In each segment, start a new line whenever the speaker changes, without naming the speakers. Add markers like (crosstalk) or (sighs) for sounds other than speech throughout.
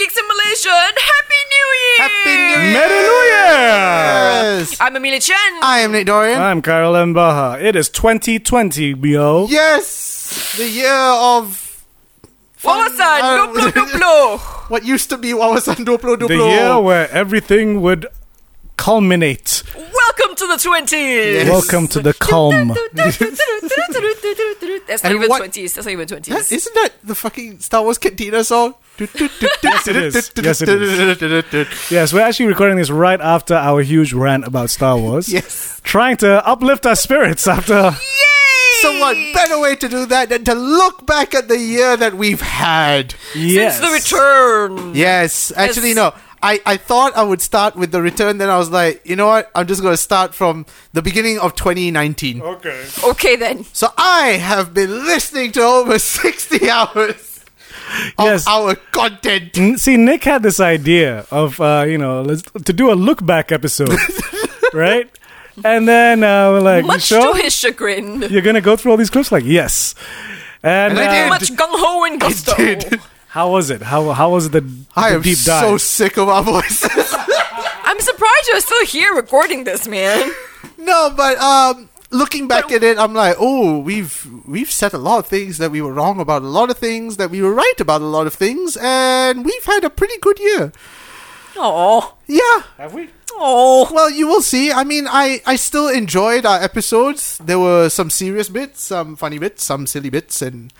Nation, Happy New Year!
Happy New Year!
Merry New Year! Uh,
Yes.
I'm Amelia Chen.
I am Nate Dorian.
I'm Kyle Mbaha. It is 2020, yo.
yes, the year of
Wawasan,
Uh,
duplo duplo.
(laughs) what used to be Wawasan Duplo Duplo.
The year where everything would culminate.
Welcome to the 20s.
Yes.
Welcome to the calm.
(laughs) That's not
And
even
what-
20s. That's not even 20s.
That- isn't that the fucking Star Wars Cantina song? yes,
it is. Yes, it
is.
Yes, we're actually recording this right after our huge rant about Star Wars.
Yes.
Trying to uplift our spirits after.
So, what better way to do that than to look back at the year that we've had?
Yes.
Since the return.
Yes, actually,
Yes.
no. I, I thought I would start with the return, then I was like, you know what? I'm just going to start from the beginning of 2019.
Okay.
Okay then.
So I have been listening to over 60 (laughs) hours of
Yes.
our content.
N- See, Nick had this idea of uh, you know let's, to do a look back episode, right? And then uh, we're like, you
Much
sure?
to his chagrin.
You're gonna go through all these clips? Like, yes. And,
And I
uh,
did.
Much gung ho and gusto.
did.
how was it? How how was the,
I
the
am
deep dive?
so sick of our voices. (laughs)
I'm surprised you're still here recording this, man.
no, but um, looking back at it, I'm like, oh, we've we've said a lot of things that we were wrong about, a lot of things that we were right about, a lot of things, and we've had a pretty good year.
Oh.
Yeah.
Have we?
Oh.
Well, you will see. I mean, I, I still enjoyed our episodes. There were some serious bits, some funny bits, some silly bits, and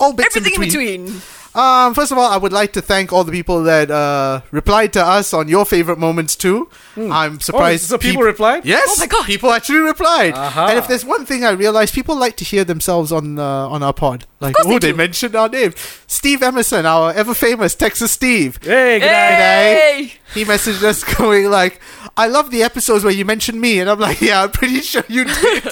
all bits
Everything in between.
Um, first of all, I would like to thank all the people that uh, replied to us on your favorite moments too.
Hmm.
I'm surprised.
so people
peop-
replied?
Yes.
Oh my God. Uh-huh.
People actually replied.
Aha.
And if there's one thing I realized, people like to hear themselves on uh, on our pod. Like, oh,
course they
they,
do.
mentioned our name, Steve Emerson, our ever famous Texas Steve.
Hey, good night.
Hey.
He messaged us (laughs) going like, "I love the episodes where you mentioned me," and I'm like, "Yeah, I'm pretty sure you
(laughs)
did."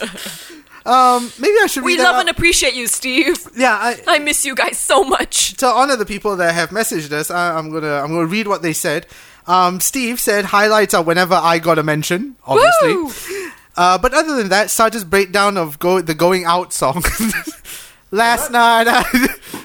um, maybe I should.
We
read that
love
out.
and appreciate you, Steve.
yeah, I,
I miss you guys so much.
to honor the people that have messaged us, I, I'm gonna I'm gonna read what they said. Um, Steve said highlights are whenever I got a mention,
Woo!
obviously. Uh, but other than that, Sarge's breakdown of go the going out song. (laughs) Last night, (laughs)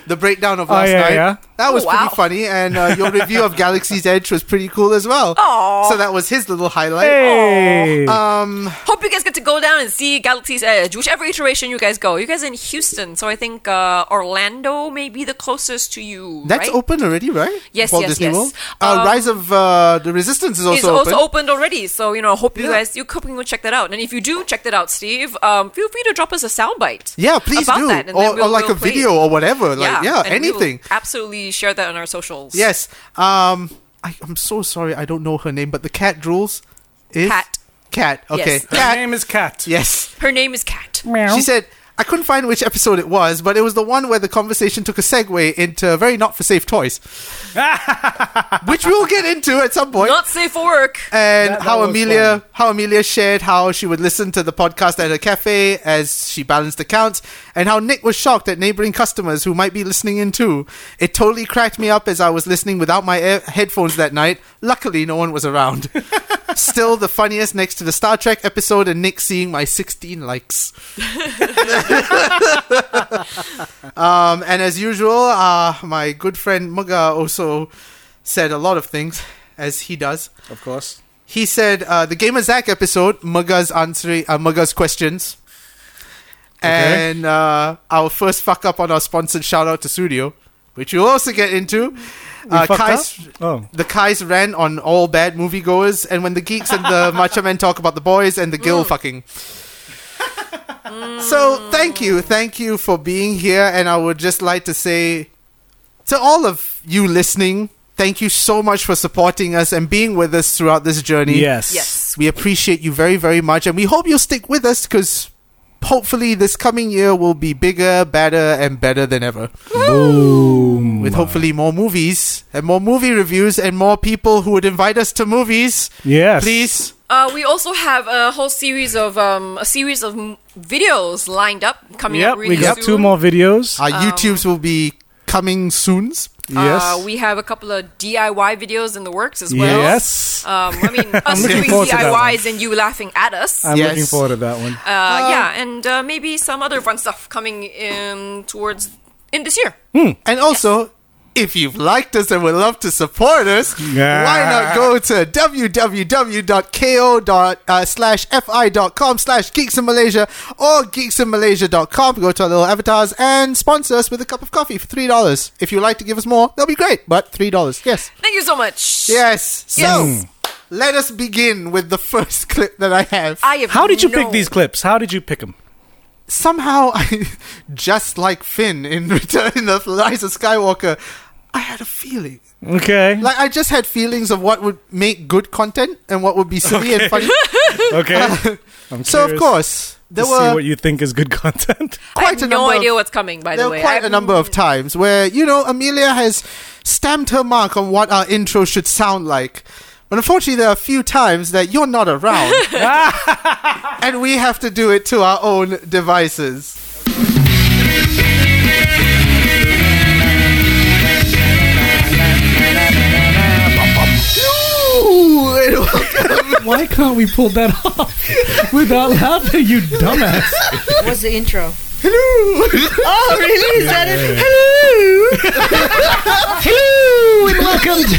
the breakdown of
Oh,
last
yeah,
night.
yeah.
That was
Oh, wow.
pretty funny, and uh, your review
(laughs)
of Galaxy's Edge was pretty cool as well.
Aw.
So that was his little highlight.
Hey.
Oh, uh,
Hope you guys get to go down and see Galaxy's Edge, whichever iteration you guys go. You guys are in Houston, so I think uh, Orlando may be the closest to you.
That's
right?
open already, right?
Yes,
Walt
yes,
Disney
yes.
World. Uh,
Um,
Rise of uh, the Resistance is also
It's
open.
also opened already, so you know. Hope you
Yeah.
guys you hoping will check that out. And if you do check that out, Steve, um, feel free to drop us a soundbite.
Yeah, please
about
do,
that, and
or,
then we'll-
or like
we'll
a
play it.
video or whatever. Like yeah,
and we will
anything.
absolutely share that on our socials.
Yes. Um, I, I'm so sorry, I don't know her name, but the cat drools is
Cat.
Cat. Okay,
Yes.
Her
cat.
name is Kat.
(laughs) Yes.
her name is Kat.
She said. I couldn't find which episode it was, but it was the one where the conversation took a segue into very not for safe toys, which we'll get into at some point.
Not safe for work.
and
That- that
how
was
Amelia
fun.
how Amelia shared how she would listen to the podcast at her cafe as she balanced accounts, and how Nick was shocked at neighboring customers who might be listening in too. It totally cracked me up as I was listening without my ear- headphones that night. Luckily, no one was
(laughs)
around. Still, the funniest next to the Star Trek episode and Nick seeing my 16
(laughs)
likes. Um, and as usual, uh, my good friend Muga also said a lot of things, as he does.
Of course.
He said uh, the Gamer Zack episode, Mugga's answering uh, Mugga's questions, and uh, our first fuck up on our sponsored shout out to Studio, which you'll also get into. Uh,
fucked
Kai's,
up? Oh.
The Kai's ran on all bad moviegoers, and when the geeks and
(laughs)
the macho men talk about the boys and the gill
Mm.
fucking. so thank you, thank you for being here, and I would just like to say to all of you listening, thank you so much for supporting us and being with us throughout this journey.
Yes.
Yes.
We appreciate you very, very much, and we hope you'll stick with us because hopefully this coming year will be bigger, better, and better than ever.
Boom.
With hopefully more movies and more movie reviews and more people who would invite us to movies.
Yes.
Please.
Uh, we also have a whole series of um, a series of m- videos lined up coming
Yep.
up really
we got
soon.
two more videos.
Our YouTubes will be coming soon.
yes.
Uh, we have a couple of DIY videos in the works as well.
yes.
Um, I
(laughs)
mean, us
looking
doing
forward to that one.
DIYs and you laughing at us. Uh,
I'm
yes.
looking forward to that one.
yeah, and uh,
Hmm.
maybe some other fun stuff coming in towards in this year.
And also, If you've liked us and would love to support us,
Yeah.
why not go to uh, www.ko.fi.com slash geeks in Malaysia or geeksinmalaysia.com. Go to our little avatars and sponsor us with a cup of coffee for $3. If you'd like to give us more, that'll be great, but $3. Yes.
Thank you so much.
Yes. So,
Hmm.
Yes.
let us begin with the (laughs) first clip that I have.
I have
How did you
no-
pick these clips? How did you pick them?
somehow (laughs) I just like Finn in Return of the Rise of Skywalker, I had a feeling. (laughs)
Okay.
Like I just had feelings of what would make good content and what would be silly and funny.
Okay. (laughs) I'm
so of
curious
course (laughs) there
to see
were
what you think is
(laughs)
good content.
I
quite a
have no
number of-
idea what's coming, by
there
the
were
way.
quite a
I've-
number of times where you know Amelia has stamped her mark on what our intro should sound like. But unfortunately, there are a few times that you're
(laughs)
not around, (laughs) and we have to do it to our own devices.
Why can't we pull that off without laughing, you dumbass?
What's the intro?
oh, really? Is that it?
Hello and welcome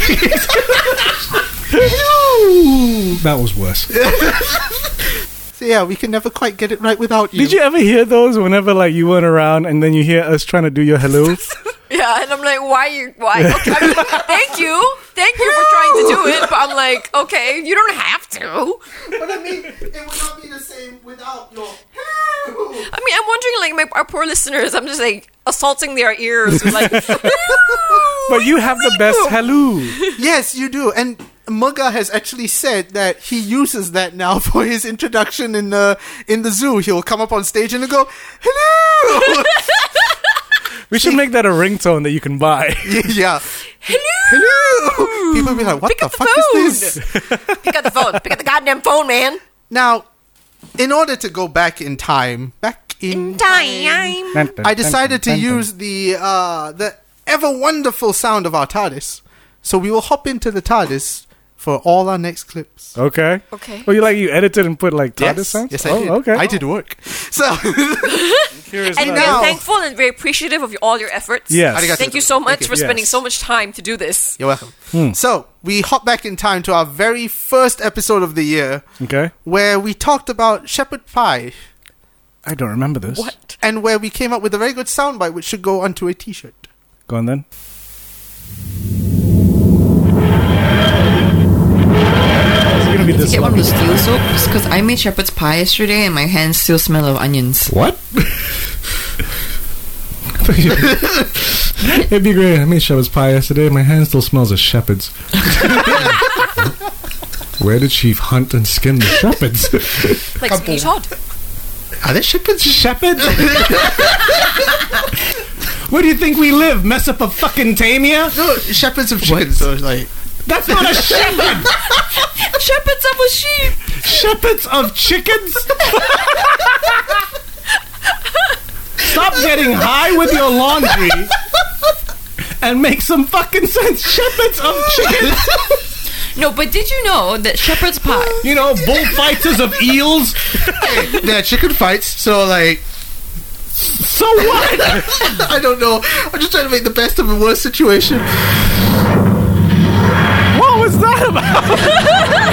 to. Hello! That was worse.
So yeah, we can never quite get it right without you.
Did you ever hear those whenever like you weren't around and then you hear us trying to do your hello?
Yeah, and I'm like, why you? Why? Okay, I mean, thank you, thank you for trying to do it. But I'm like, okay, you don't have to.
But I mean, it would not be the same without your.
I mean, I'm wondering, like, my our poor listeners. I'm just like assaulting their ears, with, (laughs) like.
but you have the best hello.
yes, you do. And Mugga has actually said that he uses that now (laughs) for his introduction in the in the zoo. He'll come up on stage and he'll go,
(laughs)
"Hello."
We should make that a ringtone that you can buy.
yeah.
Hello.
Hello. People be like, "What
Pick
the
up the
fuck is this?"
phone. Pick up the phone. Pick up the goddamn phone, man.
Now, in order to go back in time, back in,
Time.
I decided to use the uh, the ever wonderful sound of our TARDIS. So we will hop into the TARDIS for all our next clips.
Okay.
Okay.
Well, you like you edited and put like TARDIS
Yes,
sounds.
yes, I
oh,
did.
Okay.
I did work. So, (laughs)
Curious
And
about-
now-
we're thankful and very appreciative of your- all your efforts.
Yes.
Arigato.
Thank you so much for
Yes.
spending so much time to do this.
you're welcome.
Hmm.
So we hop back in time to our very first episode of the year,
Okay.
where we talked about shepherd pie,
I don't remember this.
What?
and where we came up with a very good soundbite which should go onto a T-shirt.
Go on then. It's gonna be this
Get
one.
one with steel soap, just because I made shepherd's pie yesterday and my hands still smell of onions.
What? It'd be great. I made shepherd's pie yesterday. My hand still smells of shepherds. Where did she hunt and skin the shepherds?
Like Sweeney Todd.
Are there shepherds? Shepherds? (laughs) Where do you think we live? Mess up a fucking tamia?
No, shepherds of chickens. So it's like,
That's not a shepherd!
(laughs) Shepherds of a sheep!
Shepherds of chickens? Stop getting high with your laundry and make some fucking sense. Shepherds of chickens?
No, but did you know that shepherd's pie?
You know, bullfighters of eels?
yeah, chicken fights. So like,
So what?
I don't know. I'm just trying to make the best of a worse situation.
What was that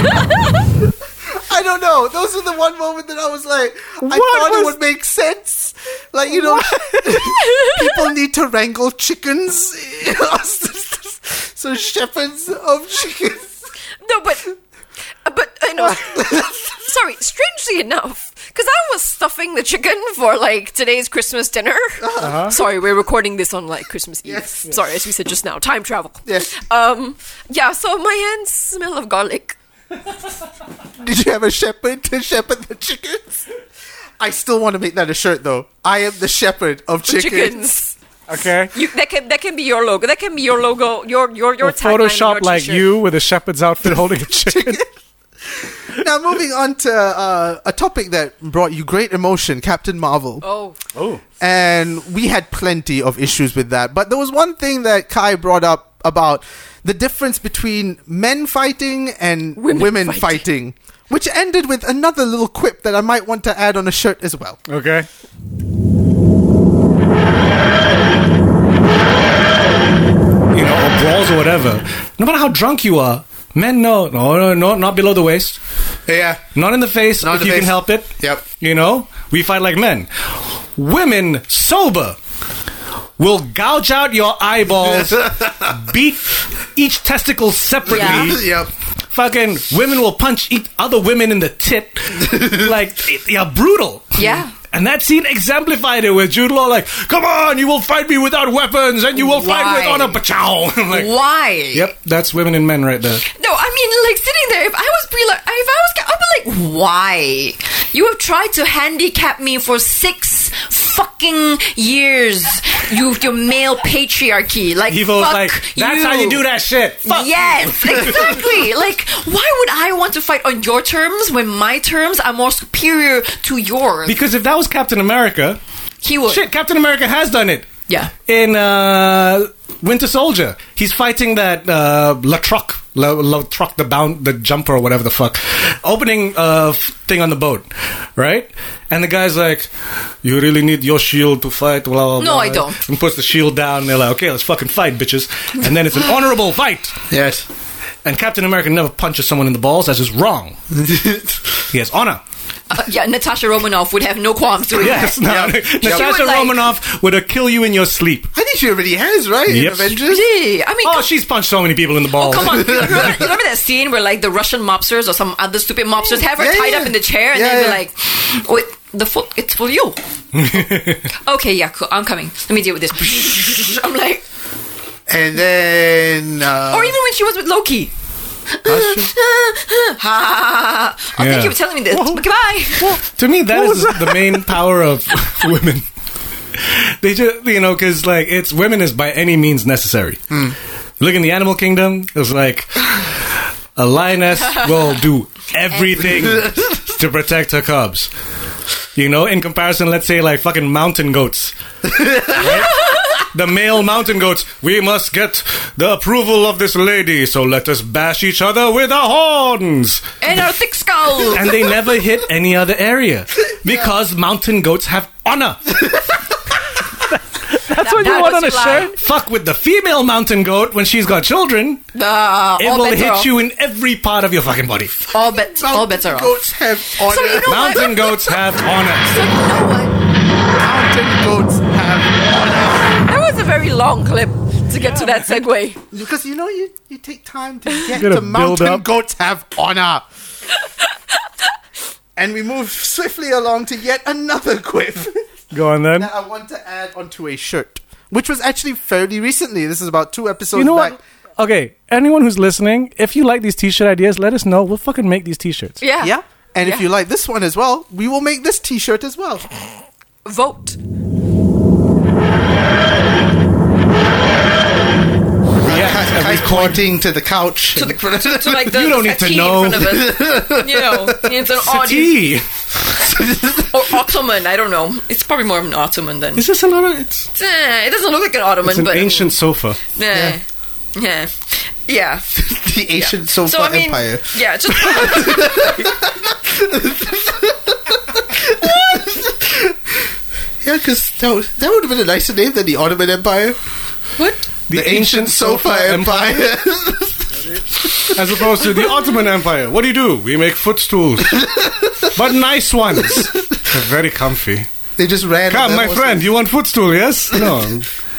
about?
I don't know. Those were the one moment that I was like, I
What
thought
was-
it would make sense. Like, you know, (laughs) people need to wrangle chickens. (laughs) so shepherds of chickens.
No, but but I know. (laughs) sorry, strangely enough, because I was stuffing the chicken for like today's Christmas dinner.
Uh-huh.
Sorry, we're recording this on like Christmas Eve.
Yes.
Sorry, as we said just now, time travel.
Yes.
Um. Yeah. So my hands smell of garlic.
Did you have a shepherd to shepherd the chickens? I still want to make that a shirt though. I am the shepherd of
Chickens.
chickens.
Okay.
You, that can that can be your logo. That can be your logo. Your your your
Or
tagline and
Photoshop
your
like
t-shirt.
you with a shepherd's outfit holding a chicken.
(laughs) Now, moving on to uh, a topic that brought you great emotion Captain Marvel.
Oh,
oh.
and we had plenty of issues with that. But there was one thing that Kai brought up about the difference between men fighting and women,
Women
fighting.
fighting.
which ended with another little quip that I might want to add on a shirt as well.
Okay.
In brawls or whatever, no matter how drunk you are, men know no, no, no, not below the waist,
Yeah.
not in the face
Not in
if
the
you
face.
can help it.
Yep.
You know, we fight like men. Women sober will gouge out your
(laughs)
eyeballs, beat each testicle separately.
Yeah.
Yep.
Fucking women will punch each other women in the tit. like, yeah, brutal.
Yeah.
And that scene exemplified it with Jude Law, like, come on, you will fight me without weapons and you will fight with
Why?
honor, pachow. (laughs) I'm like,
Why?
Yep, that's women and men right there.
No, I mean, like sitting there. If I was pre, like, if I was, ca- I'd be like, why? You have tried to handicap me for six fucking years. You, your male patriarchy, like
Evo's
fuck
like, that's how you do that shit. Fuck. (laughs)
Yes, exactly. like, why would I want to fight on your terms when my terms are more superior to yours?
Because if that was Captain America,
he would.
shit, Captain America has done it.
Yeah.
In uh, Winter Soldier, he's fighting that uh, Latroc, La- Latroc the bound, the jumper or whatever the fuck, opening uh, f- thing on the boat, right? And the guy's like, "You really need your shield to fight." Blah, blah,
No,
blah.
I don't.
And puts the shield down. And they're like, "Okay, let's fucking fight, bitches." And then it's
(laughs)
an honorable fight.
(laughs) Yes.
And Captain America never punches someone in the balls. That's just wrong. he has
(laughs)
honor.
Uh, yeah, Natasha Romanoff would have no qualms doing
Yes,
that.
no.
Yep.
(laughs) Natasha
would, like-
Romanoff would have kill you in your sleep.
I think she already has, right? In
Yep.
Avengers?
Yeah, I mean,
Oh, she's punched so many people in the balls.
Oh,
(laughs)
Come on, you remember, you remember that scene where like the Russian mobsters or some other stupid mobsters have her
Yeah,
tied
yeah.
up in the chair and
Yeah,
then
yeah.
they're like, "Wait, the foot, it's
(laughs)
for you." okay, yeah, cool. I'm coming. Let me deal with this. (laughs) I'm like,
And then. Uh,
or even when she was with Loki. (laughs) I
Yeah.
think you were telling me this.
Whoa.
Goodbye.
To me, that is the main power of (laughs) women. They just, you know, because like it's women is by any means necessary. Look in the animal kingdom. It was like a lioness will do everything to protect her cubs. You know, in comparison, let's say like fucking mountain goats. Right? The male mountain goats, we must get the approval of this lady, so let us bash each other with our horns
and our thick
(laughs)
skull.
and they never hit any other area because mountain goats have honor.
That's what
that
you want on
was
a
your line.
shirt.
Fuck with the female mountain goat when she's got children,
Uh,
it
all
will
bets are
hit
off.
you in every part of your fucking
(laughs)
body.
All bets. All bets are off.
Goats have honor.
So you know
Mountain
what?
goats have honor.
So you know what?
Mountain goats have honor.
That was a very long clip to get to that segue.
Because you know, you, you take time to get
Gotta
to
build
mountain
up.
goats have honor. and we move swiftly along to yet another (laughs) quiff.
Go on then.
that I want to add onto a shirt, which was actually fairly recently. This is about two episodes
You know
back.
what? Okay, anyone who's listening, if you like these t-shirt ideas, let us know. We'll fucking make these t-shirts.
Yeah.
Yeah. And if
Yeah.
you like this one as well, we will make this T-shirt as well.
Vote.
React and
Guys
record.
pointing to the couch.
to the to,
(laughs)
to like the
You don't need to
settee
know.
In front of
(laughs)
us. you know, it's an audience
Tea.
or ottoman. I don't know. It's probably more of an ottoman than.
Is this a lot of? It's,
Eh, it doesn't look like an ottoman,
it's an
but
ancient sofa.
Yeah, yeah, yeah.
(laughs) the Asian sofa
So I mean,
empire.
yeah,
(laughs)
just
Yeah, because that, was- that would have been a nicer name than the Ottoman Empire.
what?
The, ancient, sofa, empire.
as opposed
(laughs)
to the Ottoman Empire. What do you do? We make footstools, but nice ones. They're very comfy.
they just ran. and
Come,
that
my
was
friend,
it.
you want
(laughs)
footstool, yes? No.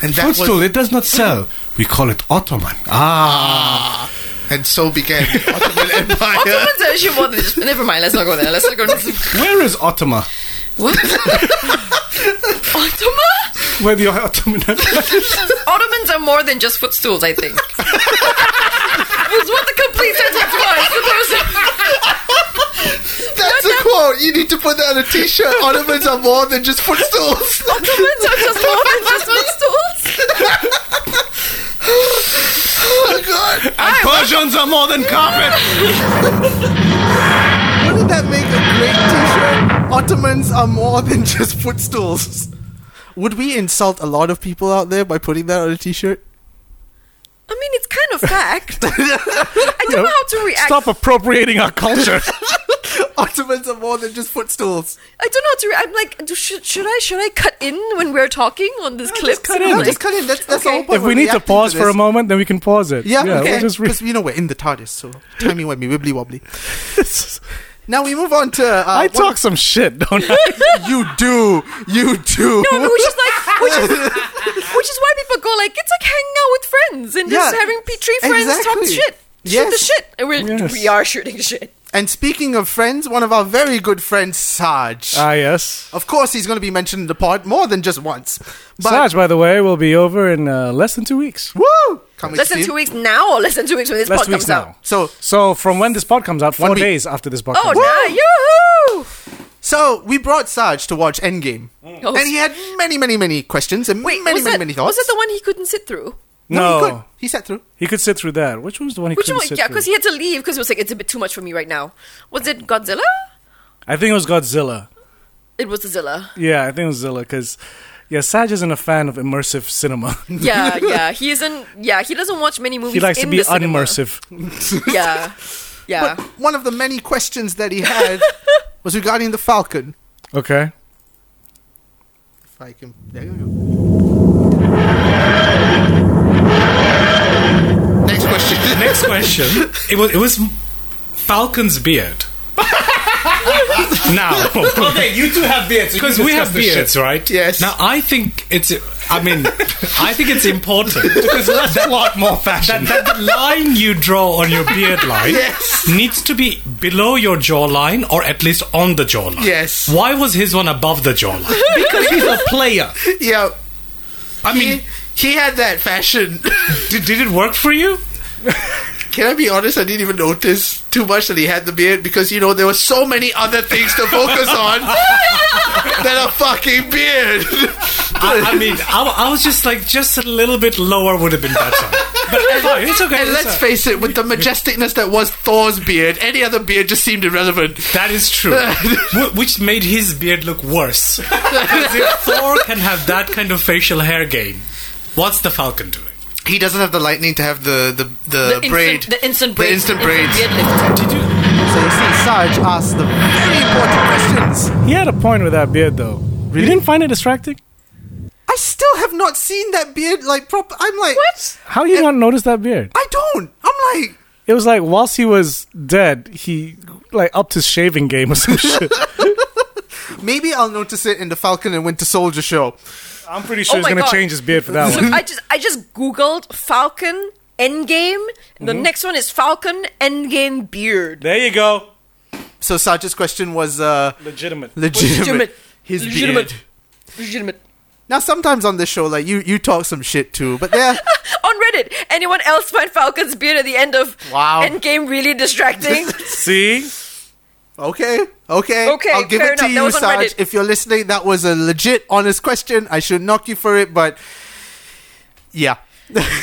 And that
footstool,
was-
it does not sell. We call it Ottoman. Ah.
And so began the Ottoman Empire.
Ottoman's actually more than just. Never mind. Let's not go there. Let's not go to
Where is Ottoman?
what? Ottoman?
Where the Ottoman
Ottomans are more than just footstools. I think. It's what the complete sentence was. uh,
That's a quote. You need to put that on a (laughs) T-shirt. Ottomans are more than just footstools. (laughs)
Ottomans are just more than just footstools.
oh God!
(laughs) And Persians are more than carpet!
Wouldn't that make a great T-shirt? Ottomans are more than just footstools. Would we insult a lot of people out there by putting that on a T-shirt?
I mean,
(laughs)
it's kind of fact. I don't know how to
(laughs)
react.
Stop appropriating our culture.
Ottomans are more than just footstools.
I don't know what to. Re- I'm like, do, should, should I should I cut in when we're talking on this clip?
Just cut in.
Like,
just cut in. That's, that's the whole
Okay.
point.
if
We're
we need to
reacting
pause for
this.
a moment, then we can pause it.
Yeah,
we'll
okay.
just re-
Because you know we're in the TARDIS, so timey wimey, wibbly wobbly. (laughs) now we move on to. Uh,
I
what-
talk some shit, don't I?
(laughs) You do. You do.
No, no, which is like, which is,
(laughs)
which is why people go like, it's like hanging out with friends and
Yeah,
just having p- three friends talk
exactly.
shit, shoot the
Yes.
shit, and we're,
Yes.
we are shooting shit.
and speaking of friends, one of our very good friends, Sarge.
ah, yes.
of course, he's going to be mentioned in the pod more than just once. But,
Sarge, by the way, will be over in uh, less than two weeks.
woo! Can't wait
Less
to
than
see
two
him.
weeks now, or less than two weeks when this
Less
pod
two weeks
comes out.
now.
So,
So from when this pod comes out, four
One week.
days after this pod
Oh,
comes out.
nah, yoo-hoo!
so we brought Sarge to watch Endgame,
Oh,
and he had many, many, many questions and
Wait,
many,
was
many,
that,
many thoughts.
Was that the one he couldn't sit through?
No, he,
he could.
could.
He sat through.
sit through that. Which one was the one he
Which
couldn't
one?
sit
Yeah,
through?
because he had to leave because he was like, it's a bit too much for me right now. Was it Godzilla?
I think it was Godzilla.
It was the
(laughs)
Zilla.
Yeah, I think it was Zilla because yeah, Sarge isn't a fan of immersive cinema. (laughs)
Yeah, yeah. He isn't. Yeah, he doesn't watch many movies.
he likes to
in
be
the cinema.
unimmersive.
Yeah, yeah.
But one of the many questions that he
(laughs)
had was regarding the Falcon.
Okay.
If I can, there you go. (laughs) Next question.
Next question. It was it was Falcon's beard. now, okay, you two have beards because we have beards, right?
(laughs) Yes.
Now I think it's. I mean, I think it's important because that's a lot more
(laughs)
fashion. That, that line you draw on your beard line needs to be below your jawline or at least on the jawline.
Yes.
Why was his one above the jawline? Because he's a player.
yeah,
I mean,
he had that fashion. (laughs)
did, did it work for you?
Can I be honest? I didn't even notice too much that he had the beard because you know there were so many other things to (laughs) focus on than a fucking beard.
I, I mean, I, I was just like, just a little bit lower would have been better. But it's fine, it's okay.
(laughs) and
it's
let's
fine.
face it, with the majesticness that was Thor's beard, any other beard just seemed irrelevant.
that
(laughs)
is true. Wh- Which made his beard look worse. Because if Thor can have that kind of facial hair gain, what's the Falcon doing?
He doesn't have the lightning to have the the, the,
instant-
braid.
the instant braid,
The instant braid.
beard lift.
Did you?
So you see, Sarge asked the very important questions.
He had a point with that beard though. You didn't find it distracting?
I still have not seen that beard like proper. I'm like, what?
How do you not notice that beard?
I don't. I'm like,
It was like whilst he was dead, he like upped his shaving game or some shit.
maybe I'll notice it in the Falcon and Winter Soldier show.
(laughs) I'm pretty sure
Oh
he's
my
gonna
God.
change his beard for that (laughs)
So
one.
I just I just googled Falcon Endgame. The
Mm-hmm.
next one is Falcon Endgame beard.
There you go.
So Sarge's question was uh,
Legitimate.
legitimate.
Legitimate.
His
Legitimate.
beard.
Legitimate.
Now, sometimes on this show, like you, you talk some shit too, but
(laughs)
there,
On Reddit, anyone else find Falcon's beard at the end of
Wow.
Endgame
(laughs)
really distracting?
See?
okay, okay,
Okay,
I'll give
fair
it to
enough. That
you,
was on
Sarge.
Reddit.
If you're listening, that was a legit, honest question. I should knock you for it, but yeah.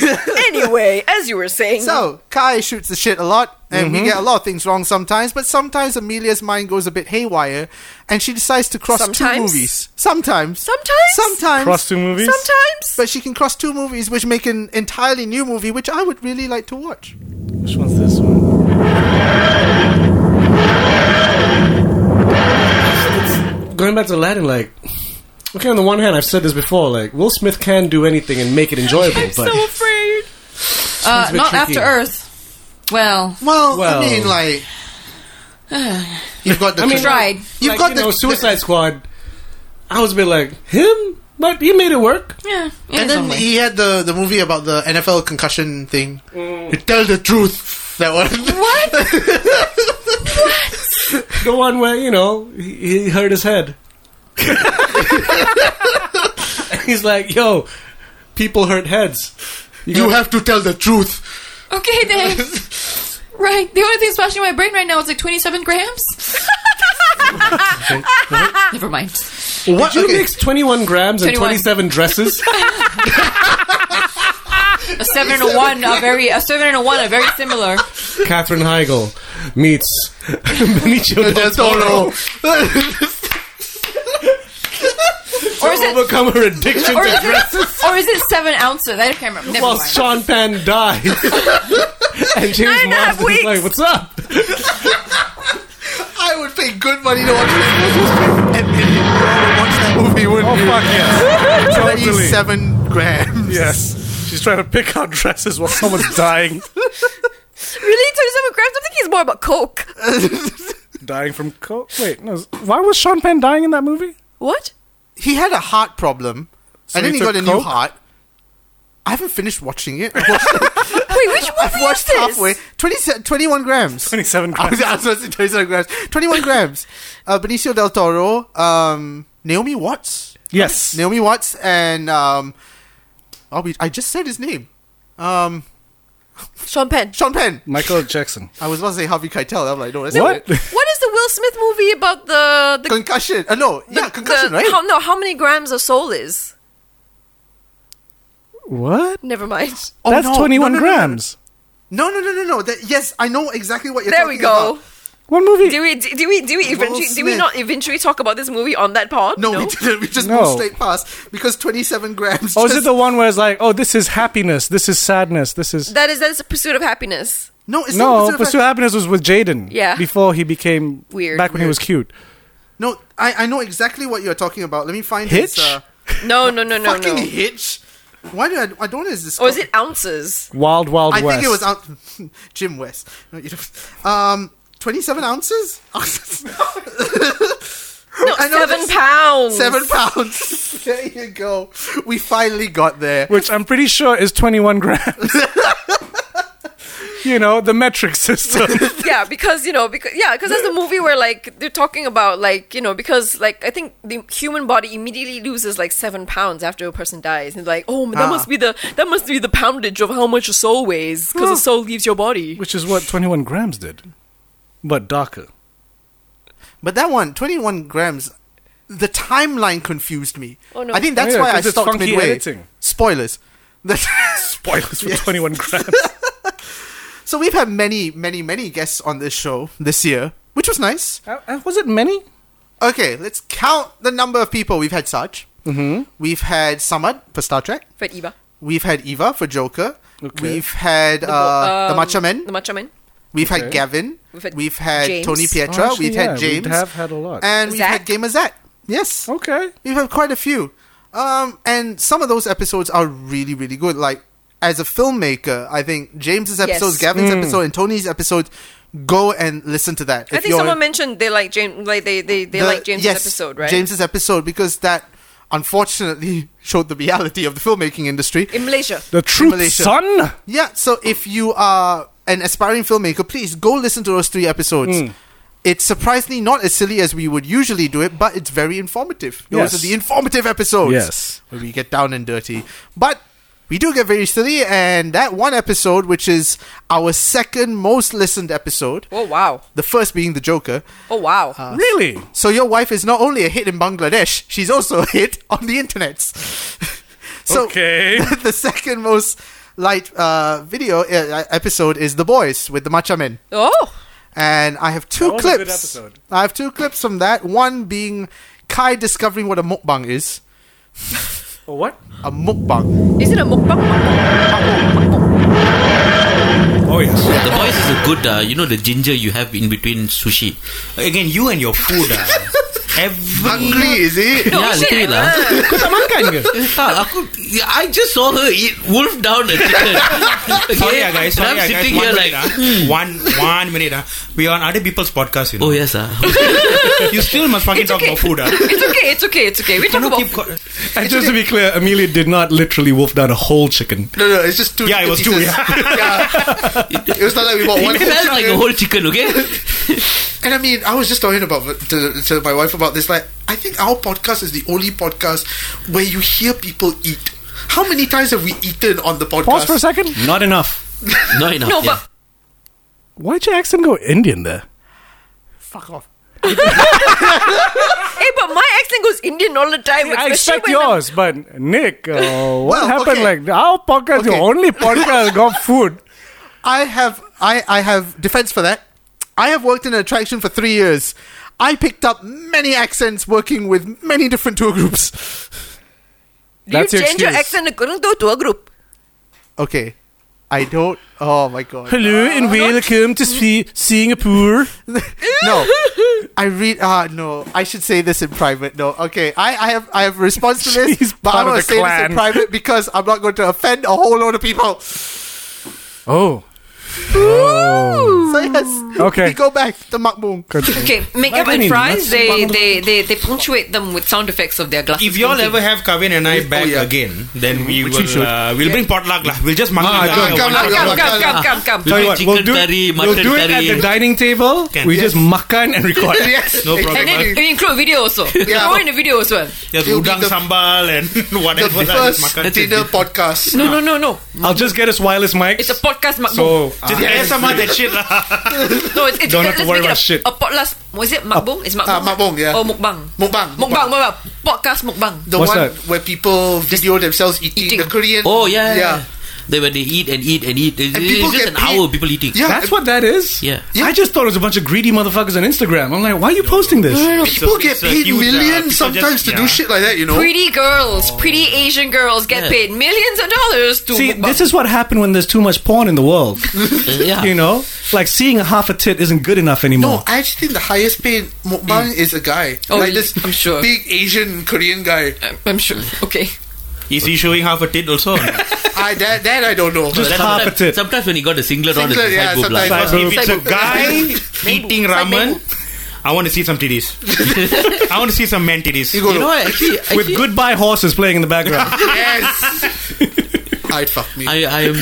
anyway, as you were saying,
So Kai shoots the shit a lot, and we get a lot of things wrong sometimes. But sometimes Amelia's mind goes a bit haywire, and she decides to cross two
Sometimes?
movies. Sometimes,
Sometimes?
sometimes,
Cross two movies?
sometimes
But she can cross two movies, which make an entirely new movie, which I would really like to watch.
Which one's this one?
going back to Aladdin, like, okay, on the one hand, I've said this before, like, Will Smith can do anything and make it enjoyable,
I'm
but
so afraid.
Uh,
bit
not
tricky.
After Earth. Well,
Well,
Well-
I mean,
(sighs)
like you've got the
I mean,
tried.
you've
like,
got
you
the
know, Suicide Squad, I was a bit like, him? But he made it work.
yeah. in
and
his own
then
way.
he had the the movie about the NFL concussion thing. You Tell the truth. That (laughs) one.
What?
The one where, you know, he, he hurt his head. (laughs) And he's like, yo, people hurt heads.
You have to tell the truth.
(laughs)
Okay then. right. The only thing that's flashing in my brain right now is like
(laughs)
27 grams. Never mind.
What?
Did you
okay.
mix 21 grams and
21.
27 dresses?
A seven and a one are very. A seven and a one are very similar.
Catherine Heigl meets (laughs) Benicio del Toro.
Or is it?
Overcome her addiction
Or
to
is it, or is it seven ounces? I can't remember. Never
while
mind.
Sean Penn dies. and James
Nine and a half
Marsden is
weeks.
like, what's up?
I would pay pay good money to watch (laughs) that movie. And million to watch that movie, wouldn't
Oh,
you?
fuck yes. totally.
Twenty-seven grams.
Yes. She's trying to pick out dresses while someone's (laughs) dying.
Really, 27 grams? I think he's more about coke.
dying from coke. Wait, no. Why was Sean Penn dying in that movie?
What?
(laughs) He had a heart problem, and then
he
he got
took
a new
coke?
heart. I haven't finished watching (laughs) it. I've watched,
Wait, which one
(laughs) I've watched
is this?
halfway. 20, 21 grams.
27
(laughs) I was,
grams.
I was supposed to say 27 grams. 21 grams. Uh, Benicio del Toro, um, Naomi Watts.
Yes.
Naomi Watts and um, I'll be, I just said his name. Um,
Sean Penn.
Sean Penn.
Michael Jackson.
I was about to say Harvey Keitel. I'm like, no, that's
What?
not it.
What is the Will Smith movie about the the,
Concussion. Uh, no,
the-
yeah, concussion,
the-
right?
How, no, how many grams of soul is?
What?
Never mind.
Oh,
That's
no, no,
21
no, no, no, no.
grams.
No, no, no, no, no. That, yes, I know exactly what you're
There we
talking
go.
about.
What movie?
Do we do we do we eventually do we
Smith.
not eventually talk about this movie on that pod?
No, we didn't. We just
No.
moved straight past because 27 grams.
Oh, is
just-
it the one where it's like, oh, this is happiness, this is sadness, this is.
That is that is a pursuit of happiness.
No, it's
no,
not
Pursuit
Pursuit of
of Happiness was with Jaden.
Yeah.
Before he became
Weird.
Back when he was cute.
No, I, I know exactly what you're talking about. Let me find
Hitch?
his. Uh,
No, no, no, no,
fucking
no.
Hitch. Why do I? I don't know. Is this?
Or is it ounces?
Wild Wild
I
West.
think it was out. (laughs) Jim West. No, you don't. Um, twenty-seven ounces. (laughs)
No,
I know
seven
this-
pounds. (laughs)
Seven pounds. (laughs) there you go. We finally got there.
Which I'm pretty sure is 21 grams. (laughs) you know, the metric
(laughs)
system.
yeah, because you know, because yeah, because that's the movie where like they're talking about like you know because like I think the human body immediately loses like seven pounds after a person dies, and like oh that
Ah.
must be the that must be the poundage of how much your soul weighs because the soul leaves your body.
Which is what 21 grams did. But darker.
But that one, 21 grams. The timeline confused me.
Oh, no.
I think that's
Yeah,
why I
'cause it's
stopped
funky
midway.
editing.
Spoilers. (laughs)
Spoilers for 21 grams.
So we've had many, many, many guests on this show this year, which was nice.
Uh, uh, was it many?
Okay, let's count the number of people we've had. Sarge. Mm-hmm. We've had Samad for Star Trek.
Fred Eva,
We've had Eva for Joker.
Okay.
We've had uh, the Macho Man.
the Macho Man,
We've had Gavin.
um, We've had
We've had
James.
Tony
Oh,
Pietra.
actually,
we've
yeah,
had
we
James.
have had a lot. Oh,
And we've
Zach.
had Gamer Zat. Yes.
Okay.
We've had quite a few. Um, and some of those episodes are really, really good. Like, as a filmmaker, I think James's episodes,
Yes.
Gavin's episode, and Tony's episode, go and listen to that.
I
If
think
you're-
someone mentioned they like James, like they they, they
the-
like James's
yes,
episode, right?
James's episode, because that unfortunately (laughs) showed the reality of the filmmaking industry.
in Malaysia.
The truth,
Malaysia.
son.
Yeah, so if you are an aspiring filmmaker, please go listen to those three episodes.
Hmm.
It's surprisingly not as silly as we would usually do it, but it's very informative. Those
Yes.
are the informative episodes.
Yes.
Where we get down and dirty. But we do get very silly, and that one episode, which is our second most listened episode,
Oh wow!
the first being The Joker.
Oh wow!
Uh.
Really?
So your wife is not only a hit in Bangladesh, she's also a hit on the internet. (laughs) so
Okay.
(laughs) the second most liked uh, video uh, episode is The Boys with the Macha Men.
oh,
And I have two
That was a
clips.
good episode.
I have two clips from that. One being Kai discovering what a mukbang is.
Oh, what?
A mukbang.
is it a mukbang?
Oh, yes.
The boys is a good, uh, you know, the ginger you have in between sushi. Again, you and your food. Uh,
(laughs)
every.
Hungry, is it?
Yeah, little bit lah.
Uh.
Kau tak makan ke?
Tak, aku- I just saw her eat wolf down a
(laughs)
chicken. Okay?
Sorry, ah,
And
guys. Sorry,
I'm
ah, guys.
sitting
one,
here like,
minute, ah. one one minute. ah. We are on other people's podcast, you know.
oh yes,
(laughs)
ah.
You still must fucking
It's
talk
okay.
about food. ah.
It's okay. It's okay. It's okay. We talk
Cannot
about
keep co-
And just to be clear, Amelia did not literally wolf down a whole chicken.
No, no, it's just two.
Yeah, it was two,
pieces. (laughs) Yeah. It was not like we bought one.
it felt like a whole chicken. Okay,
And I mean, I was just talking about to, to my wife about this. Like, I think our podcast is the only podcast where you hear people eat. How many times have we eaten on the podcast?
Pause for a second.
Not enough.
not enough.
No,
yeah.
but-
Why'd your accent go Indian there?
Fuck off.
Hey, but my accent goes Indian all the time.
I
especially
expect
when
yours, but Nick, uh, what
Well,
happened?
okay.
Like our podcast, the
Okay.
only podcast got food.
I have, I, I have defense for that. I have worked in an attraction for three years. I picked up many accents working with many different tour groups.
I'm, you
That's your
change your
excuse.
accent according to a tour group.
Okay, I don't. Oh my god.
Hello and welcome to see Singapore. (laughs)
no, I read. Ah, no. I should say this in private. No, okay. I, I have I have a response to this,
She's
but
part
I
of
want to
the
say this
clan.
in private because I'm not going to offend a whole lot of people.
Oh,
So yes,
Okay.
we go back to Makmung.
Okay, makeup and fries. They, they they they punctuate them with sound effects of their glasses.
If y'all
clinking.
ever have Kavin and I
Oh,
back
yeah.
again, then we
Which we
will
should.
uh, we'll bring potluck lah. We'll just mug it
good,
down.
Ah, good,
come
good,
Ah, come come come come come.
Tell you what,
we'll do, it-
curry,
we'll
mutton
do it
curry.
at the dining table.
Can.
We just makan and record.
(laughs) Yes,
No problem.
And then
exactly.
we include video also. Throw in a video as well.
There's
It'll be
udang
the-
sambal and (laughs)
The
whatever. lah, just
first
makan.
dinner podcast.
No no no no.
I'll just get us wireless mics.
It's a podcast. Mak-
so
Just ASMR that shit lah.
no, it's, it's
Don't have
let's
to worry
make it
about
a,
shit.
A podcast. Was it makbong? It's
Ah,
makbong.
Makmung, yeah.
Or mukbang.
Mukbang,
Mukbang. Mukbang. Podcast mukbang.
The
What's
one
that?
where people video themselves eating,
Eating.
the Korean.
Oh yeah, yeah.
yeah.
yeah. They when they eat and eat and eat. It's,
And people
it's just
get
an
paid-
hour of people eating.
Yeah,
that's
and
what that is.
Yeah.
I just thought it was a bunch of greedy motherfuckers on Instagram. I'm like, why are you posting this?
People
It's a-
get
it's a
paid
huge, uh, people
millions
just-
sometimes to do
yeah.
shit like that, you know.
Pretty girls, pretty Asian girls get
Yeah.
paid millions of dollars to
See,
mukbang.
this is what happened when there's too much porn in the (laughs) world.
Uh, yeah.
You know, like seeing a half a tit isn't good enough anymore.
No, I actually think the highest paid mukbang is a guy.
Oh,
like
yeah,
this
I'm sure.
big Asian Korean guy.
I'm sure. Okay.
Is he showing half a tit also?
I that that I don't know.
Just
But
half a
sometimes,
tit.
sometimes when he got a singlet on, it's
Singlet,
a
yeah,
side boob lah.
sometimes.
But if it's a
Side boob.
guy eating ramen, I want to see some titties.
(laughs)
I want to see some man titties.
You go
You know what? Actually, actually
With goodbye horses playing in the background. (laughs)
yes. I'd fuck me.
I, I am.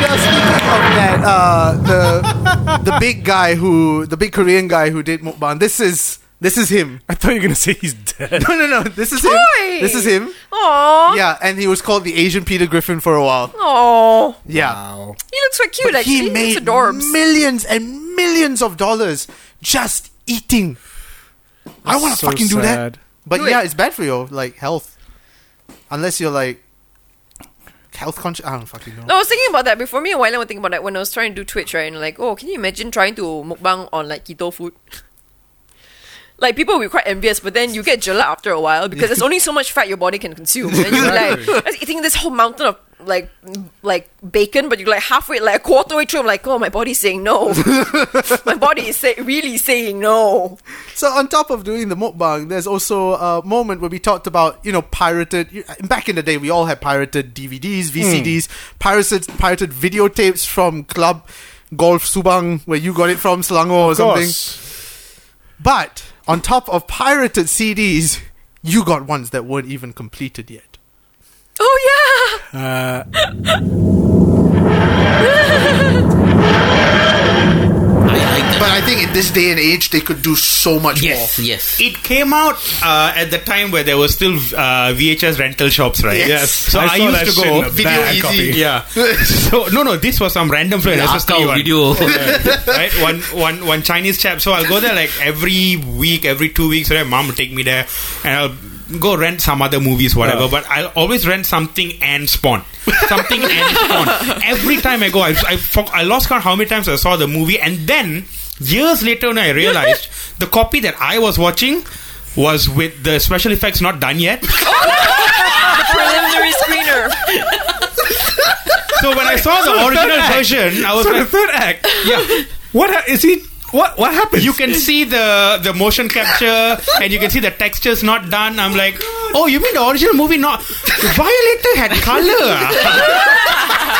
Yeah, speaking of that, uh, the the big guy who the big Korean guy who did mukbang. This is this is him.
I thought you were gonna say he's dead.
No, no, no. This is him.
Toy!
This is him.
(laughs) Aww.
Yeah, and he was called the Asian Peter Griffin for a while.
Aww.
Yeah.
He looks quite cute, actually.
he made
looks adorbs.
millions and millions of dollars just eating. I want to
so
fucking do that.
sad.
But
Do
yeah,
it.
it's bad for your like health. Unless you're like health conscious. I don't fucking know.
No, I was thinking about that before. Me and Wylan were thinking about that when I was trying to do Twitch, right? And like, oh, can you imagine trying to mukbang on like keto food? (laughs) Like people will be quite envious, but then you get jello after a while because there's only so much fat your body can consume. And you're like (laughs) I was eating this whole mountain of like like bacon, but you're like halfway, like a quarter way through, I'm like, oh, my body's saying no. my body is say- really saying no.
So on top of doing the mukbang, there's also a moment where we talked about you know pirated. you- Back in the day, we all had pirated DVDs, VCDs, pirated pirated videotapes from club golf Subang where you got it from Selangor or something. But on top of pirated CDs, you got ones that weren't even completed yet.
Oh yeah,
I, I,
(laughs) But I think in this day and age, they could do so much
yes,
more.
yes.
It came out uh, at the time where there was still uh, VHS rental shops, right?
Yes. Yes.
So
I
I,
saw
used
that
to
shit
go
in a
Video
Bad
easy.
copy. (laughs)
Yeah. (laughs) so no, no, this was some random friend. This was
Akao
Taiwan, (laughs)
video.
right? One, one, one Chinese chap. So I'll go there like every week, every two weeks. Right? Mom will take me there, and I'll go rent some other movies, whatever. But I'll always rent something and Spawn, something and Spawn. Every time I go, I, I, fo- I lost count how many times I saw the movie, and then years later when I realized the copy that I was watching. Was with the special effects not done yet.
preliminary screener.
So when I saw
(laughs)
the original version, I was
So the
like,
third act.
"Yeah,
(laughs) What ha- is he? What what happened? (laughs)
you can see the the motion capture and you can see the textures not done. I'm like, oh, you mean the original movie not Violator had
(laughs)
color?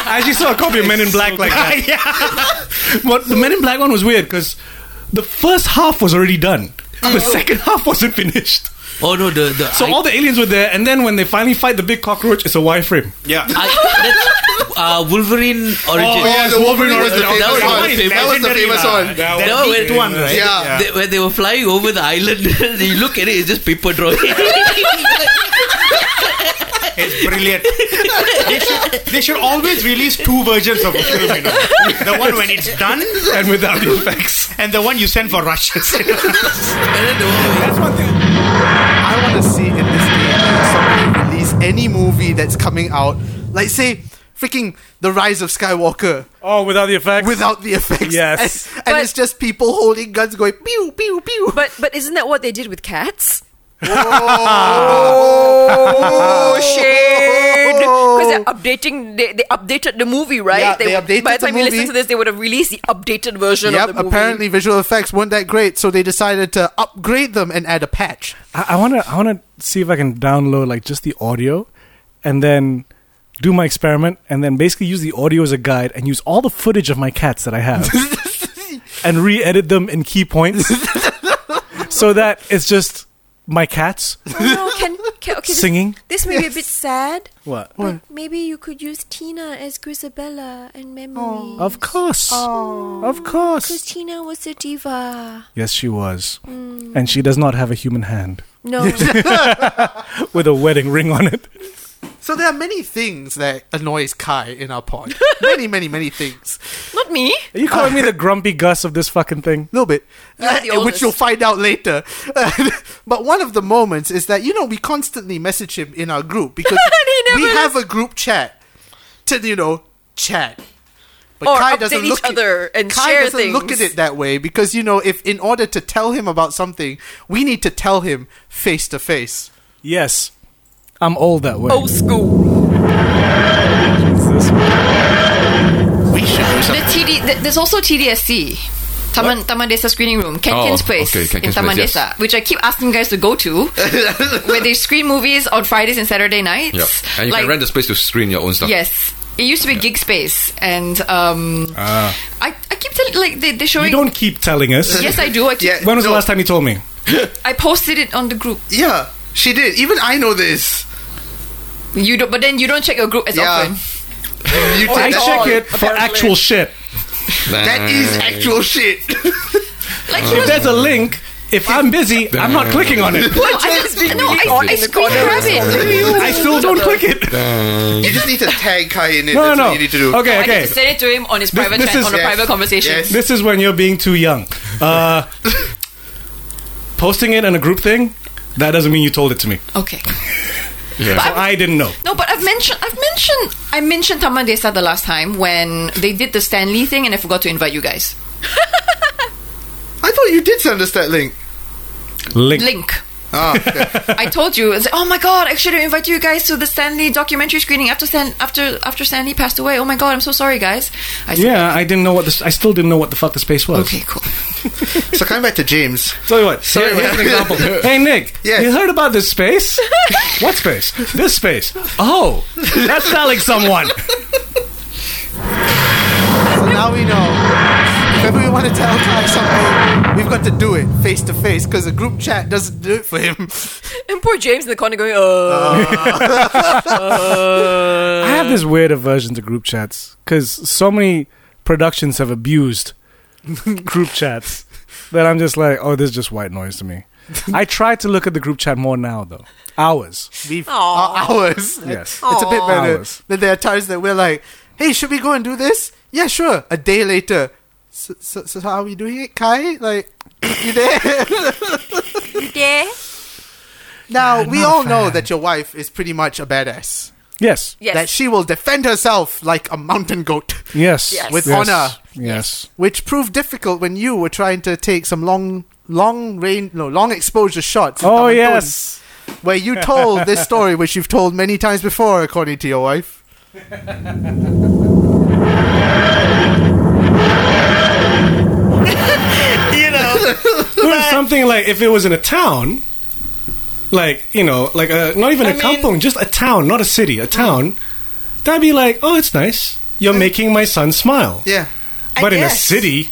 I actually saw a copy of Men in Black like that. (laughs)
yeah.
But the Men in Black one was weird because the first half was already done. The second half wasn't finished.
Oh no, the the.
So
I,
all the aliens were there, and then when they finally fight the big cockroach, it's a wireframe.
Yeah.
I, that's, uh, Wolverine origin.
Oh,
yeah, the Wolverine was the
That was
famous one.
one.
That was the famous one.
That,
No,
that big
when-
one, right?
Yeah.
They, when they were flying over the island, (laughs) you look at it, it's just paper drawing. (laughs)
It's brilliant. they, should, they should always release two versions of a film, you know. The one when it's
(laughs)
done and without the effects, and the one you send for (laughs) rushes.
I want to see in this day and age somebody release any movie that's coming out, like say freaking The Rise of Skywalker
Oh, without the effects.
without the effects.
Yes.
and, and it's just people holding guns going pew pew pew.
But but isn't that what they did with cats? Oh (laughs) shit! Because they're updating, they, they updated the movie, right?
Yeah, they
would-
updated
By the
the
time you listen
movie.
to this, they would have released the updated version
Yep,
of the movie.
apparently visual effects weren't that great, so they decided to upgrade them and add a patch.
I want to. I want to see if I can download like just the audio, and then do my experiment, and then basically use the audio as a guide, and use all the footage of my cats that I
(laughs)
have, and re-edit them in key points, so that it's just my cats
Oh, no, can, can, okay, this,
singing.
this may be a bit sad.
What?
But maybe you could use Tina as Grisabella and memory.
Oh.
Of course. Of course.
Because Tina was a diva.
Yes, she was. And she does not have a human hand
No.
with a wedding ring on it.
So there are many things that annoys Kai in our
(laughs)
pod. many, many, many things.
Not me.
Are you calling me
(laughs)
the grumpy Gus of this fucking thing?
A little bit, Uh,
You're the
which you'll
oldest.
find out later. (laughs) but one of the moments is that you know we constantly message him in our group
(laughs)
because
He
we
never
have a group chat to you know chat. But
Or update each other and
Kai
share
doesn't
things.
look at it that way because you know if in order to tell him about something, we need to tell him face to face.
Yes. I'm old that way.
Old school.
We should do
The
something.
TD, th- there's also TDSC. Taman, Taman Desa Screening Room, Ken
Oh,
Kin's place
okay, Ken
in
Kin's
Taman
place, yes.
Desa, which I keep asking you guys to go to, where they screen movies on Fridays and Saturday nights.
Yeah. And you can rent a space to screen your own stuff.
Yes, it used to be Gig Space, and um, I, I keep telling like they, they're
You
showing.
don't keep telling us.
(laughs) yes, I do. I, keep,
When was the last time you told me?
I posted it on the group.
(laughs) Yeah, she did. Even I know this.
You don't, but then you don't check your group as
Yeah.
often.
You did
I
that.
check it for actual shit.
That is actual
(laughs)
shit.
Like he was.
There's a link. If I'm busy, I'm not clicking on it.
No, I, just- no, I, I screen grab it.
I still don't click it.
you just need to tag Kai in it.
No, no, Uh, no. Okay,
I need
okay.
to send it to him on his private
this
chat,
is-
on a
yes,
private conversation.
yes.
This is when you're being too young.
(laughs)
Uh, posting it in a group thing, that doesn't mean you told it to me.
Okay.
So I didn't know.
No, but I've mentioned, I've mentioned, I mentioned Taman Desa the last time when they did the Stanley thing, and I forgot to invite you guys.
I thought you did send us that link. Ah,
Link.
Link.
(laughs)
I told you. I said, oh my god, I should have invited you guys to the Stanley documentary screening after Stan- after after Stanley passed away. Oh my god, I'm so sorry, guys. I said,
Yeah, I didn't know what this. I still didn't know what the fuck the space was.
Okay, cool.
So coming back to James,
Tell you what. So here's an example. hey Nick,
Yes.
you heard about this space? what space? This space. Oh, that's selling someone.
so now we know. If ever we want to tell Kai something, we've got to do it face to face because a group chat doesn't do it for him.
And poor James in the corner going, uh.
I have this weird aversion to group chats because so many productions have abused group chats that I'm just like, oh, this is just white noise to me. I try to look at the group chat more now, though. Hours.
We've our hours.
(laughs) Yes.
It's a bit better.
Hours.
That there are times that we're like, "Hey, should we go and do this?" Yeah, sure. A day later. So, so, so how are we doing it, Kai? Like,
(laughs)
you there? (laughs)
yeah.
now we all know that your wife is pretty much a badass.
Yes.
Yes.
That she will defend herself like a mountain goat. (laughs)
Yes.
Yes.
With
Yes.
honor.
Yes.
which proved difficult when you were trying to take some long, long range, no, long exposure shots. in
Oh,
Taman Tun,
yes.
where you told this story, which you've told many times before, according to your wife.
It was something like if it was in a town, like you know, like a not even a kampong, just a town, not a city, a town. That'd be like, oh, it's nice. You're making my son smile.
Yeah,
But in a
(laughs)
city,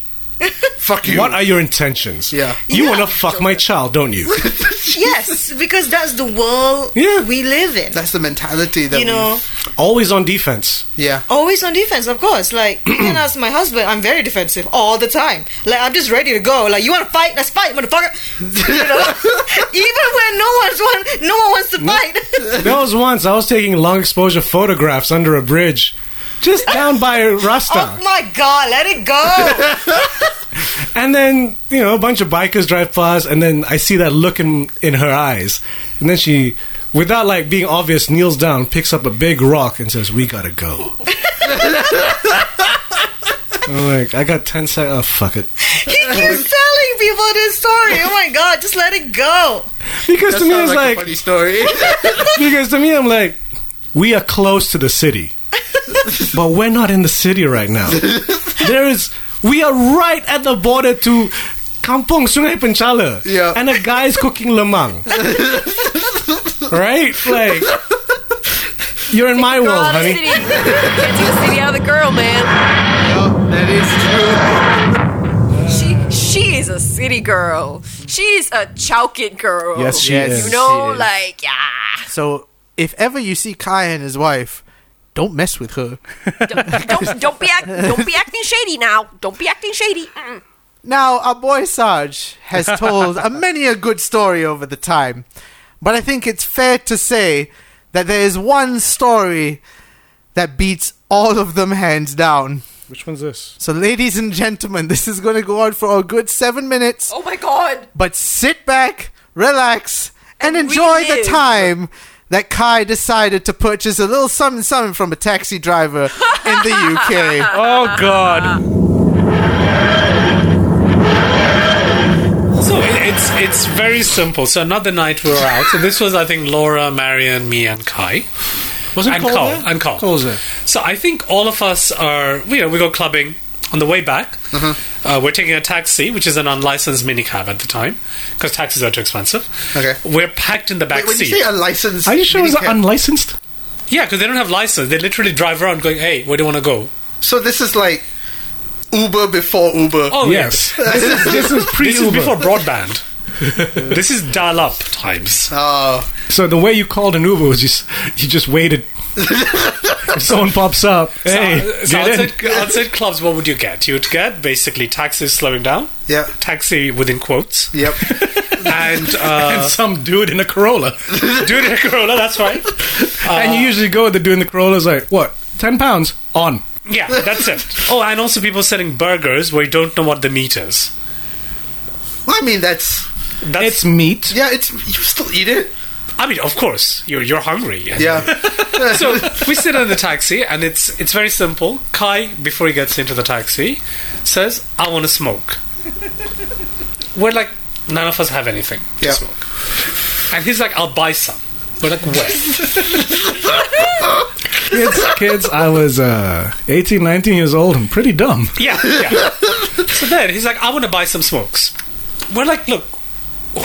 fuck
what are your intentions?
Yeah.
You want to fuck my child, don't you?
(laughs) yes, because that's the world
Yeah.
we live in.
That's the mentality that
you know,
Always on defense.
we- Yeah,
always on defense, of course. Like, you can ask my husband, I'm very defensive all the time. Like, I'm just ready to go. Like, you want to fight? Let's fight, motherfucker. (laughs) You
(laughs)
know? Even when no one's one, no one wants to fight.
There was once I was taking long exposure photographs under a bridge, just down by
oh
Rasta,
my god, let it go.
(laughs) and then you know a bunch of bikers drive past, and then I see that look in in her eyes, and then she, without like being obvious, kneels down, picks up a big rock, and says, "We gotta
(laughs)
go." I'm like, I got ten seconds. Oh fuck it.
he keeps telling telling people this story? Oh my god, just let it go.
Because
That
to me,
sounds
it's
like a
like,
funny
(laughs) story. because to me, I'm like, we are close to
(laughs)
the city, but we're not in the city right now. there is, we are right at the border to Kampong Sungai Penchala, yeah. and a guy is cooking
(laughs)
lemang, right? Like, you're in my world,
out of the
honey.
city. Can't take the city out of the girl, man.
that is
She she is a city girl. She's a Chowkit girl.
Yes, she
you
is.
You know,
She is.
like yeah.
So if ever you see Kai and his wife, don't mess with
(laughs)
her.
Don't don't be act, don't be acting shady now. Don't be acting shady. Mm.
Now, our boy Sarge has told
(laughs)
a many a good story over the time, but I think it's fair to say that there is one story that beats all of them hands down.
Which one's this?
So, ladies and gentlemen, this is going to go on for a good seven minutes.
Oh my god!
But sit back, relax, and, enjoy the
relive.
time that Kai decided to purchase a little something something from a taxi driver in the
(laughs)
UK.
oh god.
So it- it's it's very simple. So another night we were out. So this was I think Laura, Marion, me, and Kai.
Wasn't
and
Cole
Carl,
there?
and Carl.
Cole was there.
So I think all of us are. You know, we go clubbing on the way back.
Uh-huh.
Uh, we're taking a taxi, which is an unlicensed minicab at the time, because taxis are too expensive. Okay. We're packed in the back
when you say
seat.
unlicensed
Are you sure it was
minicab-
unlicensed?
yeah, because they don't have license. They literally drive around going, "Hey, where do you want to go?"
So this is like Uber before Uber.
Oh
Yes.
yeah.
This is- this is pre-Uber.
before broadband. (laughs) this is dial-up times.
Oh.
So the way you called an Uber was just you just (laughs) waited. Someone pops up. Hey,
so, so
get in.
outside, outside clubs, what would you get? You'd get basically taxis slowing down.
Yeah.
Taxi
(laughs)
within quotes.
(laughs)
Yep.
and, uh,
and some dude in a Corolla.
(laughs)
Uh,
dude in a Corolla, that's right.
(laughs) and you usually go with the dude in the Corolla. Is like what? Ten pounds on.
Yeah, that's it. Oh, and also people selling burgers where you don't know what the meat is.
I mean, that's,
that's
it's meat. (laughs)
Yeah, it's you still eat it.
I mean, of course, you're you're hungry.
(laughs)
and-
Yeah.
so we sit in the taxi, and it's it's very simple. Kai, before he gets into the taxi, says, "I want to smoke." We're like, none of us have anything to smoke, and he's like, "I'll buy some." We're like, "Where?"
Kids, kids. I was uh, 18, 19 years old. I'm pretty dumb.
(laughs) yeah, yeah. So then he's like, "I want to buy some smokes." We're like, "Look,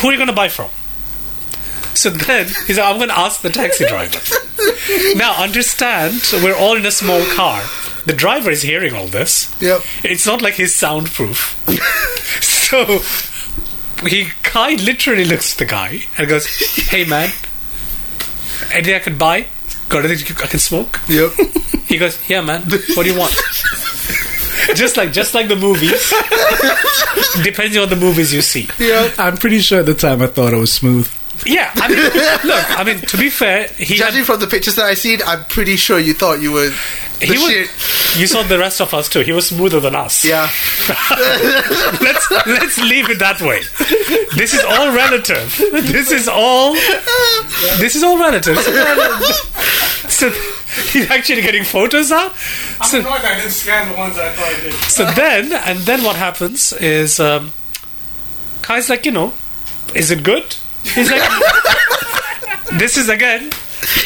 who are you going to buy from?" So then he's like, "I'm going to ask the taxi driver." now understand we're all in a small car the driver is hearing all this yep it's not like he's soundproof (laughs) so he guy literally looks at the guy and goes hey man anything i can buy got anything i can smoke
(laughs) yep
he goes yeah man what do you want just like just like the movies depending on the movies you see
Yeah. I'm pretty sure at the time I thought it was smooth.
yeah i mean look i mean to be fair he
Judging from the pictures that I seen, I'm pretty sure you thought you were the
he was,
shit.
you saw the rest of us too. He was smoother than us.
Yeah.
(laughs) let's let's leave it that way. This is all relative. This is all. This is all relative. (laughs) So he's actually getting photos now. So,
I didn't scan the ones I thought I did.
so then, and then what happens is, um, Kai's like, you know, is it good? He's like, (laughs) this is again.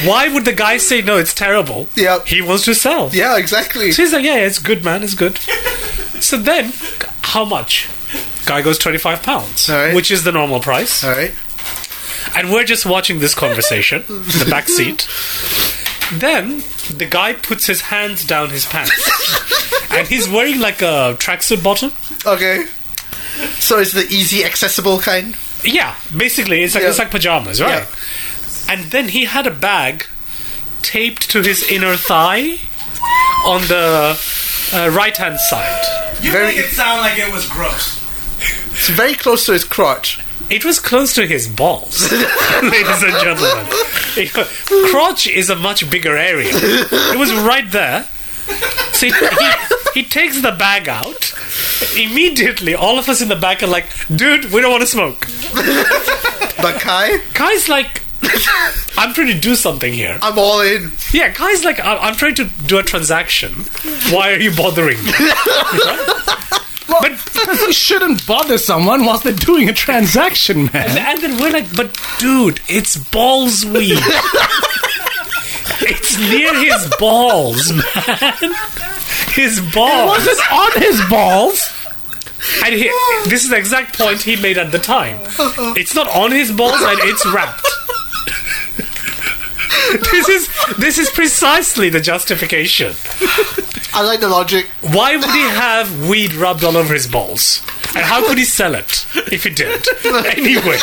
Why would the guy say no? It's terrible. Yeah, he wants to sell.
Yeah, exactly.
So he's like, yeah, yeah, it's good, man, it's good. so then, how much? Guy goes twenty five pounds, which is the normal price. All
right.
And we're just watching this conversation in the back seat. Then the guy puts his hands down his
(laughs)
pants, and he's wearing like a tracksuit bottom.
Okay. So it's the easy, accessible kind.
Yeah, basically, it's like
Yeah.
it's like pajamas, right? And then he had a bag taped to his inner thigh on the uh, right hand side.
You make it sound like it was gross.
It's very close to his crotch.
It was close to his balls, (laughs) ladies and gentlemen. It- crotch is a much bigger area. It was right there. So he, he, he takes the bag out. Immediately, all of us in the back are like, dude, we don't want to smoke.
But Kai?
Kai's like, (laughs) I'm trying to do something here.
I'm all in.
Yeah, Kai's like, I'm, I'm trying to do a transaction. Why are you bothering me? Right?
but you shouldn't bother someone whilst they're doing a transaction, man.
(laughs) And then we're like, but dude, it's balls weed. (laughs) it's near his balls, man. His balls.
It wasn't on his balls.
And he, this is the exact point he made at the time. It's not on his balls and it's (laughs) wrapped. this is this is precisely the justification.
I like the logic.
Why would he have weed rubbed all over his balls? And how could he sell it if he did? Anyway,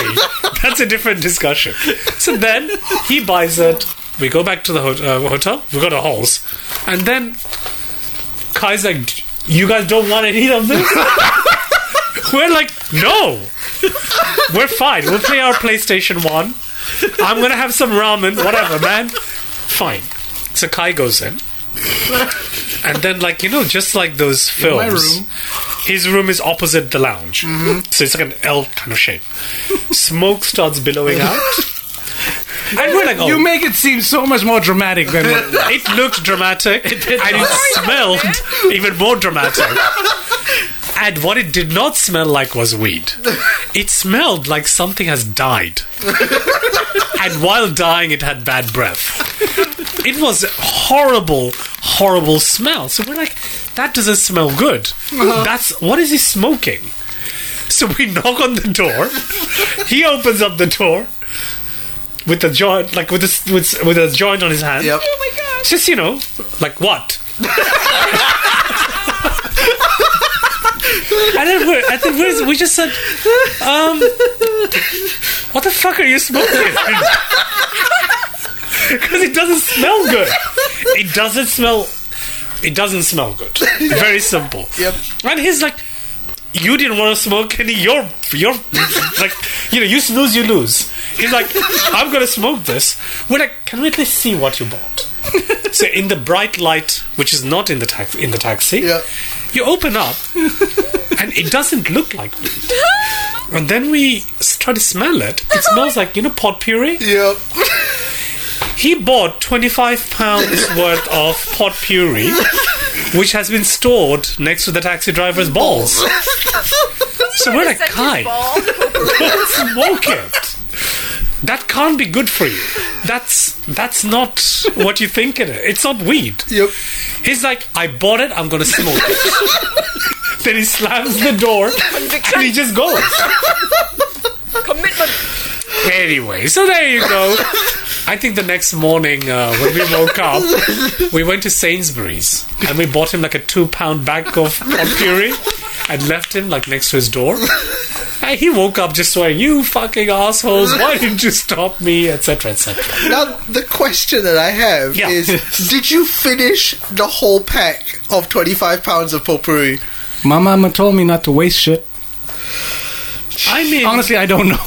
that's a different discussion. So then he buys it. We go back to the hot uh, hotel. We go to halls, and then Kai's like, "You guys don't want any of this." (laughs) We're like, "No, we're fine. We'll play our PlayStation One. I'm gonna have some ramen, whatever, man. Fine." So Kai goes in, and then like you know, just like those
In
films,
my room. Mm-hmm.
his room is opposite the lounge, so it's like an L kind of shape. Smoke starts billowing out.
(laughs)
And we're like, oh.
You make it seem so much more dramatic than what
(laughs) it looked dramatic and it (laughs) smelled even more dramatic. And what it did not smell like was weed. It smelled like something has (laughs) died. And while dying, it had bad breath. It was a horrible, horrible smell. So we're like, that doesn't smell good. That's what is he smoking? So we (laughs) knock on the door. He opens up the door with a joint, like with a, with, with a joint on his hand. Yep. Oh my god! Just you know, like what? and then we're, and then we're, we just said, um, what the fuck are you smoking? (laughs) Because it doesn't smell good. It doesn't smell. It doesn't smell good. Very simple. Yep. And he's like, you didn't want to smoke any. You're you're like, you know, you snooze, you lose. He's like, I'm gonna smoke this. We're like, can we at least see what you bought? so in the bright light, which is not in the tax in the taxi, you open up, and it doesn't look like weed. And then we s- try to smell it. It smells like you know pot puree. Yep. He bought 25 pounds worth of pot puree, which has been stored next to the taxi driver's balls. so we're like, Kai, don't smoke it. That can't be good for you. That's that's not what you think it is. It's not weed. Yep. He's like, I bought it. I'm gonna smoke it. (laughs) then he slams the door and he just goes.
Commitment.
Anyway, so there you go. I think the next morning uh, when we woke up, we went to Sainsbury's and we bought him like a two pound bag of pot puree and left him like next to his door. And he woke up just saying, "You fucking assholes! Why didn't you stop me?" etc. etc.
Now, the question that I have
(laughs)
is Did you finish the whole pack of 25 pounds of potpourri?
My mama told me not to waste shit.
I mean,
honestly, I
(laughs)
don't know.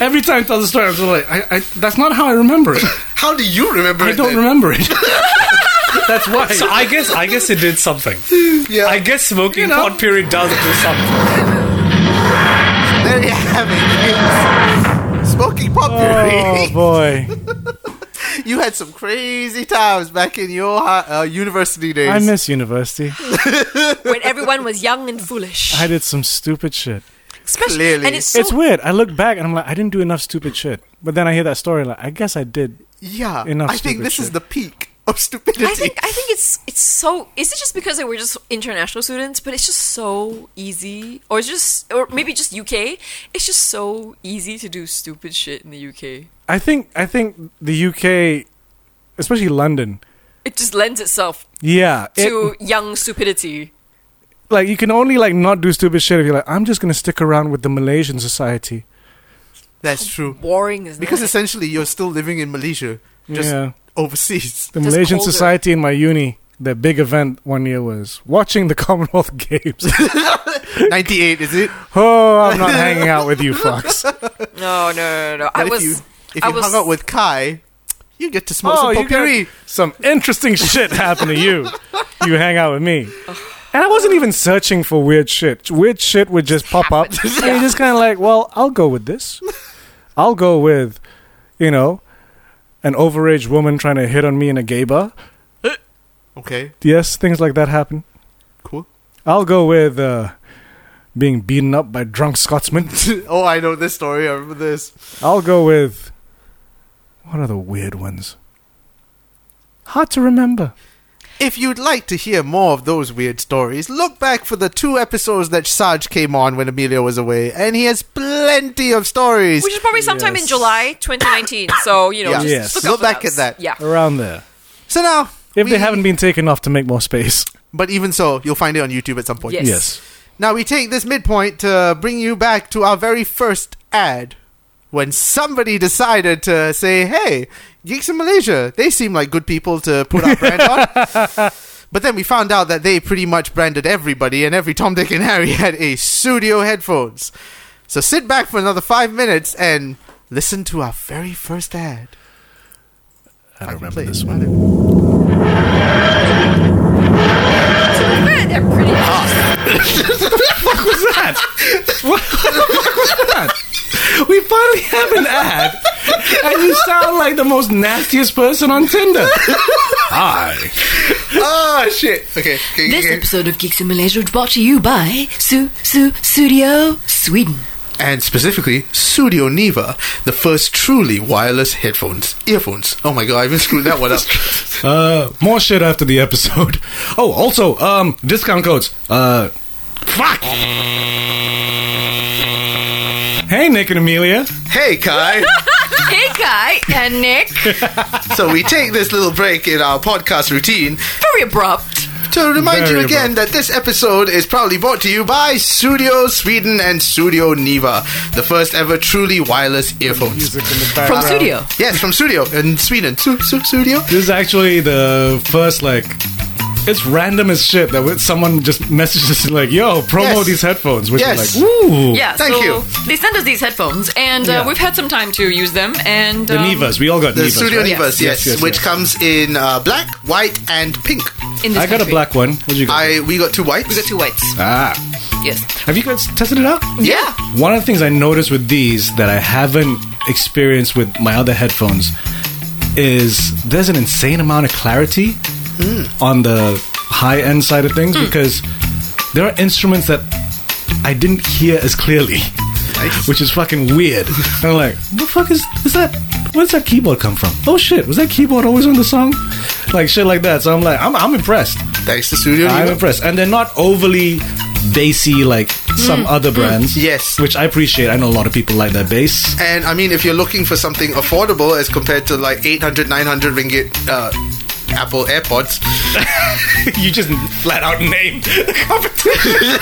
Every time I tell the story, I'm sort of like, I, I, that's not how I remember it.
How do you remember
I don't
(laughs)
remember it. that's why.
So I guess I guess it did something.
Yeah.
I guess smoking pot puree does do something.
There you have it. kids. Smoking
Oh
potpourri.
boy,
(laughs) you had some crazy times back in your hi- uh, university days.
I miss university.
when everyone was young and foolish.
I did some stupid shit.
Especially, and it's so
it's weird. I look back and I'm like, I didn't do enough stupid shit. But then I hear that story, like, I guess I did.
Yeah,
enough
I think
stupid
this is
shit.
the peak of
(laughs)
stupidity.
I think I think it's it's so. Is it just because that we're just international students, but it's just so easy, or it's just, or maybe just UK? It's just so easy to do stupid shit in the UK.
I think I think the UK, especially London,
It just lends itself
yeah, it-
to young stupidity.
like you can only like not do stupid shit if you're like, I'm just gonna stick around with the Malaysian society.
That's true.
Boring is
Because essentially, you're still living in Malaysia, just
Yeah.
(laughs)
overseas.
The Malaysian
colder.
Society in my uni, their big event one year was watching the (laughs) Commonwealth Games.
98, is it?
oh, I'm not hanging out with you fucks.
No, no, no, no. no.
But
I
if
was.
you, if
I
you
was,
hung out with Kai, Oh, you get to smoke some
you
potpourri.
got some interesting shit happen to you. You hang out with me. And I wasn't even searching for weird shit. Weird shit would just pop up. And you're just kind of like, well, I'll go with this. I'll go with, you know, an overage woman trying to hit on me in a gay bar.
Okay.
Yes, things like that happen.
Cool. I'll go with uh, being beaten up by drunk
(laughs)
Scotsmen.
oh, I know this story. I remember this.
I'll go with what are the weird ones? Hard to remember.
If you'd like to hear more of those weird stories, look back for the two episodes that Sarge came on when Amelia was away, and he has plenty of stories.
Which is probably sometime in July 2019. So, you know,
Yeah.
just
Yes.
look,
Look
out for
back at that.
Yeah.
Around there.
So now,
if
we-
they haven't been taken off to make more space,
But even so, you'll find it on YouTube at some point.
Yes. Yes.
Now we take this midpoint to bring you back to our very first ad when somebody decided to say, hey, Geeks in Malaysia, they seem like good people to put our brand on. But then we found out that they pretty much branded everybody, and every Tom, Dick, and Harry (laughs) had a studio headphones. So sit back for another five minutes and listen to our very first ad.
I
remember
this
one.
They're pretty
fuck was that? What, the fuck was that? We finally have an ad, and you sound like the most nastiest person on Tinder. Hi.
Oh shit. Okay.
This episode of Geeks in Malaysia was brought to you by Su Su Studio Sweden.
And specifically, Studio Neva, the first truly wireless headphones, earphones. Oh my god, I even screwed that one up.
Uh, more shit after the episode. (laughs) Oh, also, um, discount codes. Uh, fuck. Hey, Nick and Amelia.
Hey, Kai.
hey, Guy and
(laughs)
Nick.
so we take this little break in our podcast routine.
Very abrupt.
To remind you
Very
again that this episode is proudly brought to you by Studio Sweden and Studio Neva, the first ever truly wireless earphones.
From studio?
Yes, from Studio in Sweden. Su- su- studio?
This is actually the first like. It's random as shit that we- someone just messages (laughs) us like, "Yo, promo
Yes.
these headphones," which
Yes.
is like, "Ooh,
Yeah, so they sent us these headphones, and uh,
Yeah.
we've had some time to use them. And
The
um,
Nevas, we all got
The
Nevas,
Studio
right?
Nevas, yes, which comes in uh, black, white, and pink.
um,
In
I got a black one. What'd you got?
I we got two whites.
We got two whites.
ah,
Yes.
have you guys tested it out?
Yeah.
One of the things I noticed with these that I haven't experienced with my other headphones is there's an insane amount of clarity on the high end side of things because there are instruments that I didn't hear as clearly. (laughs) Which is fucking weird. And I'm like, what the fuck is, is that? Where does that keyboard come from? Oh shit, was that keyboard always on the song? Like shit like that. So I'm like, I'm, I'm impressed.
Thanks to Studio
I'm
Neva.
impressed. And they're not overly bassy like some
Mm,
other
mm.
brands.
Yes.
Which I appreciate. I know a lot of people like that bass.
And I mean, if you're looking for something affordable as compared to like 800, 900 ringgit uh,
(laughs)
Apple AirPods,
(laughs) you just flat out named the competition.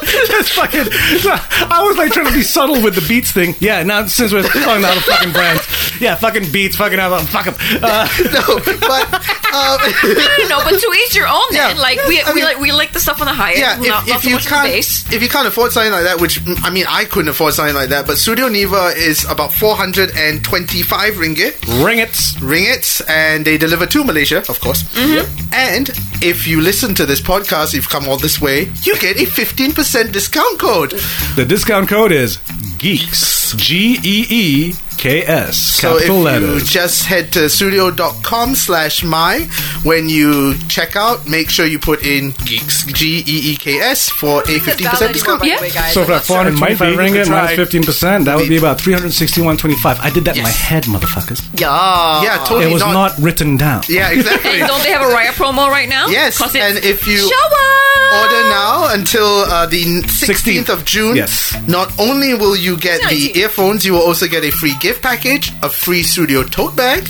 (laughs) Just fucking. I was like trying to be subtle with the beats thing. Yeah, now since we're talking about fucking brands, yeah, fucking beats, fucking out, fuck them. Uh,
no, but
no, no, no, but to each your own.
Yeah.
Then, like we,
I mean-
we like we like the stuff on the high
yeah,
end. not,
if,
not
if
so
you
much on the
can't
bass.
if you can't afford something like that, which mm, I mean, I couldn't afford something like that, but Studio Neva is about 425 ringgit.
Ringits,
ringits, and they deliver to Malaysia, of course.
Mm-hmm.
And if you listen to this podcast, you've come all this way, you get a 15% discount code.
the discount code is Geeks. G E E K S.
So if
Capital
you
letters.
just head to studio.com slash my, when you check out, make sure you put in E geeks, G-E-E-K-S, for a 15% discount.
So for that 425 ringgit minus 15%, that would be about 361.25. I did that in my head, motherfuckers.
Yeah. Yeah, totally
It was
not-
not written down.
Yeah, exactly.
And don't they have a Raya promo right now?
Yes, and Oh, if you
shower
order now until uh, the 16th, of June,
Yes.
not only will you get the earphones, you will also get a free gift package, a free studio tote bag,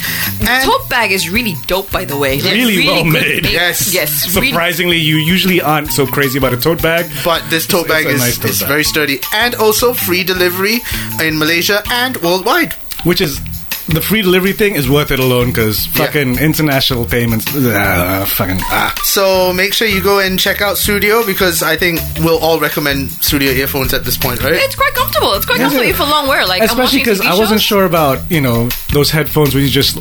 and
tote bag is really dope, by the way. Like,
really, well
good
made.
make-
(laughs)
Yes. really-
Surprisingly, you usually aren't so crazy about a tote bag,
but this tote bag is is very sturdy, and also free delivery in Malaysia and worldwide.
which is the free delivery thing is worth it alone because fucking international payments, ah, fucking ah.
So make sure you go and check out Studio because I think we'll all recommend Studio earphones at this point, right?
It's quite comfortable. It's quite
Yeah.
comfortable for long wear. Like I'm
Especially
watching
because
TV
I wasn't
shows.
sure about you know those headphones where you just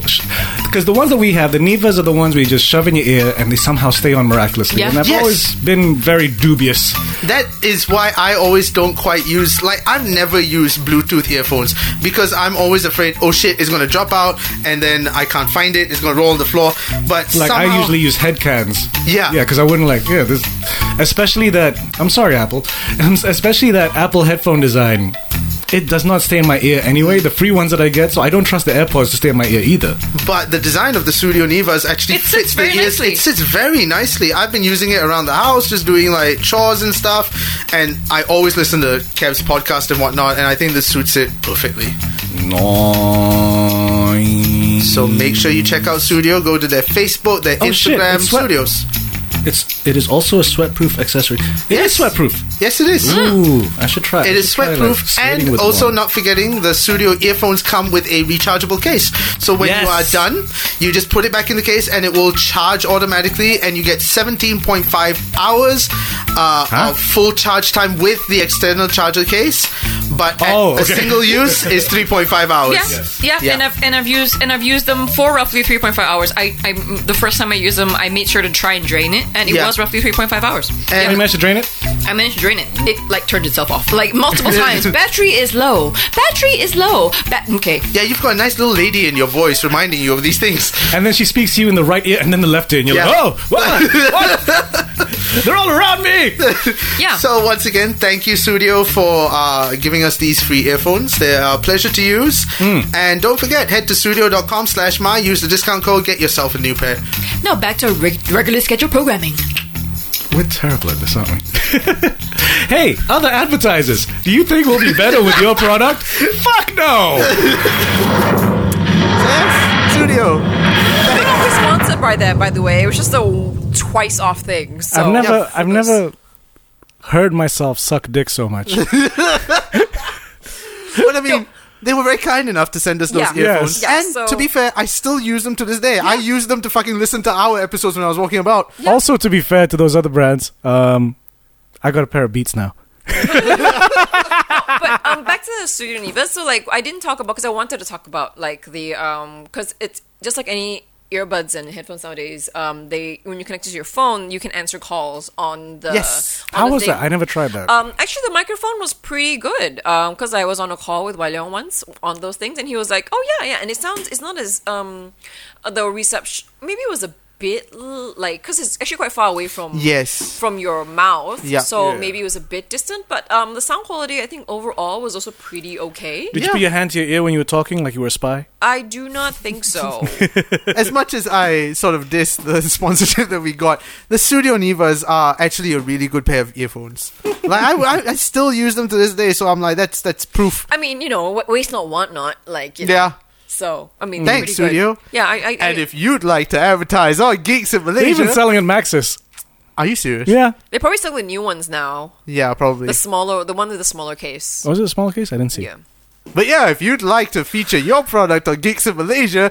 because the ones that we have, the Nevas are the ones where you just shove in your ear and they somehow stay on miraculously.
Yeah.
And I've
Yes.
always been very dubious.
That is why I always don't quite use like I've never used Bluetooth earphones because I'm always afraid oh shit it's going
going to drop out, and then I can't find it. It's going to roll on the floor. But
Like
somehow,
I usually use head cans.
Yeah.
Yeah, because I wouldn't like yeah this, especially that. I'm sorry, Apple. (laughs) Especially that Apple headphone design. It does not stay in my ear anyway. The free ones that I get, so I don't trust the AirPods to stay in my ear either.
But Uh, the design of the Studio Nevas actually
It
fits
sits
the
very
ears.
nicely.
It sits very nicely. I've been using it around the house, just doing like chores and stuff. And I always listen to Kev's podcast and whatnot. And I think this suits it perfectly.
Nine.
So make sure you check out Studio. Go to their Facebook, their
Oh, shit,
Instagram,
it's sweat-
Studios.
It's it is also a sweatproof accessory. It is sweatproof.
Yes, it is.
Ooh, I should try.
It
I
is
should try, like,
sweatproof,
skating
and
with
also
one.
not forgetting the studio earphones come with a rechargeable case. So when you are
Yes.
done, you just put it back in the case, and it will charge automatically, and you get 17.5 hours uh, of full charge time with the external charger case. But at
Oh,
a
okay.
single use is 3.5 hours.
Yeah, yeah, and I've and I've used and I've used them for roughly three point five hours. I, I the first time I used them, I made sure to try and drain it, and it
Yeah.
was roughly three point five hours.
And-
Yeah.
You managed to drain it.
I managed to drain it. It like turned itself off like multiple times. Battery is low. Battery is low. Ba- okay.
Yeah, you've got a nice little lady in your voice reminding you of these things.
And then she speaks to you in the right ear and then the left ear, and you're
Yeah.
like, oh,
(laughs)
what? what? They're all around me.
Yeah.
So once again, thank you, Studio, for uh, giving us these free earphones. They're a pleasure to use.
Hmm.
And don't forget, head to studio.com slash my, use the discount code, get yourself a new pair.
Now back to reg- regular scheduled programming.
We're terrible at this, aren't we? (laughs) hey, other advertisers, do you think we'll be better with your product? Fuck no!
Studio.
We're not be sponsored by them, by the way. It was just a twice off thing. So.
I've never, I've never heard myself suck dick so (laughs) much.
But
(laughs)
I mean, they were very kind enough to send us those
Yeah. Yes.
earphones.
Yeah,
and
so-
to be fair, I still use them to this day. I use them to fucking listen to our episodes when I was walking about.
Also, to be fair to those other brands, um, I got a pair of Beats now.
but um, back to the Studio Neva. So like, I didn't talk about because I wanted to talk about like the um because it's just like any earbuds and headphones nowadays. Um, they when you connect it to your phone, you can answer calls on the
Yes.
on
How
the
was
thing.
that? I never tried that.
Um, actually, the microphone was pretty good because I was on a call with Waileon once on those things, and he was like, "Oh yeah, yeah," and it sounds it's not as um uh, the reception maybe it was a bit l- like because it's actually quite far away from
Yes.
from your mouth
Yeah.
so
Yeah.
maybe it was a bit distant but um the sound quality i think overall was also pretty okay
Did you put your hand to your ear when you were talking, like you were a spy?
i do not
(laughs)
think so
(laughs) as much as I sort of diss the (laughs) sponsorship that we got, the Studio Nevas are actually a really good pair of earphones. Like I, I, I still use them to this day, so I'm like, that's that's proof.
i mean you know wa- waste not want not like you know.
Yeah.
so i mean
Thanks,
pretty good.
Studio.
yeah i, I,
and
I-
if you'd like to advertise on Geeks in Malaysia,
They're even selling at Maxis.
Are you serious?
Yeah.
they probably sell the new ones now
Yeah, probably.
the smaller the one with the smaller case
Oh,
Was Oh, it a smaller case? I didn't see.
Yeah.
But yeah, if you'd like to feature your product on Geeks in Malaysia,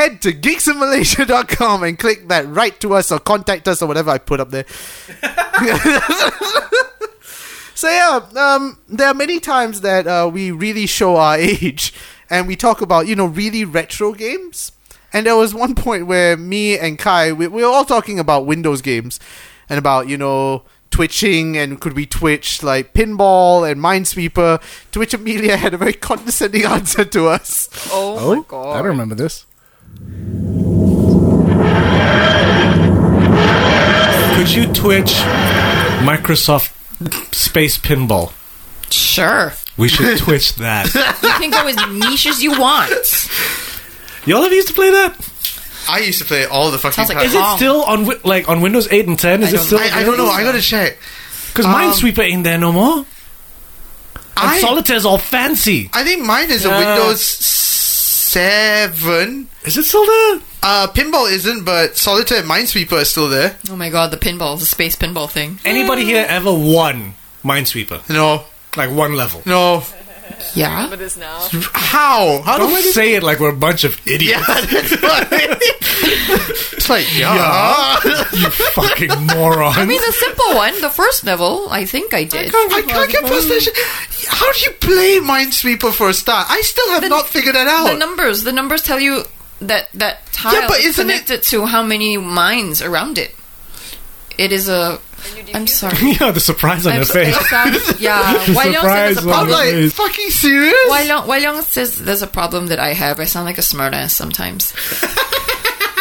head to geeksinmalaysia.com and click that right to us or contact us or whatever I put up there. so yeah, um, there are many times that uh, we really show our (laughs) age and we talk about, you know, really retro games. And there was one (laughs) point where me and Kai, we, we were all talking about Windows games and about, you know, twitching and could we twitch like pinball and minesweeper to which amelia (laughs) had a very condescending (laughs) answer to us
oh, my god
I don't remember this.
Could you Twitch Microsoft Space Pinball?
Sure.
We should Twitch
(laughs)
that.
(laughs) you can go as niche as you want.
Y'all have used to play that?
i used to play all the fucking
Sounds like
time.
Is it still on Wi- like on Windows 8 and 10? Is it still?
I, I don't know i gotta check
Because
Um,
Minesweeper ain't there no more. And
I-
Solitaire's all fancy.
i think mine is a
Yeah.
windows 7
is it still there
uh pinball isn't but solitaire and minesweeper is still there
Oh my god, the pinball, the space pinball thing.
Anybody here ever won Minesweeper?
No.
Like one level.
No.
Yeah.
remember this now
how how
Don't
do we
say it like we're a bunch of idiots.
it's like
yeah. you fucking moron. (laughs)
I mean, the simple one, the first level, I think I did.
I can't get past that shit. How do you play Minesweeper for a start? I still have not figured that out.
The numbers, the numbers tell you that that tile
Yeah, but
is
isn't it-
connected to how many mines around it. It is a
I'm sorry.
yeah, the surprise on
I'm
her face.
(laughs) sorry. Yeah, Wai Leong
surprise
said there's
on her
a problem.
face.
fucking serious?
Wai Leong, Wai Leong says there's a problem that I have. I sound like a smartass sometimes.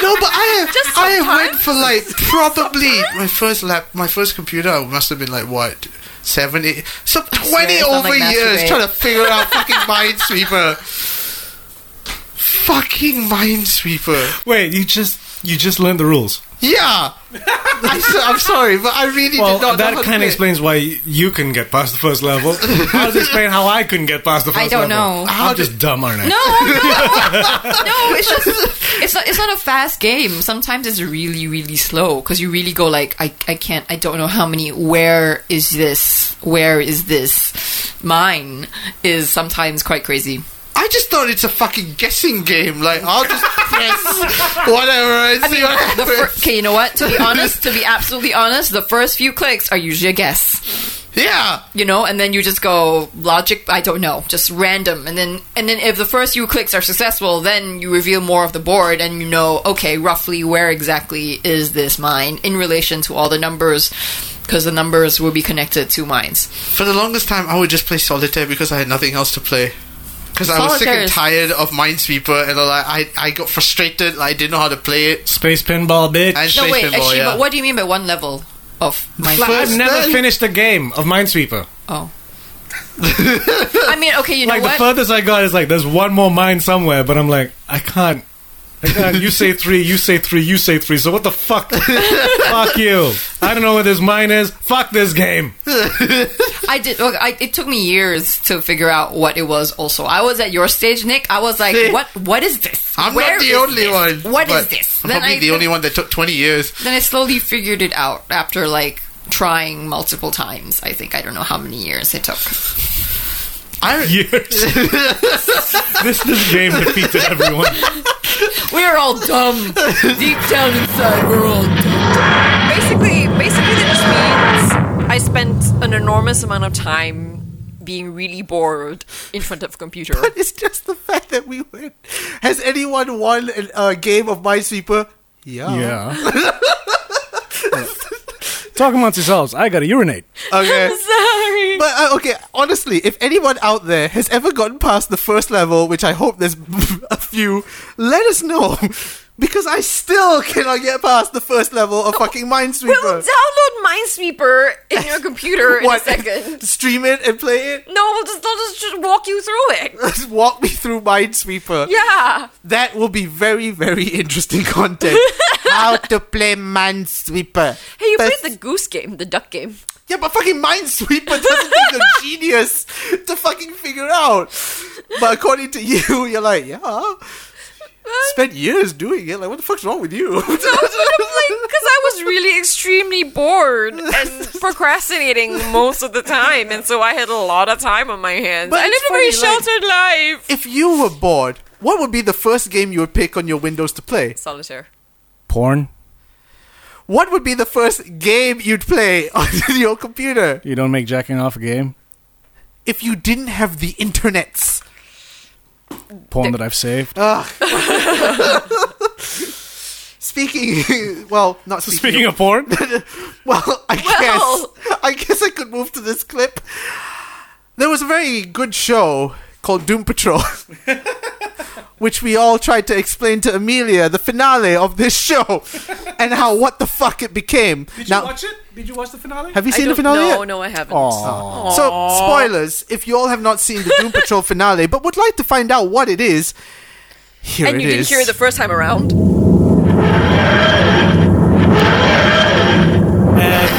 No, but (laughs) I have I have went for like probably my first lap my first computer must have been like what seven eight some twenty
it's not
over
like
years
masturbate.
trying to figure out fucking Minesweeper. Fucking Minesweeper.
Wait, you just you just learned the rules.
Yeah. (laughs) I, so- I'm sorry, but I really
Well,
did not. know
that
how to
kind
play
of
it.
explains why you can get past the first
(laughs)
level. How does it explain how I couldn't get past the first
I
level?
don't know. How
I'm just dumb, aren't I?
No, no, (laughs) no! It's just it's not it's not a fast game. Sometimes it's really really slow because you really go like I I can't I don't know how many. Where is this? Where is this? Mine is sometimes quite crazy.
I just thought it's a fucking guessing game. Like I'll
(laughs)
just press whatever and
I
see
mean,
what
the
happens.
fir- okay, you know what? (laughs) To be honest, to be absolutely honest, the first few clicks are usually a guess.
Yeah.
You know, and then you just go logic. I don't know, just random, and then and then if the first few clicks are successful, then you reveal more of the board, and you know, okay, roughly where exactly is this mine in relation to all the numbers, because the numbers will be connected to mines.
For the longest time, I would just play solitaire because I had nothing else to play. Because I was sick
Solitaire
and
is-
tired of Minesweeper, and like, I I got frustrated. Like, I didn't know how to play it.
Space pinball,
And
bitch.
No,
space
wait,
pinball,
actually,
yeah.
but what do you mean by one level of mine?
Like, I've never finished the game of Minesweeper.
Oh. I mean, okay, you know
like
what?
the furthest I got is like there's one more mine somewhere, but I'm like I can't. I can't. You say three, you say three, you say three. So what the
(laughs)
fuck? fuck you! I don't know where this mine is. Fuck this game.
I did. Look, I, it took me years to figure out what it was. Also, I was at your stage, Nick. I was like,
See?
"What? What is this?
I'm
Where
not the
is
only
this?
one.
What is
but
this?"
I'm probably
I,
the only one that took 20 years.
Then I slowly figured it out after like trying multiple times. I think I don't know how many years it took.
(laughs)
Years. (laughs) this this game defeated
(laughs)
everyone.
We're all
(laughs)
dumb. Deep down inside, we're all
Basically, basically that just means I spent an enormous amount of time being really bored in front of
(laughs)
a computer.
It's just the fact that we win. Has anyone won a uh, game of Minesweeper?
Oh.
Yeah.
Yeah. (laughs) Talk amongst yourselves. I gotta urinate.
Okay.
sorry.
But uh, okay, honestly, if anyone out there has ever gotten past the first level, which I hope there's (laughs) a few, let us know. (laughs) Because I still cannot get past the first level of fucking Minesweeper.
(laughs) We'll download Minesweeper in your computer in a
What? (laughs)
second.
Stream it and play it. (laughs)
No, we'll just, I'll just, just walk you through it.
Just walk me through Minesweeper.
Yeah.
That will be very, very interesting
(laughs)
content. How to play Minesweeper.
Hey, you
But-
played the goose game, the duck game.
Yeah, but fucking Minesweeper doesn't take a genius to fucking figure out. But according to you, (laughs) you're like, yeah. Spent years doing it. Like, what the fuck's wrong with you? (laughs)
Because I was really extremely bored and
(laughs)
procrastinating most of the time, and so I had a lot of time on my hands.
But
I
it's
lived a very
funny, like-
sheltered life.
if you were bored, what would be the first game you would pick on your Windows to play?
Solitaire.
Porn.
What would be the first game you'd play (laughs) on your computer
You don't make jacking off a game.
if you didn't have the internets?
Porn that I've saved.
Oh,
Ugh. speaking, (laughs) well, not speaking.
Speaking of (laughs) porn,
Well, (laughs) I
Well.
guess I guess I could move to this clip. There was a very good show called Doom Patrol, (laughs) which we all tried to explain to Amelia the finale of this
(laughs)
show and how what the fuck it became. now,
it? Did you watch the finale?
have you
I
seen the
don't-
finale?
No,
yet?
no, I haven't.
So, spoilers. If you all have not seen the
(laughs)
Doom Patrol finale, but would like to find out what it is, here
and
it
you didn't
is.
hear it the first time around.
And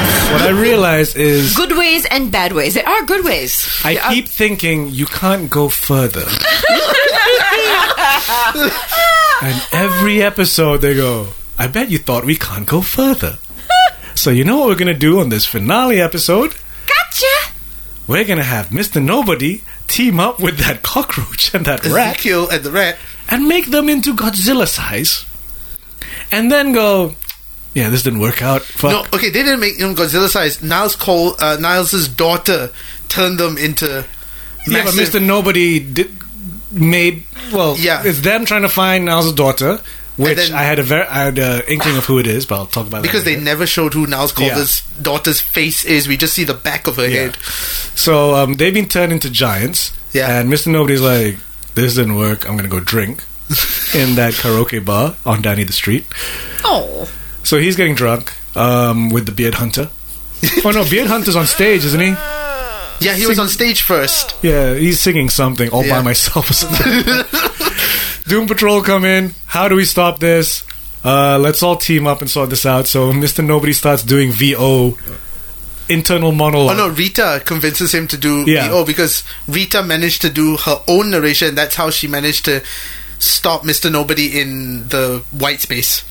what I realize is
good ways and bad ways. There are good ways.
I keep thinking you can't go further. and every episode they go, I bet you thought we can't go further. So you know what we're gonna do on this finale episode?
Gotcha.
We're gonna have Mr. Nobody team up with that cockroach and that
(laughs)
rat
Ezekiel and the rat.
and make them into Godzilla size. And then go, Yeah, this didn't work out. Fuck.
No, okay, they didn't make them Godzilla size. Niles Cole, uh, Niles' daughter turned them into.
Yeah, but
massive-
Mr. Nobody did, made. Well,
Yeah.
it's them trying to find Niles' daughter. Which
then-
I had a very I had an inkling of who it is, but I'll talk about that.
because
later.
they never showed who Niles Calder's daughter's face is. We just see the back of her head.
So um, they've been turned into giants. Yeah. And Mr. Nobody's like, this didn't work. I'm going to go
(laughs)
drink in that karaoke bar on Danny the Street.
Oh.
So he's getting drunk um, with the
(laughs)
Beard Hunter. oh no, Beard Hunter's on stage, isn't he?
Yeah, he was on stage first.
Yeah, he's singing something all by myself
(laughs)
or something. Doom Patrol come in. How do we stop this? Uh, let's all team up and sort this out. So Mr. Nobody starts doing VO internal
Oh
monologue.
no, Rita convinces him to do
Yeah.
VO because Rita managed to do her own narration. That's how she managed to stop Mr. Nobody in the white space.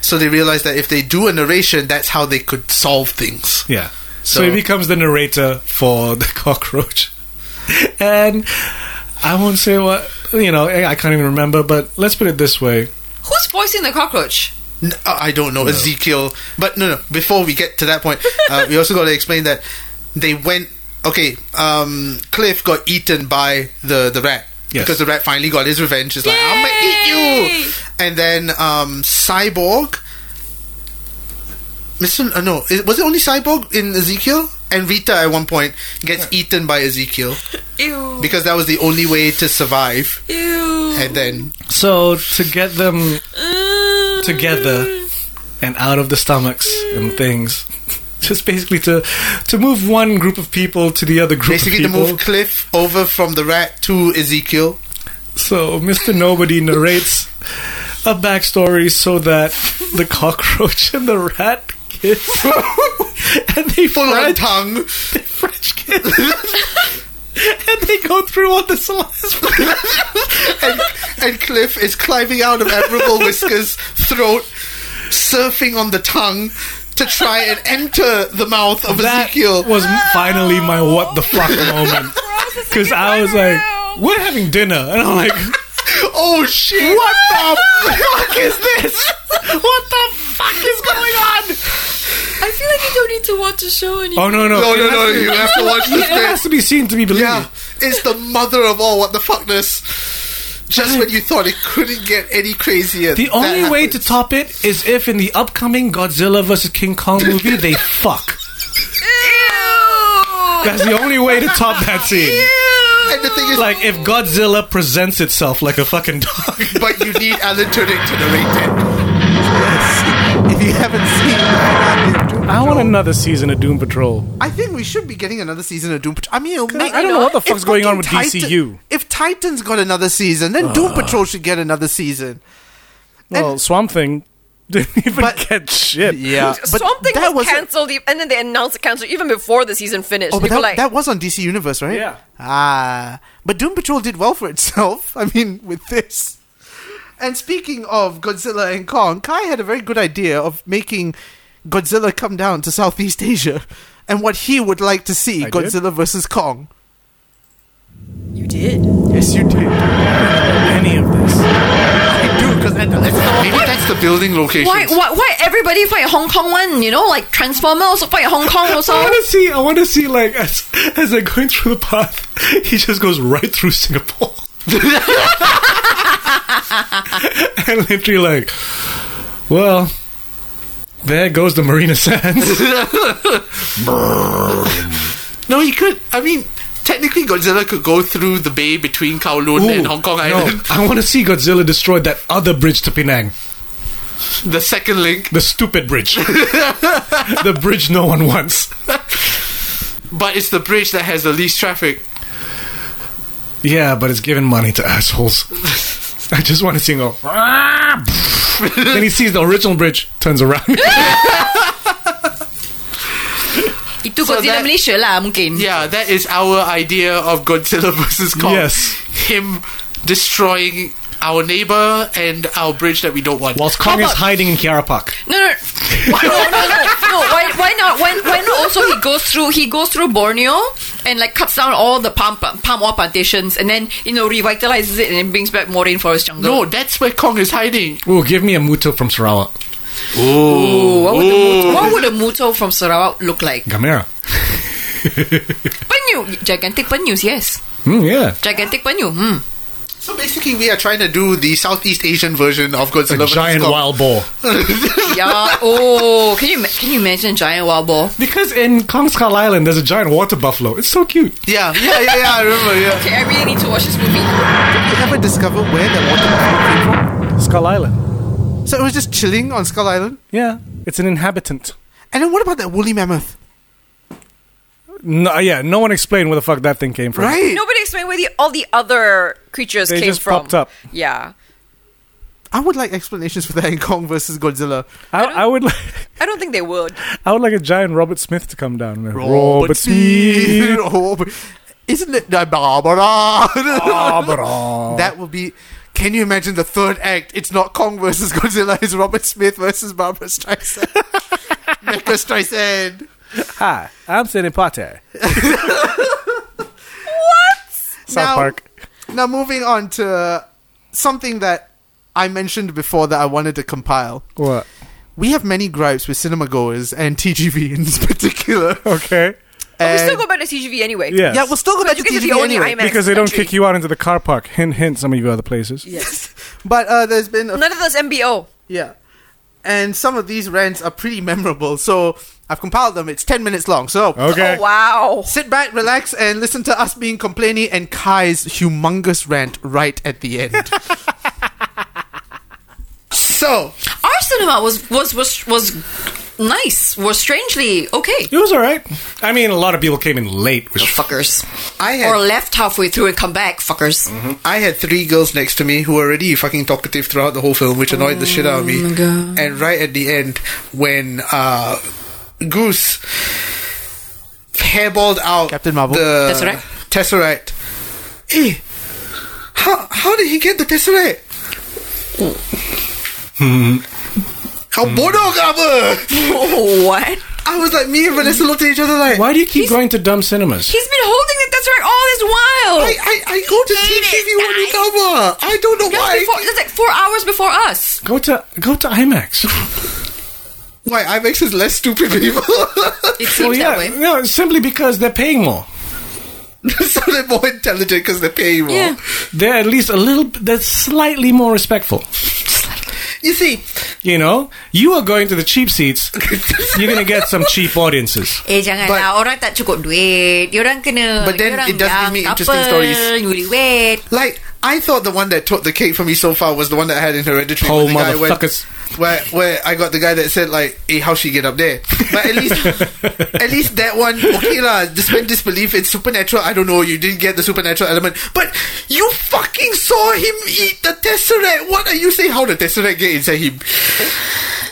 So they realized that if they do a narration, that's how they could solve things.
Yeah. So,
So-
he becomes the narrator for (laughs) the cockroach. And I won't say what, you know, I I can't even remember, but let's put it this way.
Who's voicing the cockroach?
N- uh, I don't know Ezekiel, but no, no. Before we get to that
(laughs)
point, uh, we also got to explain that they went. Okay, um, Cliff got eaten by the the rat
Yes.
because the rat finally got his revenge. It's like I'm gonna eat you, and then um, (laughs) Cyborg. Mr. Uh, no, it- was it only Cyborg in Ezekiel and Rita at one point gets eaten by Ezekiel
(laughs) Ew.
because that was the only way to survive.
Ew.
And then
So to get them together and out of the stomachs and things, (laughs) just basically to to move one group of people to the other group
basically
of
to
people.
move Cliff over from the rat to Ezekiel.
So Mr. Nobody narrates a backstory so that the cockroach and the rat kiss, (laughs) and they
full
French,
tongue, they
French kiss, and they go through all the slides.
and, and Cliff is climbing out of Admirable Whiskers' throat, surfing on the tongue to try and enter the mouth of
that
Ezekiel.
was finally my what the fuck moment because I was like, we're having dinner, and I'm like.
Oh shit!
What the fuck is this? What the fuck is going on?
I feel like you don't need to watch the show anymore.
Oh no no
No,
It
no, no,
has be-
you have to watch this
It has
bit.
to be seen to be believed.
Yeah, it's the mother of all what the fuckness. Just when you thought it couldn't get any crazier,
The
that
only
happened.
way to top it is if in the upcoming Godzilla vs King Kong movie they fuck. That's the only way to top that scene.
And the thing is,
Like if Godzilla presents itself like a fucking dog.
but you need Alan Tudyk to narrate it. If you haven't seen that,
I want another season of Doom Patrol.
I think we should be getting another season of Doom Patrol. I mean, it'll make,
I don't know what the
if
fuck's going on with
fucking Titan-
DCU.
If Titans got another season, then Doom Patrol should get another season.
Ah. Well, Swamp Thing (laughs) didn't even get shit.
Yeah, but
Swamp Thing
that
was
wasn't-
cancelled, e- and then they announced it cancelled even before the season finished.
Oh, but
People
that,
like,
that was on DC Universe, right?
Yeah.
Ah, but Doom Patrol did well for itself. (laughs) I mean, with this. And speaking of Godzilla and Kong, Kai had a very good idea of making Godzilla come down to Southeast Asia, (laughs) and what he would like to see
I did?
Godzilla versus Kong.
You did.
Yes, you did.
Any of this?
I do because maybe that's the building location.
Why, why, why everybody fight Hong Kong one? You know, like Transformers also fight Hong Kong also.
I want to see. I want to see like as as they're going through the path, he just goes right through Singapore. (laughs) and literally like, well, there goes the Marina Sands.
No, he could. I mean, technically, Godzilla could go through the bay between Kowloon and
Ooh,
Hong Kong
no,
Island.
I want to see Godzilla destroy that other bridge to Penang,
The second link.
the
(laughs)
stupid bridge, the bridge no one wants.
But it's the bridge that has the least traffic.
Yeah, but it's giving money to assholes. I just want to see him go. (laughs) "Ah!" then he sees the original bridge,
(laughs)
turns around.
Itu
So
Godzilla
that-
Malaysia lah mungkin.
Yeah, that is our idea of Godzilla (laughs) versus Kong.
Yes.
Him destroying our neighbor and our bridge that we don't want.
Whilst Kong is hiding in Kiara Park.
No, no, no, no, no, no. no why, why not? Why, why not? Also, he goes through he goes through Borneo and like cuts down all the palm palm oil plantations, and then you know revitalizes it and then brings back more rainforest jungle.
No, that's where Kong is hiding.
Ooh, give me a Muto from Sarawak.
Ooh, what, would a Muto, what would a Muto from Sarawak look like?
Gamera.
Penyu, gigantic penyus, yes,
Mm, yeah.
gigantic penyu. Hmm.
So basically, we are trying to do the Southeast Asian version of Godzilla.
A
versus
giant
Kong.
wild boar.
yeah. Oh, can you ma- can you imagine giant wild boar?
Because in Kong Skull Island, there's a giant water buffalo. It's so cute.
Yeah, yeah, yeah, yeah. I remember. Yeah. (laughs)
Okay, I really need to watch this movie.
Did you ever discover where the water buffalo came from?
Skull Island.
So it was just chilling on Skull Island.
Yeah, it's an inhabitant.
And then what about that woolly mammoth?
No, yeah, no one explained where the fuck that thing came from.
(laughs) Nobody explained where the, all the other creatures
They
came
just
from.
popped up.
Yeah.
I would like explanations for that in Kong versus Godzilla.
I, I would (laughs) like
I don't think they would.
I would like a giant Robert Smith to come down. Robert,
Robert
Robert
(laughs)
Smith.
(laughs)
Robert- Isn't it (laughs) the
Ah.
Oh.
Barbara? that would be. Can you imagine the third act? It's not Kong versus Godzilla. It's Robert Smith versus Barbara Streisand.
(laughs)
Becca Streisand.
Hi, I'm Sidney
(laughs)
Potter. South
Now-
Park.
Now moving on to something that I mentioned before that I wanted to compile.
What?
We have many gripes with cinema goers and TGV in (laughs) particular.
Okay.
But we
And-
still go back to CGV anyway.
Yes.
yeah, we'll still go
But
back to
you guys are the
TGV
only
anyway.
IMAX
Because they don't
country.
kick you out into the car park. Hint, hint. Some of you other places.
Yes.
(laughs) But uh, there's been a
None of those MBO.
Yeah. And some of these rants are pretty memorable. So I've compiled them. It's 10 minutes long. So
Okay.
Oh, wow.
sit back, relax, and listen to us being complaining and Kai's humongous rant right at the
(laughs)
end. so,
Our cinema was was was was nice. Was strangely okay.
It was all right. I mean, a lot of people came in late, which
Fuckers.
I
Or
had,
left halfway through and come back, fuckers.
I had three girls next to me who were already fucking talkative throughout the whole film, which annoyed the shit out of me.
Oh
And right at the end, when uh, Goose hairballed out
Captain Marvel.
the
Tesseract?
Tesseract. Eh, how, how did he get the Tesseract?
Hmm.
How bodog apa?
Oh, what?
I was like, me and Vanessa looked at each other like,
Why do you keep going to dumb cinemas?
He's been holding it. That's right. All this while.
I, I, I go to TGV when you come up. I don't know
That's
why.
before- that's like four hours before us.
Go to go
(laughs)
to IMAX.
Why IMAX is less stupid people.
It seems
Well,
that
yeah,
way.
no, it's simply because they're paying more.
(laughs) so they're more intelligent because they pay more.
Yeah.
They're at least a little. They're slightly more respectful.
You see,
You know, you are going to the cheap seats. You're gonna get some cheap audiences.
Eh janganlah orang tak cukup duit. Diorang kena.
But then
diorang
it does give
young
me interesting
couple,
stories.
Newlywed.
like I thought the one that took the cake for me so far was the one that I had in Hereditary. where
Oh,
the guy went-
motherfuckers.
where where I got the guy that said like, "Hey, how she get up there?" But at
(laughs)
least at least that one okay lah. Despite disbelief, it's supernatural. I don't know. You didn't get the supernatural element, but you fucking saw him eat the tesseract. What are you saying? How the tesseract get inside him?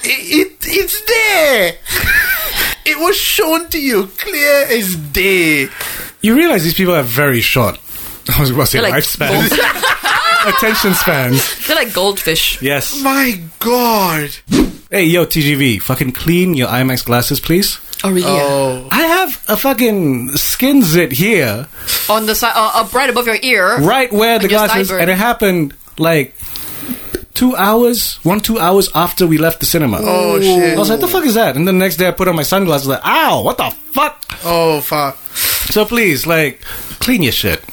It, it it's there. (laughs) it was shown to you clear as day.
You realize these people are very short. (laughs) I was about to say
They're like
lifespan, (laughs) attention spans.
They're like goldfish.
Yes.
My God.
Hey, yo, TGV, fucking clean your IMAX glasses, please.
Oh really?
Oh.
I have a fucking skin zit here,
On the side, uh, up right above your ear.
right where the
And your
glasses,
sideburn.
and it happened like two hours, one two hours after we left the cinema.
Oh shit.
I was like, "The fuck is that?" And then the next day, I put on my sunglasses. Like, ow, what the fuck?
Oh fuck.
So please, like, clean your shit.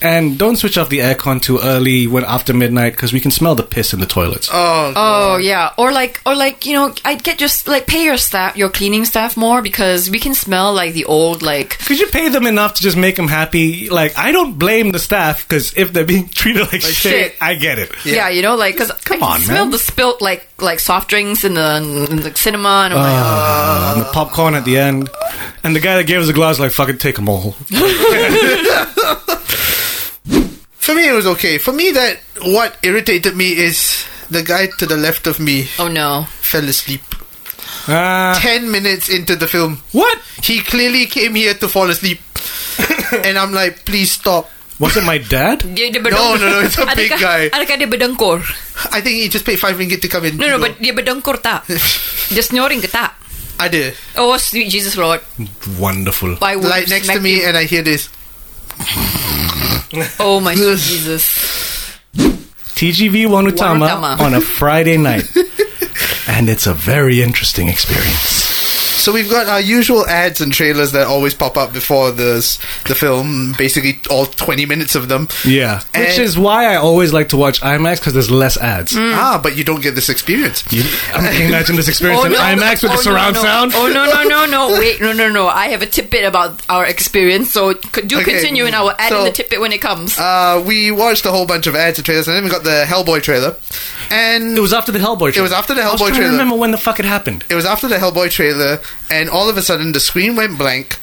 And don't switch off the aircon too early when after midnight because we can smell the piss in the toilets.
Oh,
Oh yeah, or like, or like, you know, I'd get just like pay your staff, your cleaning staff more because we can smell like the old like.
Could you pay them enough to just make them happy? Like, I don't blame the staff because if they're being (laughs) treated like, shit,
shit.
I get it.
Yeah, you know, like because I
on,
smelled
man.
the spilt like like soft drinks in the, in the cinema, and I'm
And the popcorn at the end, and the guy that gave us the glass like, "Fucking take them (laughs) all."
For me, it was okay. For me, that what irritated me is the guy to the left of me
like, oh no,
fell asleep.
Uh,
Ten minutes into the film,
what?
he clearly came here to fall
(coughs)
asleep, and I'm like, please stop.
Was it my dad?
dia, dia
No, no, no, it's a big guy.
Adakah dia berdengkur?
I think he just paid five ringgit to come in.
No, no, but dia berdengkur
(laughs)
tak? dia snoring ke tak?
I did.
Oh sweet Jesus Lord,
Wonderful.
why would
Like
you
next to
smack
me,
you?
and I hear this.
Oh (laughs) my sweet Jesus!
TGV Wanutama
Wanutama.
(laughs) on a Friday night, and it's a very interesting experience.
So we've got our usual ads and trailers that always pop up before the the film. Basically, all twenty minutes of them.
Yeah, which
And-
is why I always like to watch IMAX because there's less ads.
Ah, but you don't get this experience.
hmm. You,
(laughs)
I can imagine this experience in
Oh, no.
IMAX with
Oh,
the surround
no, no.
sound.
Oh,
no, no, no, no.
(laughs)
Wait, no, no, no. I have a tidbit about our experience, so c- do
Okay,
continue and I will add
so-
in the tidbit when it comes.
Uh, we watched a whole bunch of ads and trailers, and then we got the Hellboy trailer. And
it was after the Hellboy.
It was after the
I was
Hellboy
trying to
trailer.
remember when the fuck it happened.
It was after the Hellboy trailer, and all of a sudden the screen went blank,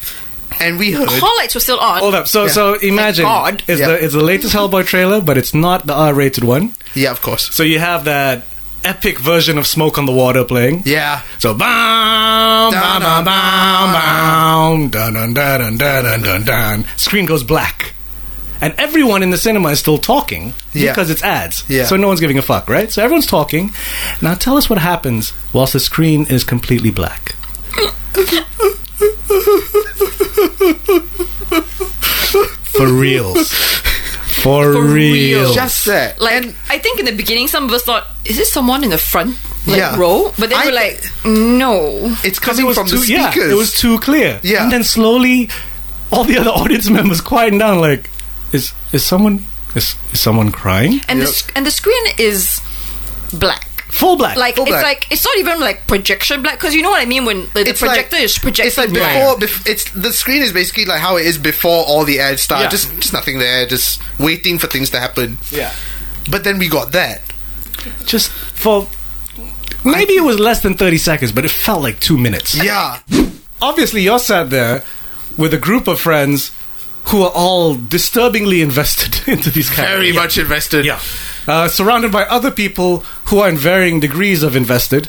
and we heard.
Call lights were still on.
Hold up. Oh, So
Yeah.
so imagine
Thank God.
it's
Yeah.
the it's the latest Hellboy trailer, but it's not the R rated one.
Yeah, of course.
So you have that epic version of Smoke on the Water playing.
Yeah.
So bam bam bam bam bam dun dun dun dun dun dun dun dun. Screen goes black. And everyone in the cinema is still talking
Yeah.
because it's ads.
Yeah.
So no one's giving a fuck, right? So everyone's talking. Now tell us what happens whilst the screen is completely
(laughs)
black. For reals. For, reals.
Just that.
Like I think in the beginning, some of us thought, "Is this someone in the front like,
Yeah.
row?" But then
I-
we're like, "No."
It's coming from the
too, yeah,
speakers.
it was too clear.
Yeah.
And then slowly, all the other (laughs) audience members quieting down. Like, is is someone is, is someone crying?
And the sc- and the screen is black.
Full black.
Like
Full
it's
black.
like it's not even like projection black because you know what I mean when like, the
It's like-
projector is projecting
It's like
black.
before. Bef- it's the screen is basically like how it is before all the ads start.
Yeah.
Just just nothing there. Just waiting for things to happen.
Yeah.
But then we got that.
Just for maybe it was less than thirty seconds, but it felt like two minutes.
Yeah.
Obviously, you're sat there with a group of friends who are all disturbingly (laughs) invested into these characters.
Very much invested.
Yeah. Uh, surrounded by other people who are in varying degrees of invested,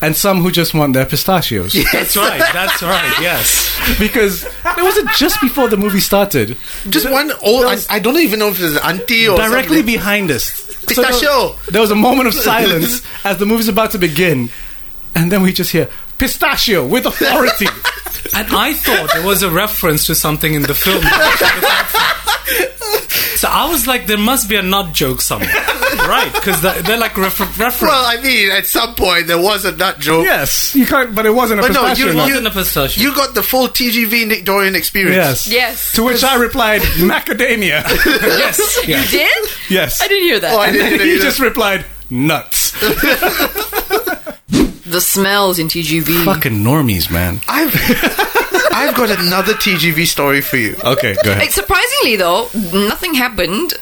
and some who just want their pistachios.
That's right. That's right. Yes.
because it wasn't just before the movie started.
Just one old. I, I don't even know if it's an auntie or
Directly
something.
behind us. So there-
Pistachio.
there, was a moment of silence as the movie's about to begin, and then we just hear pistachio with authority.
And I thought it was a reference to something in the film. so I was like, there must be a nut joke somewhere, right? Because they're like refer-
(laughs)
reference.
Well, I mean, at some point there was a nut joke.
yes, you can't. But it wasn't a
But no,
pistachio.
you,
nut.
you,
a pistachio.
you got the full TGV Nick Dorian experience.
yes. To which I replied, macadamia.
(laughs)
yes.
Yeah.
You did?
Yes.
I didn't hear that.
Oh, I
And
didn't
then
know
(laughs) he
that.
just replied, nuts.
the smells in TGV.
Fucking normies, man. (laughs)
I've I've got another TGV story for you.
Okay, go
Like, surprisingly, though, nothing happened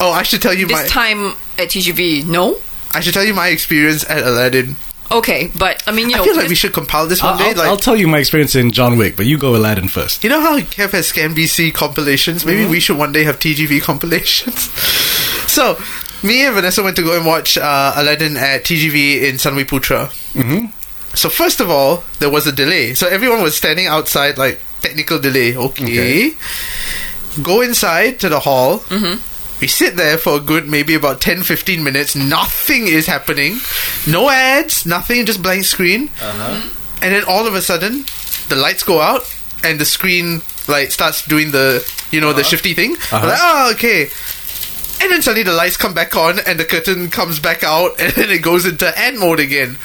Oh, I should tell you
this
my
time at TGV. No?
I should tell you my experience at Aladdin.
Okay, but I mean, you know.
I feel like we should compile this one
I'll,
day.
Uh, I'll-
like
I'll tell you my experience in John Wick, but you go Aladdin first.
you know how Kev has Scam BC compilations? Maybe we should one day have TGV compilations. (laughs) so, me and Vanessa went to go and watch uh, Aladdin at TGV in Sunway Putra.
Mm-hmm.
So first of all, there was a delay. So everyone was standing outside, like technical delay. Okay. Go inside to the hall. We sit there for a good maybe about 10 15 minutes. Nothing is happening. No ads, nothing, just blank screen. And then all of a sudden, the lights go out and the screen like starts doing the, you know, the shifty thing.
Uh-huh.
Like, oh, okay. And then suddenly the lights come back on and the curtain comes back out and (laughs) then it goes into ad mode again.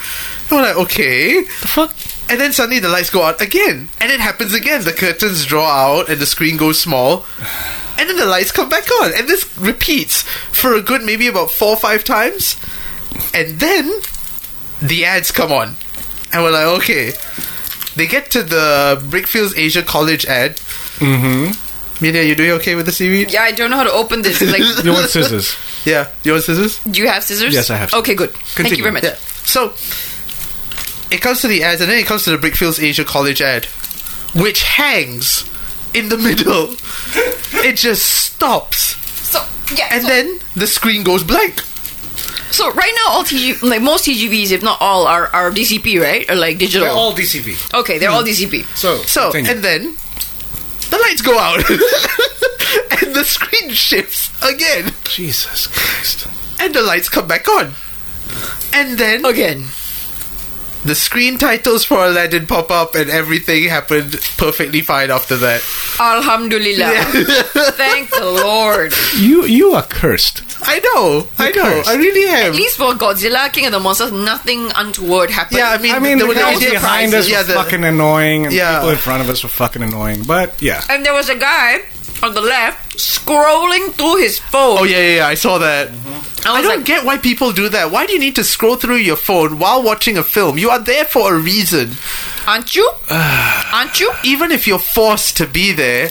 And we're like, okay. The
fuck?
And then suddenly the lights go out again. And it happens again. The curtains draw out and the screen goes small. And then the lights come back on. And this repeats for a good maybe about four or five times. And then the ads come on. And we're like, okay. They get to the Brickfields Asia College ad.
Mm-hmm.
Mina, you doing okay with the seaweed?
yeah, I don't know how to open this.
(laughs)
Like,
You want scissors?
(laughs) Yeah. You want scissors?
do you have scissors?
Yes, I have
Okay, good. Thank you
Continue.
very much.
Yeah. So it comes to the ads, and then it comes to the Brickfields Asia College ad, which hangs in
(laughs)
the middle. it just stops,
So yeah,
and
so,
then the screen goes blank.
so right now all TG like most TGVs, if not all, are, are DCP, right? Or like digital.
They're all DCP.
okay, they're all DCP.
So,
So and then the lights
(laughs)
go out, and the screen shifts again,
Jesus Christ.
and the lights come back on, and then
Again.
The screen titles for Aladdin pop up, and everything happened perfectly fine after that.
Alhamdulillah.
(laughs)
Thank the Lord.
You you are cursed.
I know. I know. I really am.
At least for Godzilla, King of the Monsters, nothing untoward happened.
Yeah, I mean,
I mean, the
there were
guys
no
behind us
surprises. Yeah,
were
the-
fucking annoying, and
Yeah.
people in front of us were fucking annoying. But yeah,
And there was a guy on the left scrolling through his phone.
Oh yeah, yeah, yeah, I saw that. I, don't get why people do that. Why do you need to scroll through your phone while watching a film? You are there for a reason.
Aren't
(sighs)
you? Aren't you?
Even if you're forced to be there,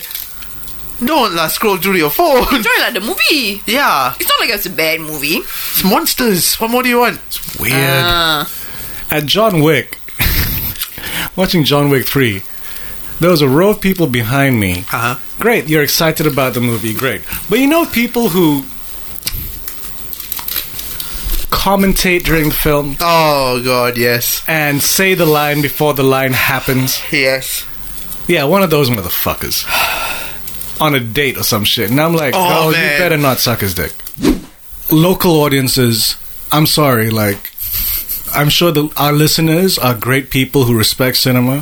don't la scroll through your phone. (laughs)
Enjoy like the movie.
yeah,
It's not like it's a bad movie.
it's monsters. What more do you want?
weird.
Ah.
At John Wick, (laughs) watching John Wick 3, there was a row of people behind me. Uh-huh. Great, you're excited about the movie, great. But you know people who commentate during the film?
Oh, God, yes.
And say the line before the line happens?
Yes.
Yeah, one of those motherfuckers. (sighs) On a date or some shit. And I'm like,
Oh,
oh,
man.
you better not suck his dick. Local audiences, I'm sorry, like, I'm sure the, our listeners are great people who respect cinema.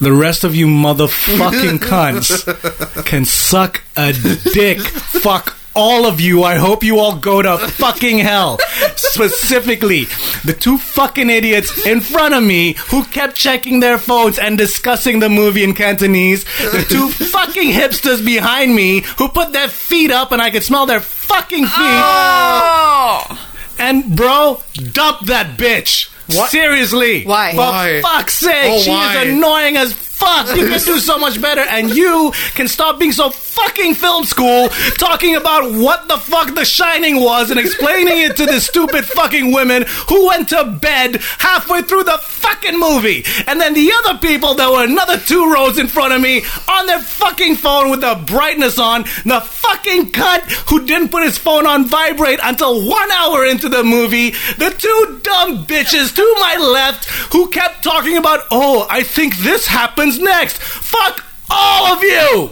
The rest of you motherfucking cunts can suck a dick. Fuck all of you. I hope you all go to fucking hell. Specifically, the two fucking idiots in front of me who kept checking their phones and discussing the movie in Cantonese. The two fucking hipsters behind me who put their feet up and I could smell their fucking feet.
Oh.
And bro, dump that bitch. Seriously. Why? For
Why?
fuck's sake,
Oh,
she
why?
is annoying as fuck. You can do so much better, and you can stop being so fucking film school talking about what the fuck The Shining was and explaining it to the stupid fucking women who went to bed halfway through the fucking movie. And then the other people that were another two rows in front of me on their fucking phone with the brightness on, the fucking cunt who didn't put his phone on vibrate until one hour into the movie, the two dumb bitches to my left who kept talking about, oh, I think this happens next. Fuck all of you!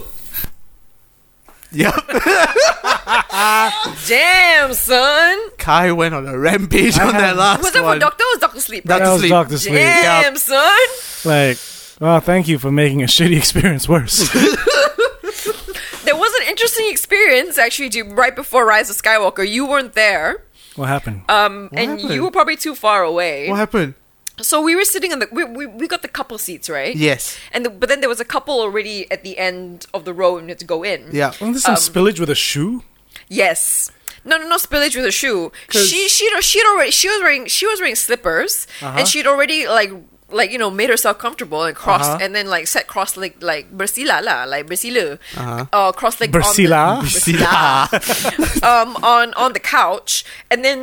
Yep.
Damn, son.
Kai went on a rampage on
Ah.
that last
Was that
one.
for Doctor or was Doctor Sleep?
That was Dr. Sleep.
Damn,
Yep.
son.
Like, well, thank you for making a shitty experience worse.
(laughs)
(laughs)
There was an interesting experience actually Jim, right before Rise of Skywalker. You weren't there.
what happened?
Um, and
happened?
you were probably too far away.
What happened?
So we were sitting in the we, we, we got the couple seats right.
Yes.
And the, but then there was a couple already at the end of the row and we had to go in.
Wasn't there some
Um,
spillage with a shoe?
Yes. No, no, no spillage with a shoe. She, she, she already, she was wearing, she was wearing slippers,
Uh-huh.
and she'd already like, like you know, made herself comfortable and crossed,
Uh-huh.
and then like sat cross legged like bersila lah, like bersila,
Uh-huh.
uh, cross legged (laughs)
Bersila?
um, on on the couch, and then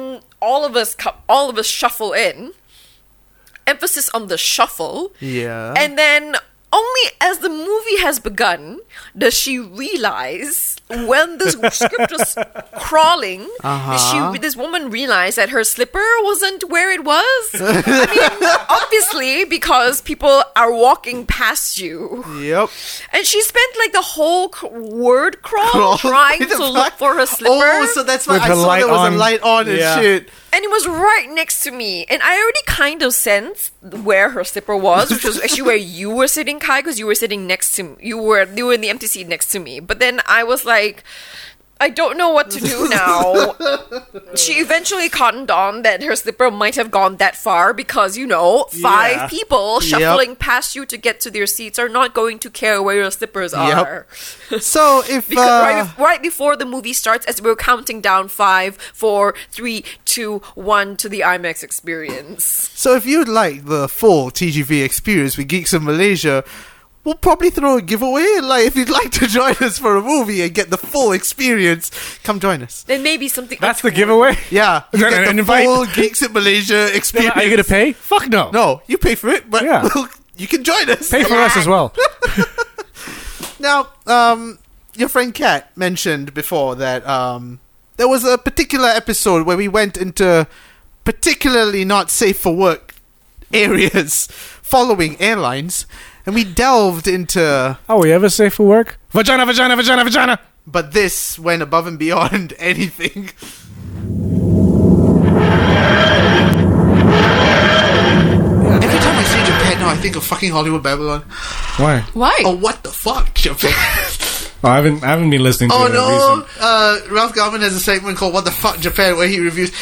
all of us, co- all of us shuffle in. Emphasis on the shuffle.
Yeah.
And then only as the movie has begun does she realize when
(laughs)
this script was crawling,
Uh-huh.
she this woman realized that her slipper wasn't where it was. I
(laughs)
mean, obviously because people are walking past you.
Yep.
(laughs) And she spent like the whole c- word crawl,
Crawl.
trying
What (laughs) the
to look
fuck?
for her slipper.
Oh, so that's why
With
I
the
saw
light
there was
on.
a light on and
Yeah.
shit.
(laughs) and it was right next to me, and I already kind of sensed where her slipper was, which was actually
(laughs)
where you were sitting, Kai, because you were sitting next to me. You were you were in the empty seat next to me. But then I was like, I don't know what to
(laughs)
do now. she eventually cottoned on that her slipper might have gone that far because you know five
Yeah.
people
Yep.
shuffling past you to get to their seats are not going to care where your slippers
Yep.
are.
So if
Because
uh,
right, bef- right before the movie starts, as we were counting down five, four, three, two, one to the IMAX experience.
so if you'd like the full TGV experience with Geeks in Malaysia, we'll probably throw a giveaway. Like if you'd like to (laughs) join us for a movie and get the full experience, come join us.
There may be something.
That's the (laughs) giveaway?
Yeah, you
Then
get
an
the
invite.
full Geeks
(laughs)
in Malaysia experience.
Are you going to pay? Fuck no.
No, you pay for it, but
Yeah.
(laughs) you can join us.
Pay for us as well.
Now, um, your friend Kat mentioned before that um, there was a particular episode where we went into particularly not safe for work (laughs) areas following airlines, and we delved into.
Are we ever safe for work? Vagina, vagina, vagina, vagina.
But this went above and beyond (laughs) anything.
can't think of fucking Hollywood Babylon.
Why?
Why? Oh, what the fuck, Japan?
(laughs)
Oh, I haven't. I haven't been listening to
oh
it
no!
recent-
Uh, Ralph Garman has a segment called "What the Fuck Japan," where he reviews,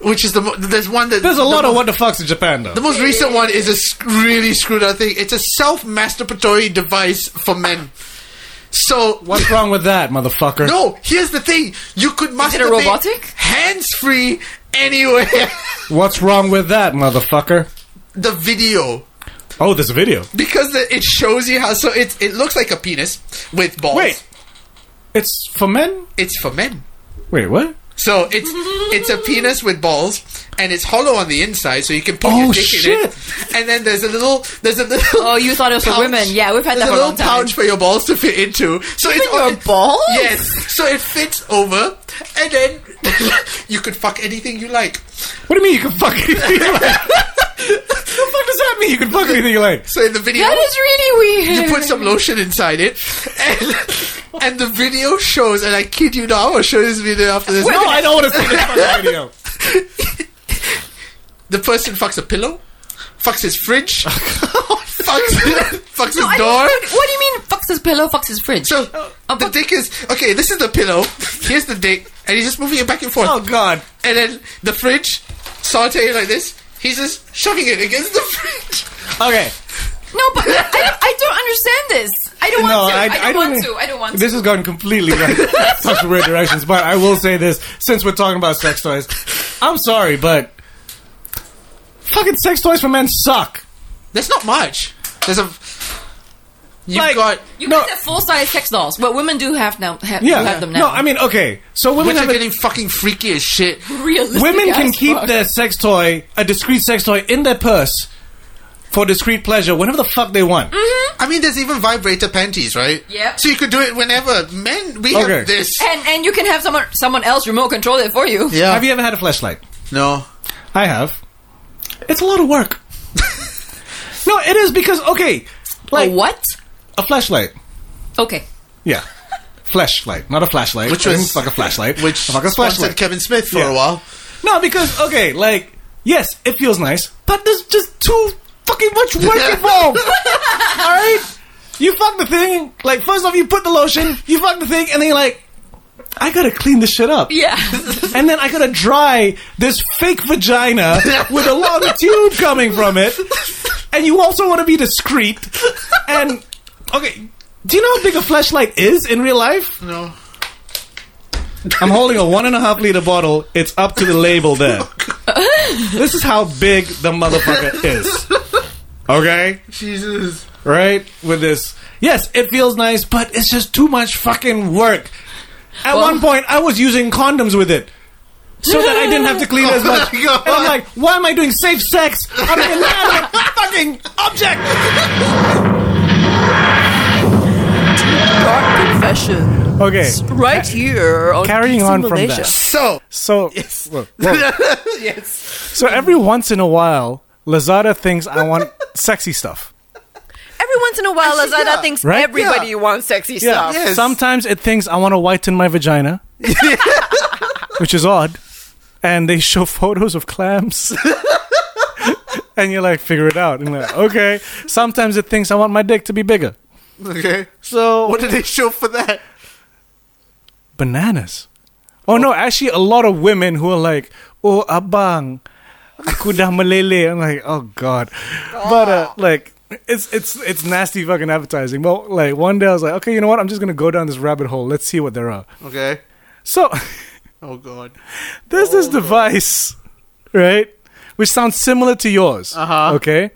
which is the mo- there's one that
There's a
the
lot of
mo-
what the fucks in Japan though.
The most recent one is a sc- really screwed up thing. It's a self-masturbatory device for men. So
What's wrong with that, motherfucker?
(laughs) No, here's the thing: you could masturbate
robotic?
hands-free anywhere.
What's wrong with that, motherfucker?
the video
Oh, there's a video.
because the, it shows you how. So it it looks like a penis with balls.
Wait. It's for men.
It's for men.
Wait, what?
So
(laughs)
it's it's a penis with balls, and it's hollow on the inside, so you can put
Oh,
your dick in it. And then there's a little there's a little.
Oh, you thought it was for women. Yeah, we've had that
there's a
for a
little
long time.
pouch for your balls to fit into. So
Even
it's
your
it-
balls?
Yes. So it fits over, and then (laughs) you could fuck anything you like.
What do you mean you can fuck (laughs) anything you like? the fuck does that mean? You can fuck anything you like.
So in the video,
That is really weird.
you put some lotion inside it, (laughs) and, and the video shows. And I kid you not, I will show this video after this.
No, I don't want to see this (laughs) fucking video.
The person fucks a pillow, fucks his
(laughs)
fridge, fucks, fucks (laughs)
No, I
his
don't-
door.
What, what do you mean? Fucks his pillow, fucks his fridge.
So
Oh,
the dick is okay. This is the pillow. Here's the dick, and he's just moving it back and forth.
Oh god.
And then the fridge, sauteing like this. He's just shoving it against the (laughs) fridge.
Okay.
no, but I don't, I don't understand this. I don't want to. I, don't want
didn't-
to. I don't want
This
to.
has gone completely like such weird directions, but I will say this: since we're talking about sex toys, I'm sorry, but fucking sex toys for men suck.
There's not much. There's a. You've
Like-
got
(laughs) You guys have full size sex dolls, but women do have now have,
Yeah,
have them now.
no, I mean, okay, so women
women are
have a-
getting fucking freaky as shit.
Realistic
women can
as
keep
fuck.
their sex toy, a discreet sex toy, in their purse for discreet pleasure whenever the fuck they want.
Mm.
I mean, there's even vibrator panties, right?
Yep.
So you could do it whenever. Men, we
Okay.
have this.
and and you can have someone someone else remote control it for you.
Yeah.
Have you ever had a flashlight?
no.
I have. It's a lot of work. (laughs) no, it is because okay,
Like
like
what?
a flashlight.
Oh, Okay.
Yeah. Flashlight, not a flashlight.
Which
I didn't
was-
fuck a flashlight.
Which
I fuck a
sponsored
flashlight?
Kevin Smith for
Yeah.
a while.
No, because okay, like yes, it feels nice, but there's just too fucking much work involved. All right, you fuck the thing. Like first off, you put the lotion, you fuck the thing, and then you're like, I gotta clean this shit up.
Yeah.
And then I gotta dry this fake vagina with a long tube coming from it. And you also want to be discreet. And okay, do you know how big a flashlight is in real life?
No.
I'm holding a one and a half liter bottle. It's up to the label there.
(laughs)
This is how big the motherfucker is. Okay, (laughs)
Jesus.
right? With this, yes, it feels nice, but it's just too much fucking work. At one point, I was using condoms with it. So that I didn't have to
(laughs)
clean as much.
Oh my God.
And I'm like, why am I doing safe sex on an inanimate fucking object?
Dark confession.
Okay,
Right here on
carrying on from
Malaysia.
that.
So.
So,
(laughs)
whoa, whoa.
yes.
so every once in a while, Lazada thinks I want sexy stuff.
Every once in a while,
Actually,
Lazada
yeah.
thinks
Right?
everybody wants sexy stuff.
Yes.
Sometimes it thinks I want to whiten my vagina, which is odd. And they show (laughs) photos of clams. (laughs) and you're like, figure it out. And you're like, okay. Sometimes it thinks I want my dick to be bigger.
Okay.
So
What did they show for that?
bananas. Oh, no, actually, a lot of women who are like, oh, abang, aku dah melele. I'm like, oh god, but uh, like. It's it's it's nasty fucking advertising. But like one day I was like, okay, you know what? I'm just gonna go down this rabbit hole. Let's see what there are.
Okay.
So
(laughs) Oh God.
(laughs)
Oh,
there's this device, right? Which sounds similar to yours.
Uh-huh.
Okay.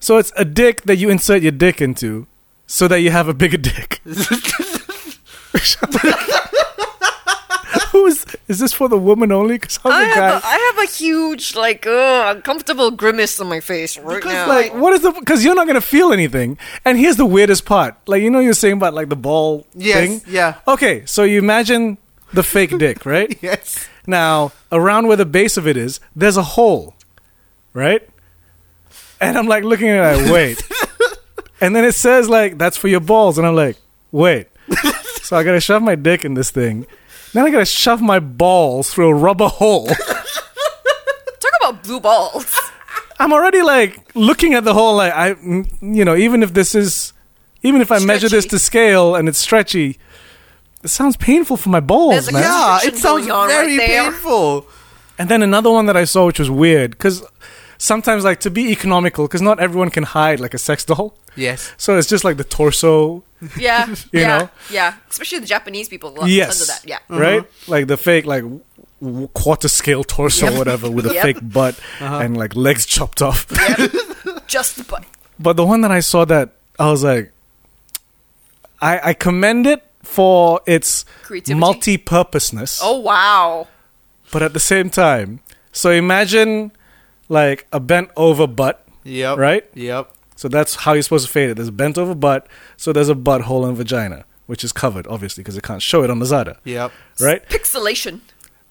So it's a dick that you insert your dick into so that you have a bigger
(laughs)
dick. (laughs) Which I'm like, Who is is this for the woman only? Because I'm
I
the guy.
have, a, I have a huge, like, uh, uncomfortable grimace on my face right now.
like what is the because you're not gonna feel anything and here's the weirdest part like you know you're saying about like the ball
Yes,
thing
yeah.
okay so you imagine the
(laughs)
fake dick right
Yes.
now around where the base of it is there's a hole right and i'm like looking at it like
(laughs)
wait and then it says like that's for your balls and i'm like wait so i gotta shove my dick in this thing then i gotta shove my balls through a rubber hole
Talk about blue balls.
I'm already like looking at the whole like I mm, you know even if this is even if I measure this to scale and it's stretchy, it sounds painful for my balls,
There's a
man.
Yeah, it constriction sounds going on right very there.
painful.
And then another one that I saw which was weird because sometimes like to be economical because not everyone can hide like a sex doll.
Yes.
So it's just like the torso.
(laughs) Yeah,
(laughs) You
yeah,
know?
yeah. Especially the Japanese people. love
yes. Mm.
under that. Yeah,
Right? Like the fake like w- quarter scale torso
Yep.
or whatever with a
(laughs) Yep.
fake butt
Uh-huh.
and like legs chopped off.
Just the butt.
But the one that I saw that I was like, I, I commend it for its
Creativity.
multi-purposeness,
Oh wow.
but at the same time, so imagine like a bent over butt.
Yep.
Right.
Yep.
So that's how you're supposed to fade it. There's a bent over butt, so there's a butthole and vagina, which is covered obviously because it can't show it on Lazada.
Yep.
Right.
Pixelation.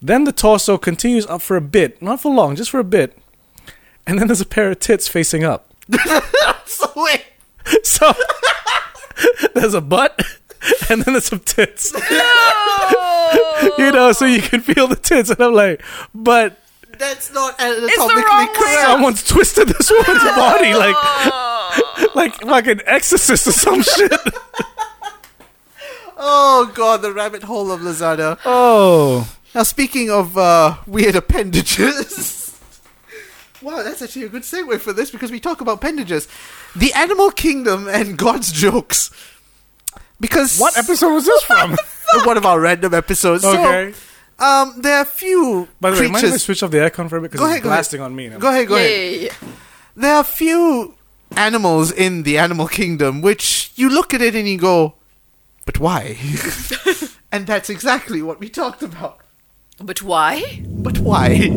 Then the torso continues up for a bit, not for long, just for a bit, and then there's a pair of tits facing up.
so (laughs) wait.
So there's a butt (laughs) and then there's some tits. you know, so you can (laughs) feel the tits, and I'm like, but
That's not anatomically correct.
someone's twisted this woman's body, like, like (laughs) fucking exorcist or some shit.
Oh god, the rabbit hole of Lazada.
Oh,
Now speaking of uh, weird appendages. (laughs) wow, that's actually a good segue for this because we talk about appendages. The animal kingdom and God's jokes. Because
what episode was this from?
One of our random episodes. So,
Okay.
um, there are a few
By the way, mind if I
creatures.
switch off the aircon for a bit because
Go
it's
ahead, go ahead.
blasting on me. Now.
Go ahead, go
Yeah,
ahead.
yeah, yeah.
there are few animals in the animal kingdom which you look at it and you go, but
(laughs)
why? and that's exactly what we talked about.
But why?
But why?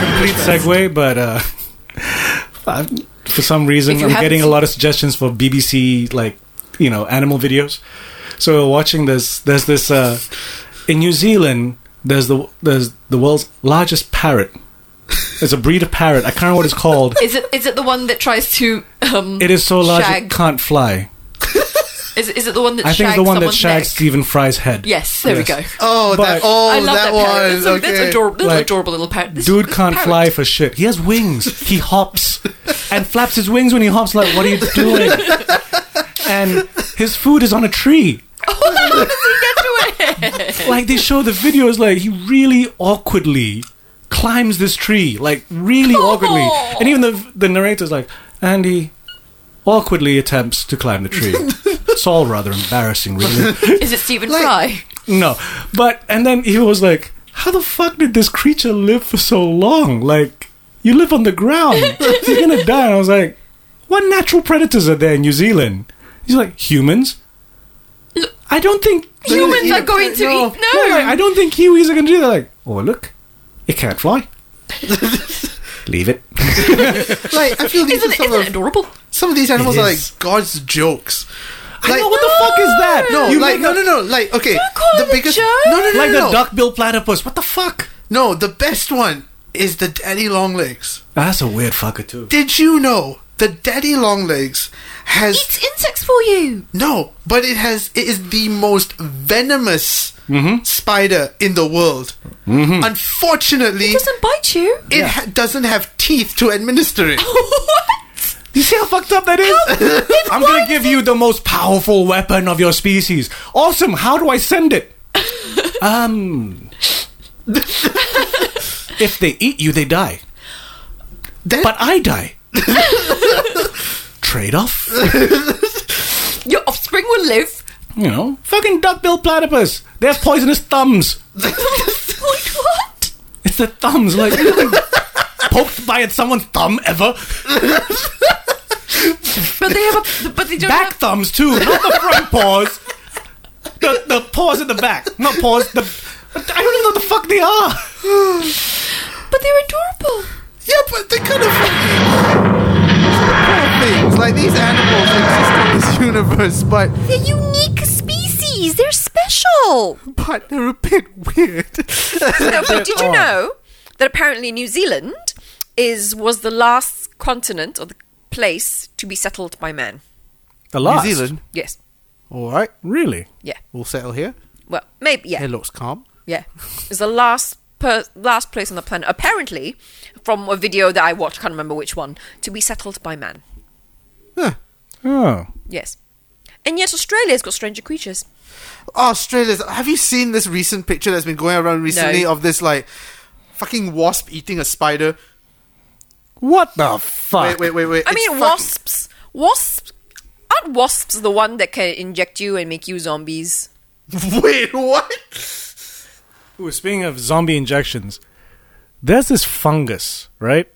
Complete segue, but uh, I- for some reason,
If you
I'm
haven't
getting a
seen-
lot of suggestions for BBC like you know animal videos. So we're watching this. There's this uh, in New Zealand. There's the there's the world's largest parrot. It's a breed of parrot. I can't remember what it's called.
Is it is it the one that tries to? Um,
It is so large it
Shag.
can't fly.
Is, it- is it the one that?
I think
shags
it's the one that
someone's
shags
neck?
Stephen Fry's head.
Yes, there we
Yes.
go.
Oh, that,
But-
oh,
I love
that,
that,
one.
parrot. That's, a,
okay.
that's adorable. That's
Like,
an adorable little parrot. This
Dude
is a
can't
parrot.
fly for shit. He has wings. He hops and flaps his wings when he hops. Like, what are you doing? and his food is on a
(laughs)
tree.
Oh, How does he get to
(laughs)
it?
Like they show the videos, like he really awkwardly climbs this tree, like really awkwardly.
Oh.
And even the the narrator's like, Andy awkwardly attempts to climb the
(laughs)
tree. it's all rather embarrassing, really.
is it Stephen
(laughs)
Fry?
No, but and then he was like, "How the fuck did this creature live for so long? Like, you live on the (laughs) ground, you're gonna die." And I was like, "What natural predators are there in New Zealand?" He's like, "Humans." I don't think
Humans are going to
No.
eat. No,
like, I don't think Kiwis are gonna do that. Like, oh look, it can't (laughs) fly. Leave it.
Like, I feel these are
isn't it,
some
isn't
of-
it adorable?
Some of these animals
It
are
is.
like God's jokes.
I know, what the fuck is that?
No,
You
like
make
no,
a-
no, no, like okay.
call
the
it a
biggest
joke?
no, no, no,
like
no,
the
no.
duck-billed platypus. What the fuck?
No, the best one is the daddy long legs.
Ah, That's a weird fucker too.
Did you know the daddy long legs has
Eats insects for you.
no, but it has it is the most venomous
Mm-hmm.
spider in the world. Unfortunately,
It doesn't bite you.
it ha- doesn't have teeth to administer it.
what?
You see how fucked up that (laughs) is? I'm gonna give you the most powerful weapon of your species. Awesome. How do I send it? Um. if they eat you, they die.
That-
But I die. Trade off.
Your offspring will live.
You know, fucking duckbill platypus. They have poisonous thumbs.
Wait, what?
It's the thumbs. Like you haven't poked by someone's thumb ever.
But they have a. But they don't
back
have.
thumbs too, not the
(laughs)
front paws. The the paws at the back, not paws. The I don't even know what the fuck they are.
But they're adorable.
yeah, but they could have. Poor things. Like these animals exist in this (laughs) universe, but
They're unique species. They're special.
but they're a bit weird.
(laughs)
No, but did you know that apparently New Zealand is was the last continent or the place to be settled by man?
(laughs) The
New Zealand.
Yes.
All right,
really?
Yeah.
we'll settle here.
Well, maybe. Yeah.
It looks calm.
Yeah. It's the last per- last place on the planet, apparently, from a video that I watched, can't remember which one, to be settled by man.
Oh.
Yes. And yes, Australia's got stranger creatures.
Australia's. Have you seen this recent picture that's been going around recently
No.
of this like fucking wasp eating a spider?
What the fuck?
Wait, wait, wait, wait.
I
It's
mean,
fuck-
wasps. Wasps. Aren't wasps the one that can inject you and make you zombies?
Wait, what?
Ooh, speaking of zombie injections, there's this fungus, right?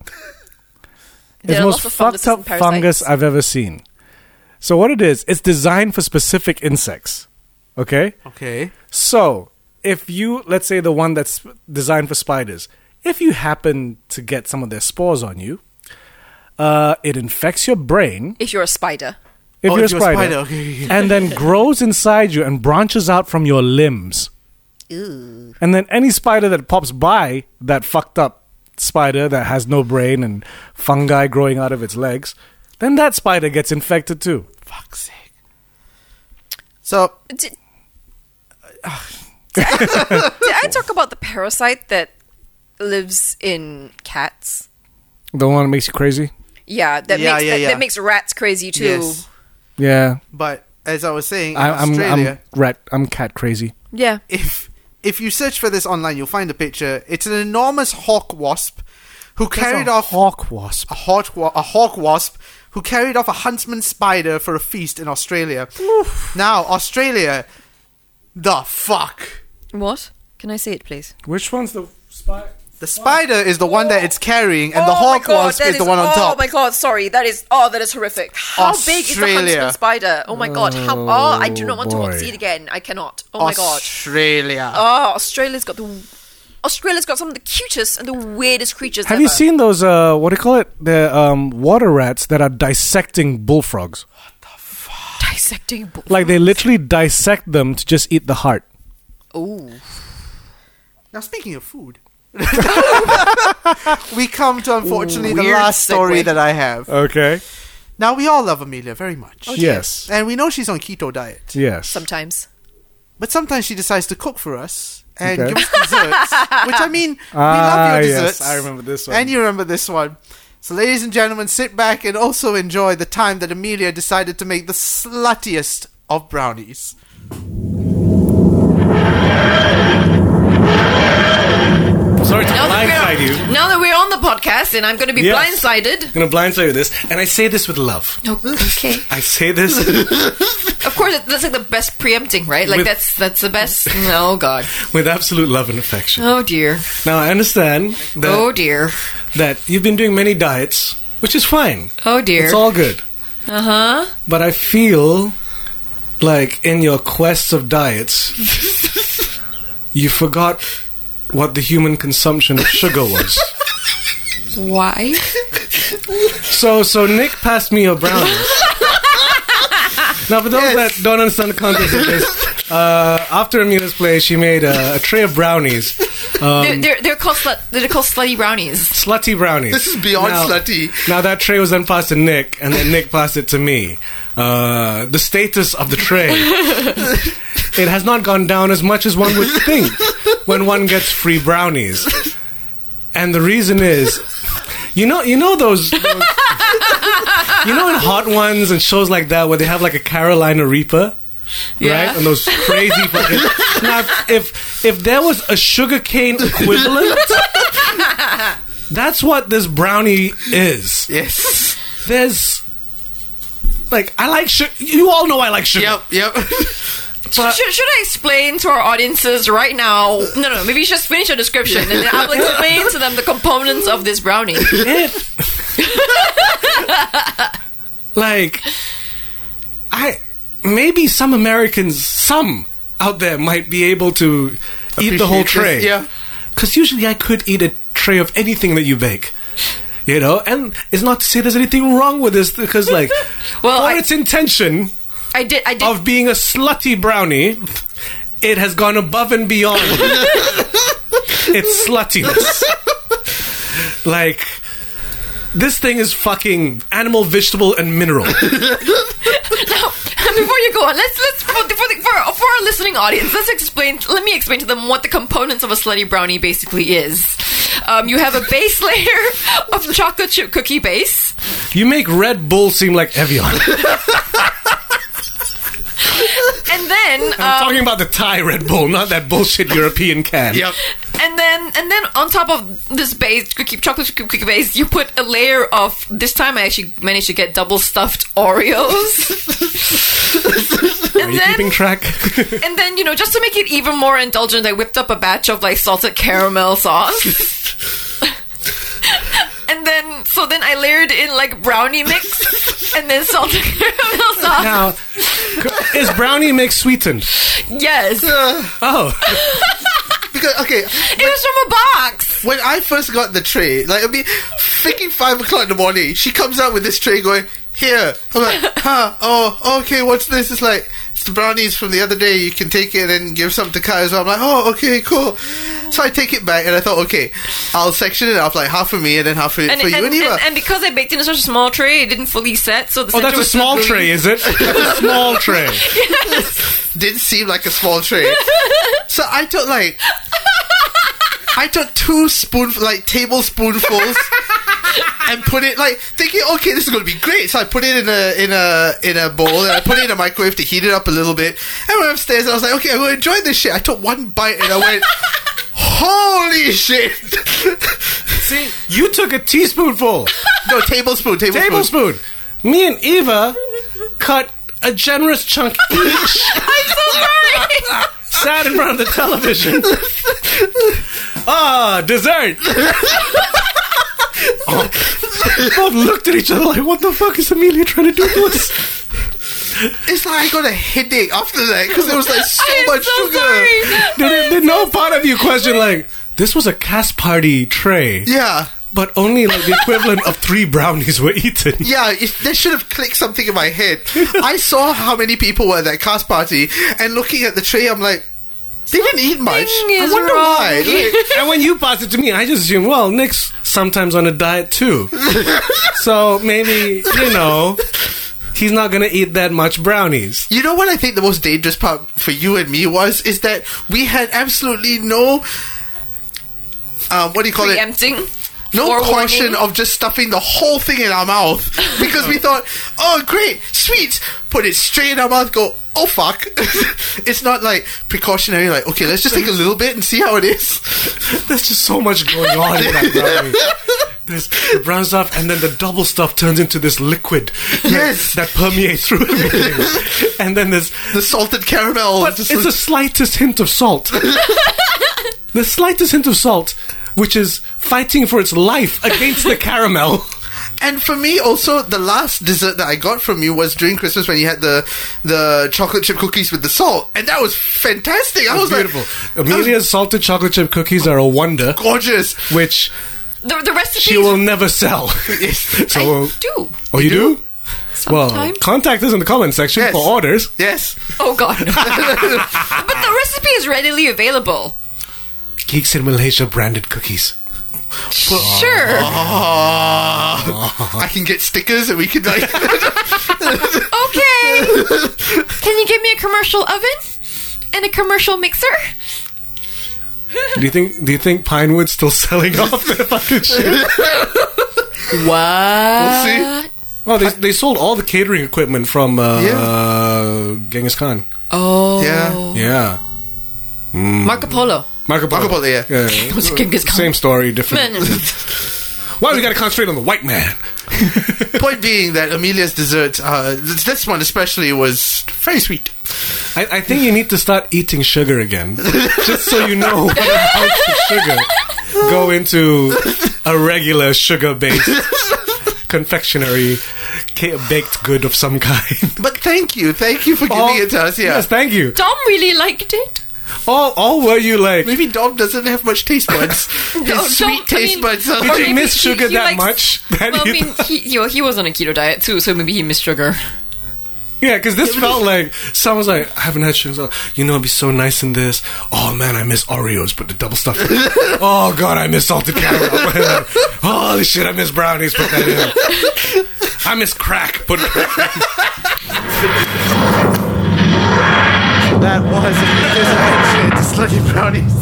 it's
There are
the most
lots of funguses
fucked up
and parasites.
fungus I've ever seen. So what it is, it's designed for specific insects. Okay?
Okay.
So if you let's say the one that's designed for spiders, if you happen to get some of their spores on you, uh, it infects your brain.
If you're a spider.
If
Oh,
you're
if
a
you're a
spider,
spider, okay, okay, okay.
and
(laughs)
then grows inside you and branches out from your limbs. And then any spider that pops by that fucked up spider that has no brain and fungi growing out of its legs, then that spider gets infected too.
So
Did, (laughs) did, I, did I talk about the parasite that lives in cats?
The one that makes you crazy?
Yeah, that
Yeah,
makes
yeah,
that,
yeah.
that makes rats crazy too.
Yes.
Yeah.
But as I was saying, in
I, I'm,
Australia,
I'm rat. I'm cat crazy.
Yeah.
If if you search for this online, you'll find a picture. It's an enormous hawk wasp who carried
a
off
hawk wasp.
A hawk wa- a hawk wasp who carried off a huntsman spider for a feast in Australia. Now Australia, the fuck.
What? Can I see it, please?
Which one's the spider?
The spider is the one that it's carrying, and the hawk wasp
Oh that
is, the one on
oh
top.
my god, sorry, that is oh that is horrific. How big is the
Australia.
huntsman spider? Oh my god, how oh I do not want to
boy.
watch see it again. I cannot. Oh my god.
Australia.
Oh, Australia's got the Australia's got some of the cutest and the weirdest creatures.
Have
ever.
you seen those? Uh, what do you call it? The um, water rats that are dissecting bullfrogs.
dissecting? bull-
Like they literally dissect them to just eat the heart.
Ooh.
Now speaking of food, (laughs) we come to unfortunately the
Weird
last story
segue.
that I have.
Okay.
Now we all love Amelia very much.
Oh, dear. Yes.
and we know she's on keto diet.
Yes.
Sometimes.
But sometimes she decides to cook for us and
Okay.
give us desserts. which
(laughs)
I mean,
Ah,
we love your
yes,
desserts.
I remember this one.
And you remember this one. So, ladies and gentlemen, sit back and also enjoy the time that Amelia decided to make the sluttiest of brownies.
Sorry to
Now that,
blindside
we're,
you.
now that we're on the podcast and I'm going to be
Yes.
blindsided.
I'm gonna blindside you with this, and I say this with love.
No, okay.
I say this. (laughs)
Of course, that's like the best preempting, right? Like
With-
that's that's the best. Oh God.
with absolute love and affection.
Oh dear.
Now I understand that
Oh dear.
that you've been doing many diets, which is fine.
Oh dear.
It's all good.
Uh huh.
But I feel like in your quests of diets, (laughs) you forgot what the human consumption of sugar was.
Why?
So, so Nick passed me your brownies. now, for those that don't understand the context of this, uh, after Amelia's play, she made a, a tray of brownies.
they're,
Um,
they're they're called slut, they're called slutty brownies.
slutty brownies.
This is beyond
Now-
slutty.
Now that tray was then passed to Nick, and then Nick passed it to me. Uh, the status of the tray, it has not gone down as much as one would think when one gets free brownies. And the reason is, you know, you know those, those you know, in Hot Ones and shows like that where they have like a Carolina Reaper,
Yeah.
right? And those crazy. fucking now, if- if if there was a sugarcane equivalent, that's what this brownie is.
Yes.
There's like I like sugar. You all know I like sugar. Yep.
(laughs) Yep.
Should, should, should I explain to our audiences right now? No, no. Maybe just finish your description, and then I will explain to them the components of this brownie.
(laughs)
like I maybe some Americans, some out there might be able to eat the
Appreciate
whole
this,
tray.
yeah.
Because usually I could eat a tray of anything that you bake. You know, and it's not to say there's anything wrong with this because, like,
well,
for its intention
I did, I did.
of being a slutty brownie, it has gone above and (laughs) beyond its sluttiness. Like, this thing is fucking animal, vegetable, and mineral.
(laughs)
now, before you go on, let's let's for, for, the- for, for our
listening audience, let's explain. Let me explain to them what the components of a slutty brownie basically is. Um, you have a base (laughs) layer of chocolate chip cookie base.
You make Red Bull seem like Evian.
and then um,
I'm talking about the Thai Red Bull, not that bullshit European can.
(laughs)
Yep.
and then and then on top of this base cookie chocolate chip cookie base, you put a layer of. This time, I actually managed to get double stuffed
(laughs)
Oreos.
Are
and
you
then
keeping track?
and then you know just to make it even more indulgent, I whipped up a batch of like salted
(laughs)
caramel sauce. And then, so then I layered in like
(laughs)
brownie mix and then salted caramel sauce.
Now, is brownie mix sweetened?
Yes.
Oh.
because okay,
it was from a box.
When I first got the tray, like I mean, freaking five o'clock in the morning, she comes out with this tray going here. I'm like,
(laughs)
huh? Oh, okay. What's this? It's like it's the brownies from the other day. You can take it and give some to Kai as well. I'm like, oh, okay, cool. So I take it back and I thought, okay, I'll section it up like half for me and then half for,
And,
for you
and,
and
and,
Eva.
and because I baked in such a small tray, it didn't fully set. So the
Oh,
center
that's a
was still
small
gooey.
tray, is it? That's a small tray.
Didn't seem like a small tray. so I took like I took two spoon like tablespoonfuls and put it like thinking, okay, this is gonna be great. So I put it in a in a in a bowl and I put it in a microwave to heat it up a little bit. And went upstairs and I was like, okay, I'm gonna enjoy this shit. I took one bite and I went, Holy shit!
See, you took a teaspoonful.
No, tablespoon, tablespoon.
Tablespoon. Me and Eva cut a generous
(laughs)
chunk each.
I'm so sorry.
Sat in front of the television. Ah,
(laughs)
dessert. Oh. Both looked at each other like, what the fuck is Amelia trying to do to us?
It's like I got a headache after that because there was like so much sugar.
Did, did no part of you question, like, this was a cast party tray,
Yeah.
but only like the equivalent of three brownies were eaten?
Yeah, if they should have clicked something in my
(laughs)
head. I saw how many people were at that cast party, and looking at the tree, I'm like, they didn't eat much. I
is
wonder
wrong
why.
here.
Like,
and when you passed it to me, I just assumed, well, Nick's sometimes on a diet too. so maybe, you know, he's not going to eat that much brownies.
you know what I think the most dangerous part for you and me was is that we had absolutely no. Um, what do you call it?
Preempting.
No
forewarning.
caution of just stuffing the whole thing in our
(laughs)
mouth because we thought, oh great, sweets, put it straight in our mouth, go, oh fuck. (laughs) it's not like precautionary, like, okay, let's just take a little bit and see how it is.
There's just so much going on in that brownie. There's the brown stuff, and then the double stuff turns into this liquid that-
Yes.
that, permeates through everything. and then there's.
The salted caramel.
But
just
it's the slightest hint of (laughs) salt. the slightest hint of salt, which is fighting for its life against the caramel.
And for me, also the last dessert that I got from you was during Christmas when you had the the chocolate chip cookies with the salt, and that was fantastic. I was
beautiful.
like, that was
(laughs) Amelia's salted chocolate chip cookies are a wonder,
gorgeous.
which
The, the recipe.
she will never sell. (laughs) so,
I do.
oh, you do? Well,
Sometimes.
contact us in the comment section
Yes.
for orders. (laughs)
Yes, Ah.
Oh God. but the recipe is readily available.
Geeks in Malaysia branded cookies.
Sure.
I can get stickers, and we can like. (laughs)
(laughs) Okay. Can you give me a commercial oven and a commercial mixer?
Do you think? Do you think Pinewood's still selling off their (laughs) fucking shit?
Wow.
We'll see.
Well, they, they sold all the catering equipment from uh,
Yeah.
uh, Genghis Khan.
Oh.
Yeah.
Yeah,
Marco Polo.
Marco Polo.
Marco Polo, yeah.
It was Genghis Khan.
Same story, different.
Man.
Why we got to concentrate on the white man?
Point being that Amelia's dessert, uh, this this one especially, was very sweet.
I, I think you need to start eating sugar again, just so you know what amounts of sugar go into a regular sugar-based confectionery ca- baked good of some kind.
But thank you, thank you for giving
All-
it to us. Yeah,
Oh, Yes, thank you.
Dom really liked it.
All, all were you
(laughs)
like?
maybe Dom doesn't have much taste
(laughs)
buds. His
No,
sweet
don't- I
taste
mean-
buds. Are
Did
Or
you
maybe
miss
he-
sugar
he
that much?
likes-
(laughs) That
Well, I
you
mean,
thought-
he, you know, he was on a keto diet too, so maybe he missed sugar.
Yeah, because this felt like someone's like, I haven't had sugar. so- You know, it'd be so nice in this. Oh man, I miss Oreos, but the double stuff. oh god, I miss salted caramel. (laughs) Holy shit, I miss brownies. Put that in. I miss crack. Put.
That
that was (laughs) a disadventure to slutty brownies.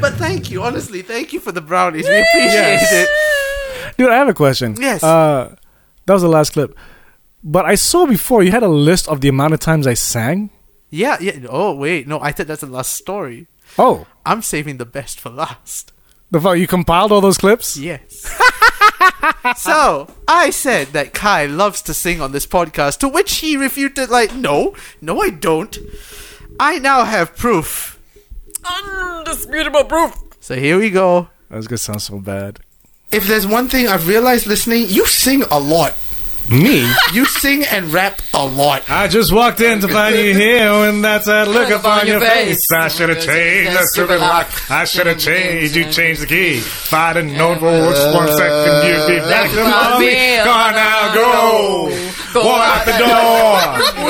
But thank you, honestly, thank you for the brownies. We appreciate it.
(laughs) Dude, I have a question.
Yes.
Uh, that was the last clip. But I saw before you had a list of the amount of times I sang.
Yeah, yeah. Oh wait, no, I thought that's the last story.
Oh.
I'm saving the best for last.
The fuck you compiled all those clips?
Yes. (laughs) so I said that Kai loves to sing on this podcast, to which he refuted, like, no, no, I don't. I now have proof.
Undisputable proof.
So here we go.
That was gonna sound so bad.
If there's one thing I've realized listening, you sing a lot.
Me?
You sing and rap a lot.
I just walked in to find you here when that's that look upon your face. I should have changed that stupid lock. I should have changed. You changed the key. If I'd have known for just one second, you'd be back to
I'll
mommy.
be-
Gone now, go.
Go
Go out
(laughs)
the door.
Who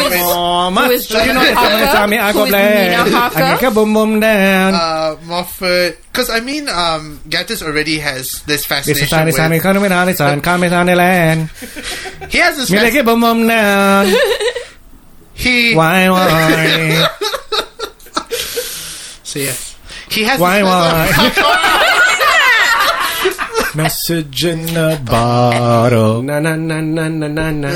is-
Oh, my-
who is
You know,
Jonah
I'm
Harker?
Tommy, I
Who
go
is
black.
Nina Harker?
I go boom boom down.
Uh, Moffat, because I mean, um, Gattis already has this
This
fascination.
is Tommy,
with-
Tommy, come with honey, son, come with honey land.
He has this.
Me like
Fasc-
it boom boom down.
he
Why, why?
So yes, he has.
Why,
this (laughs)
why? Message in a bottle.
Na na na na na na na.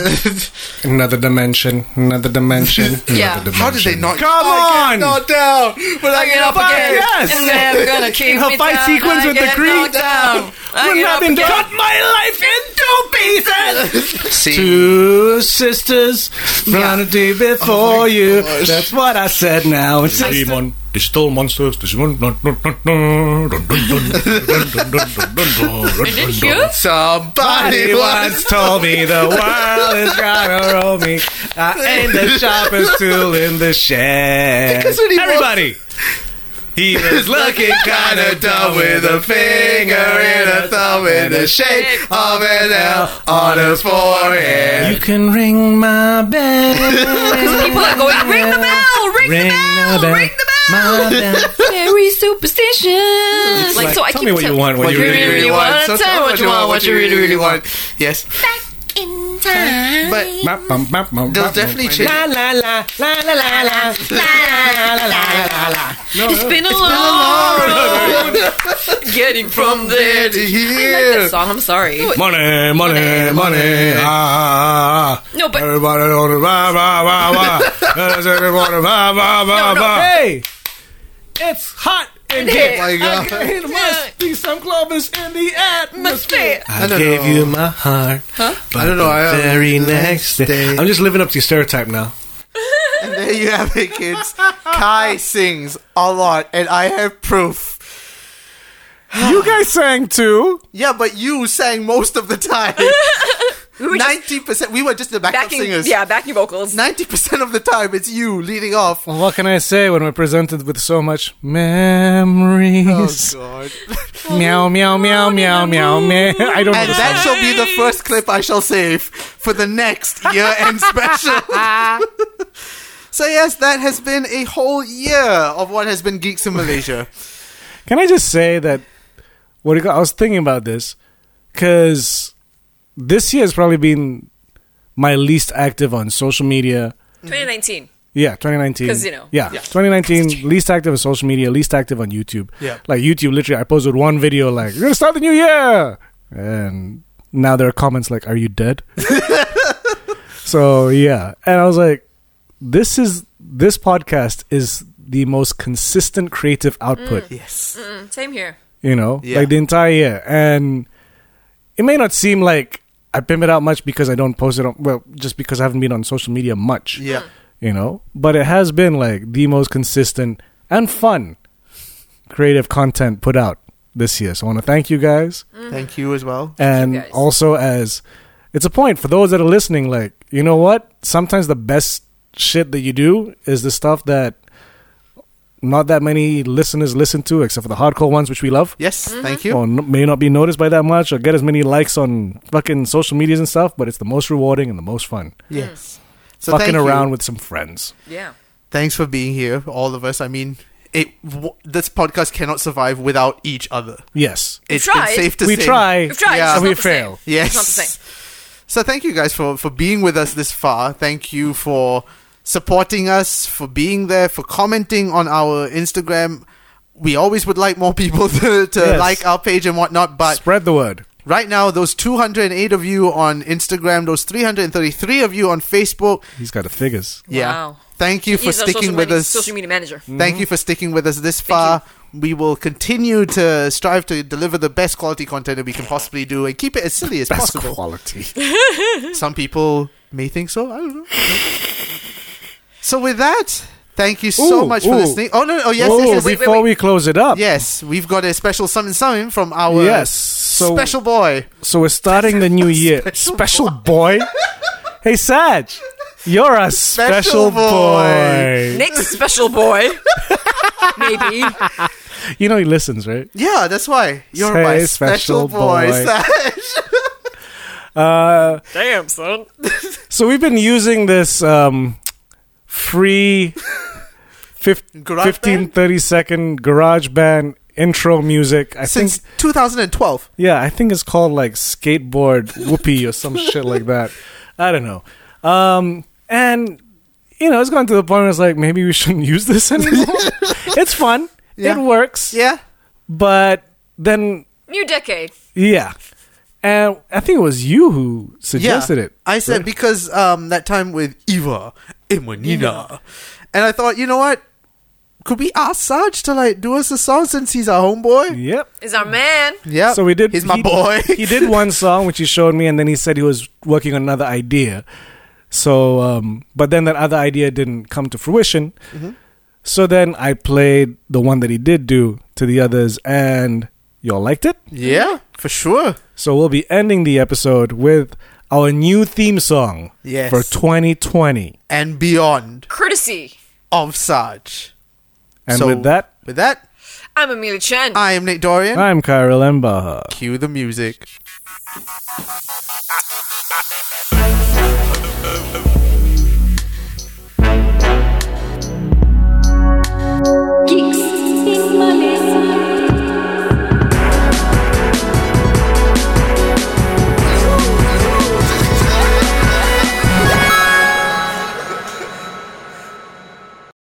Another dimension. Another dimension.
Yeah.
Another dimension.
How did they not?
Come
I
on!
get knocked down, but I
I
(laughs)
get
get up again.
yes.
And they're gonna keep
In her
me
fight
down.
sequence
I
with the
get
Greek.
knocked down. I
We're
get
not
up
in
again.
Cut my life into pieces.
See,
Two sisters fraternity before you.
gosh.
That's what I said. Now it's
Demon, digital monsters, Digimon. Dun, dun, dun, dun, dun, dun, dun, dun, dun, dun, dun, dun, dun, dun,
Did
dun,
you
dun.
hear?
somebody
Somebody
was.
once told me the world is gonna roll me. I ain't
(laughs)
the sharpest tool in the shed.
Because when he
Everybody. He was looking kinda dumb with a finger and a thumb in the shape
of an L on his
You
forehead.
can ring my bell.
People are going, ring the bell, ring, the
Ring
bell,
the bell.
ring the
My bell.
bell. Very superstitious. Like, so I
tell
keep
me what you
tell-
want, what, you really, really, want.
want,
So
tell
tell
me what you want, what you really, really
want. Yes,
Back in time.
but they'll definitely change.
La la la la la la la.
it's been a long road. (laughs) Getting from there to here. I like that song. I'm sorry.
Money, money, money. Ah, ah, ah.
No, but
Everybody on the rah, rah, rah, rah.
(laughs)
Everybody on the rah, rah, rah, rah.
Hey, it's hot in here.
my
I
God. (laughs)
can- It must be some Clovis in the atmosphere. I,
don't
gave
know.
you my heart. But
I don't know,
The
I, uh,
very next day. I'm just living up to your stereotype now.
And there you have it, kids. Kai sings a lot, and I have proof.
You guys sang too.
Yeah, but you sang most of the
(laughs)
time. Ninety percent. We were just the backup
backing,
singers.
yeah, backing vocals.
Ninety percent of the time, it's you leading off.
Well, what can I say when we're presented with so much
Oh,
memories?
Oh, God.
meow, meow, meow, meow, meow, meow. I don't know.
And
the
that
song.
shall be the first clip I shall save for the next year end special. (laughs) so, yes, that has been a whole year of what has been Geeks in Malaysia.
Can I just say that? What do you call- I was thinking about this because this year has probably been my least active on social media.
2019.
Yeah, 2019.
'Cause, you know. (laughs)
Yeah, 2019. Least active on social media. Least active on YouTube.
Yeah.
Like YouTube, literally, I posted one video like, "We're gonna start the new year," and now there are comments like, "Are you dead?" so yeah, and I was like, "This is this podcast is the most consistent creative output."
Yes.
Mm, same here.
you know,
Yeah.
like the entire year. And it may not seem like I pimp it out much because I don't post it on, well, just because I haven't been on social media much,
(laughs) Yeah.
you know, but it has been like the most consistent and fun creative content put out this year. So I want to thank you guys.
Oh, Thank you as well.
And
guys.
also, as it's a point for those that are listening, like, you know what? Sometimes the best shit that you do is the stuff that not that many listeners listen to, except for the hardcore ones, which we love
Yes, thank you.
or n- may not be noticed by that much or get as many likes on fucking social medias and stuff, but it's the most rewarding and the most fun.
Yes. So,
fucking
thank you.
around with some friends.
Yeah.
Thanks for being here, all of us. I mean, it. W- this podcast cannot survive without each other.
Yes.
We
It's been
tried.
safe to
we
say.
try
We've tried.
Yeah.
It's
and
not
we
the same.
fail.
Yes.
It's not the same.
So thank you guys for for being with us this far. Thank you for supporting us, for being there, for commenting on our Instagram. We always would like more people (laughs) to, to
Yes.
like our page and whatnot, but
Spread the word.
Right now, those 208 of you on Instagram, those 333 of you on Facebook.
He's got the figures.
Yeah. Thank you for
He's our
sticking
social
with
media-
us.
social media manager.
Thank you for sticking with us this far. We will continue to strive to deliver the best quality content that we can possibly do and keep it as silly as
Best
possible.
quality.
Some people may think so. I don't know. So with that, thank you so
Ooh,
much for
ooh.
listening. Oh no! no, Oh yes,
Whoa,
yes, yes, yes.
before we close it up.
Yes, we've got a special summon summon from our
yes. So
special boy.
So we're starting the new year. (laughs) Special, boy. hey Saj, you're a
Special
special, boy.
Next special boy. Maybe.
You know he listens, right?
Yeah, that's why you're
Say
my special,
special
boy.
boy.
Sash.
(laughs) Uh,
Damn, son.
so we've been using this um, free
(laughs)
fif- 15 30 second garage band intro music i
Since
think
2012.
yeah i think it's called like skateboard whoopee
(laughs)
or some shit like that i don't know um, and you know it's gone to the point where it's like maybe we shouldn't (laughs) use this anymore
(laughs)
it's fun
Yeah.
it works
yeah
but then
New decade.
yeah and i think it was you who suggested
Yeah.
it
I said
right?
because um, that time with Eva Imanina, and I thought, you know what? Could we ask Sarge to like do us a song since he's our homeboy?
Yep.
Is our man.
Yeah.
So we did.
He's my
he-
boy.
(laughs) he did one song which he showed me, and then he said he was working on another idea. So, um, but then that other idea didn't come to fruition.
Mm-hmm.
So then I played the one that he did do to the others, and y'all liked it.
Yeah, for sure.
So we'll be ending the episode with our new theme song
Yes.
for 2020.
and beyond
Courtesy.
of Sarge.
And
So-
with that,
With that,
I'm Amelia Chen.
I am Nick Dorian.
I'm Kyle Embaha.
Cue the music.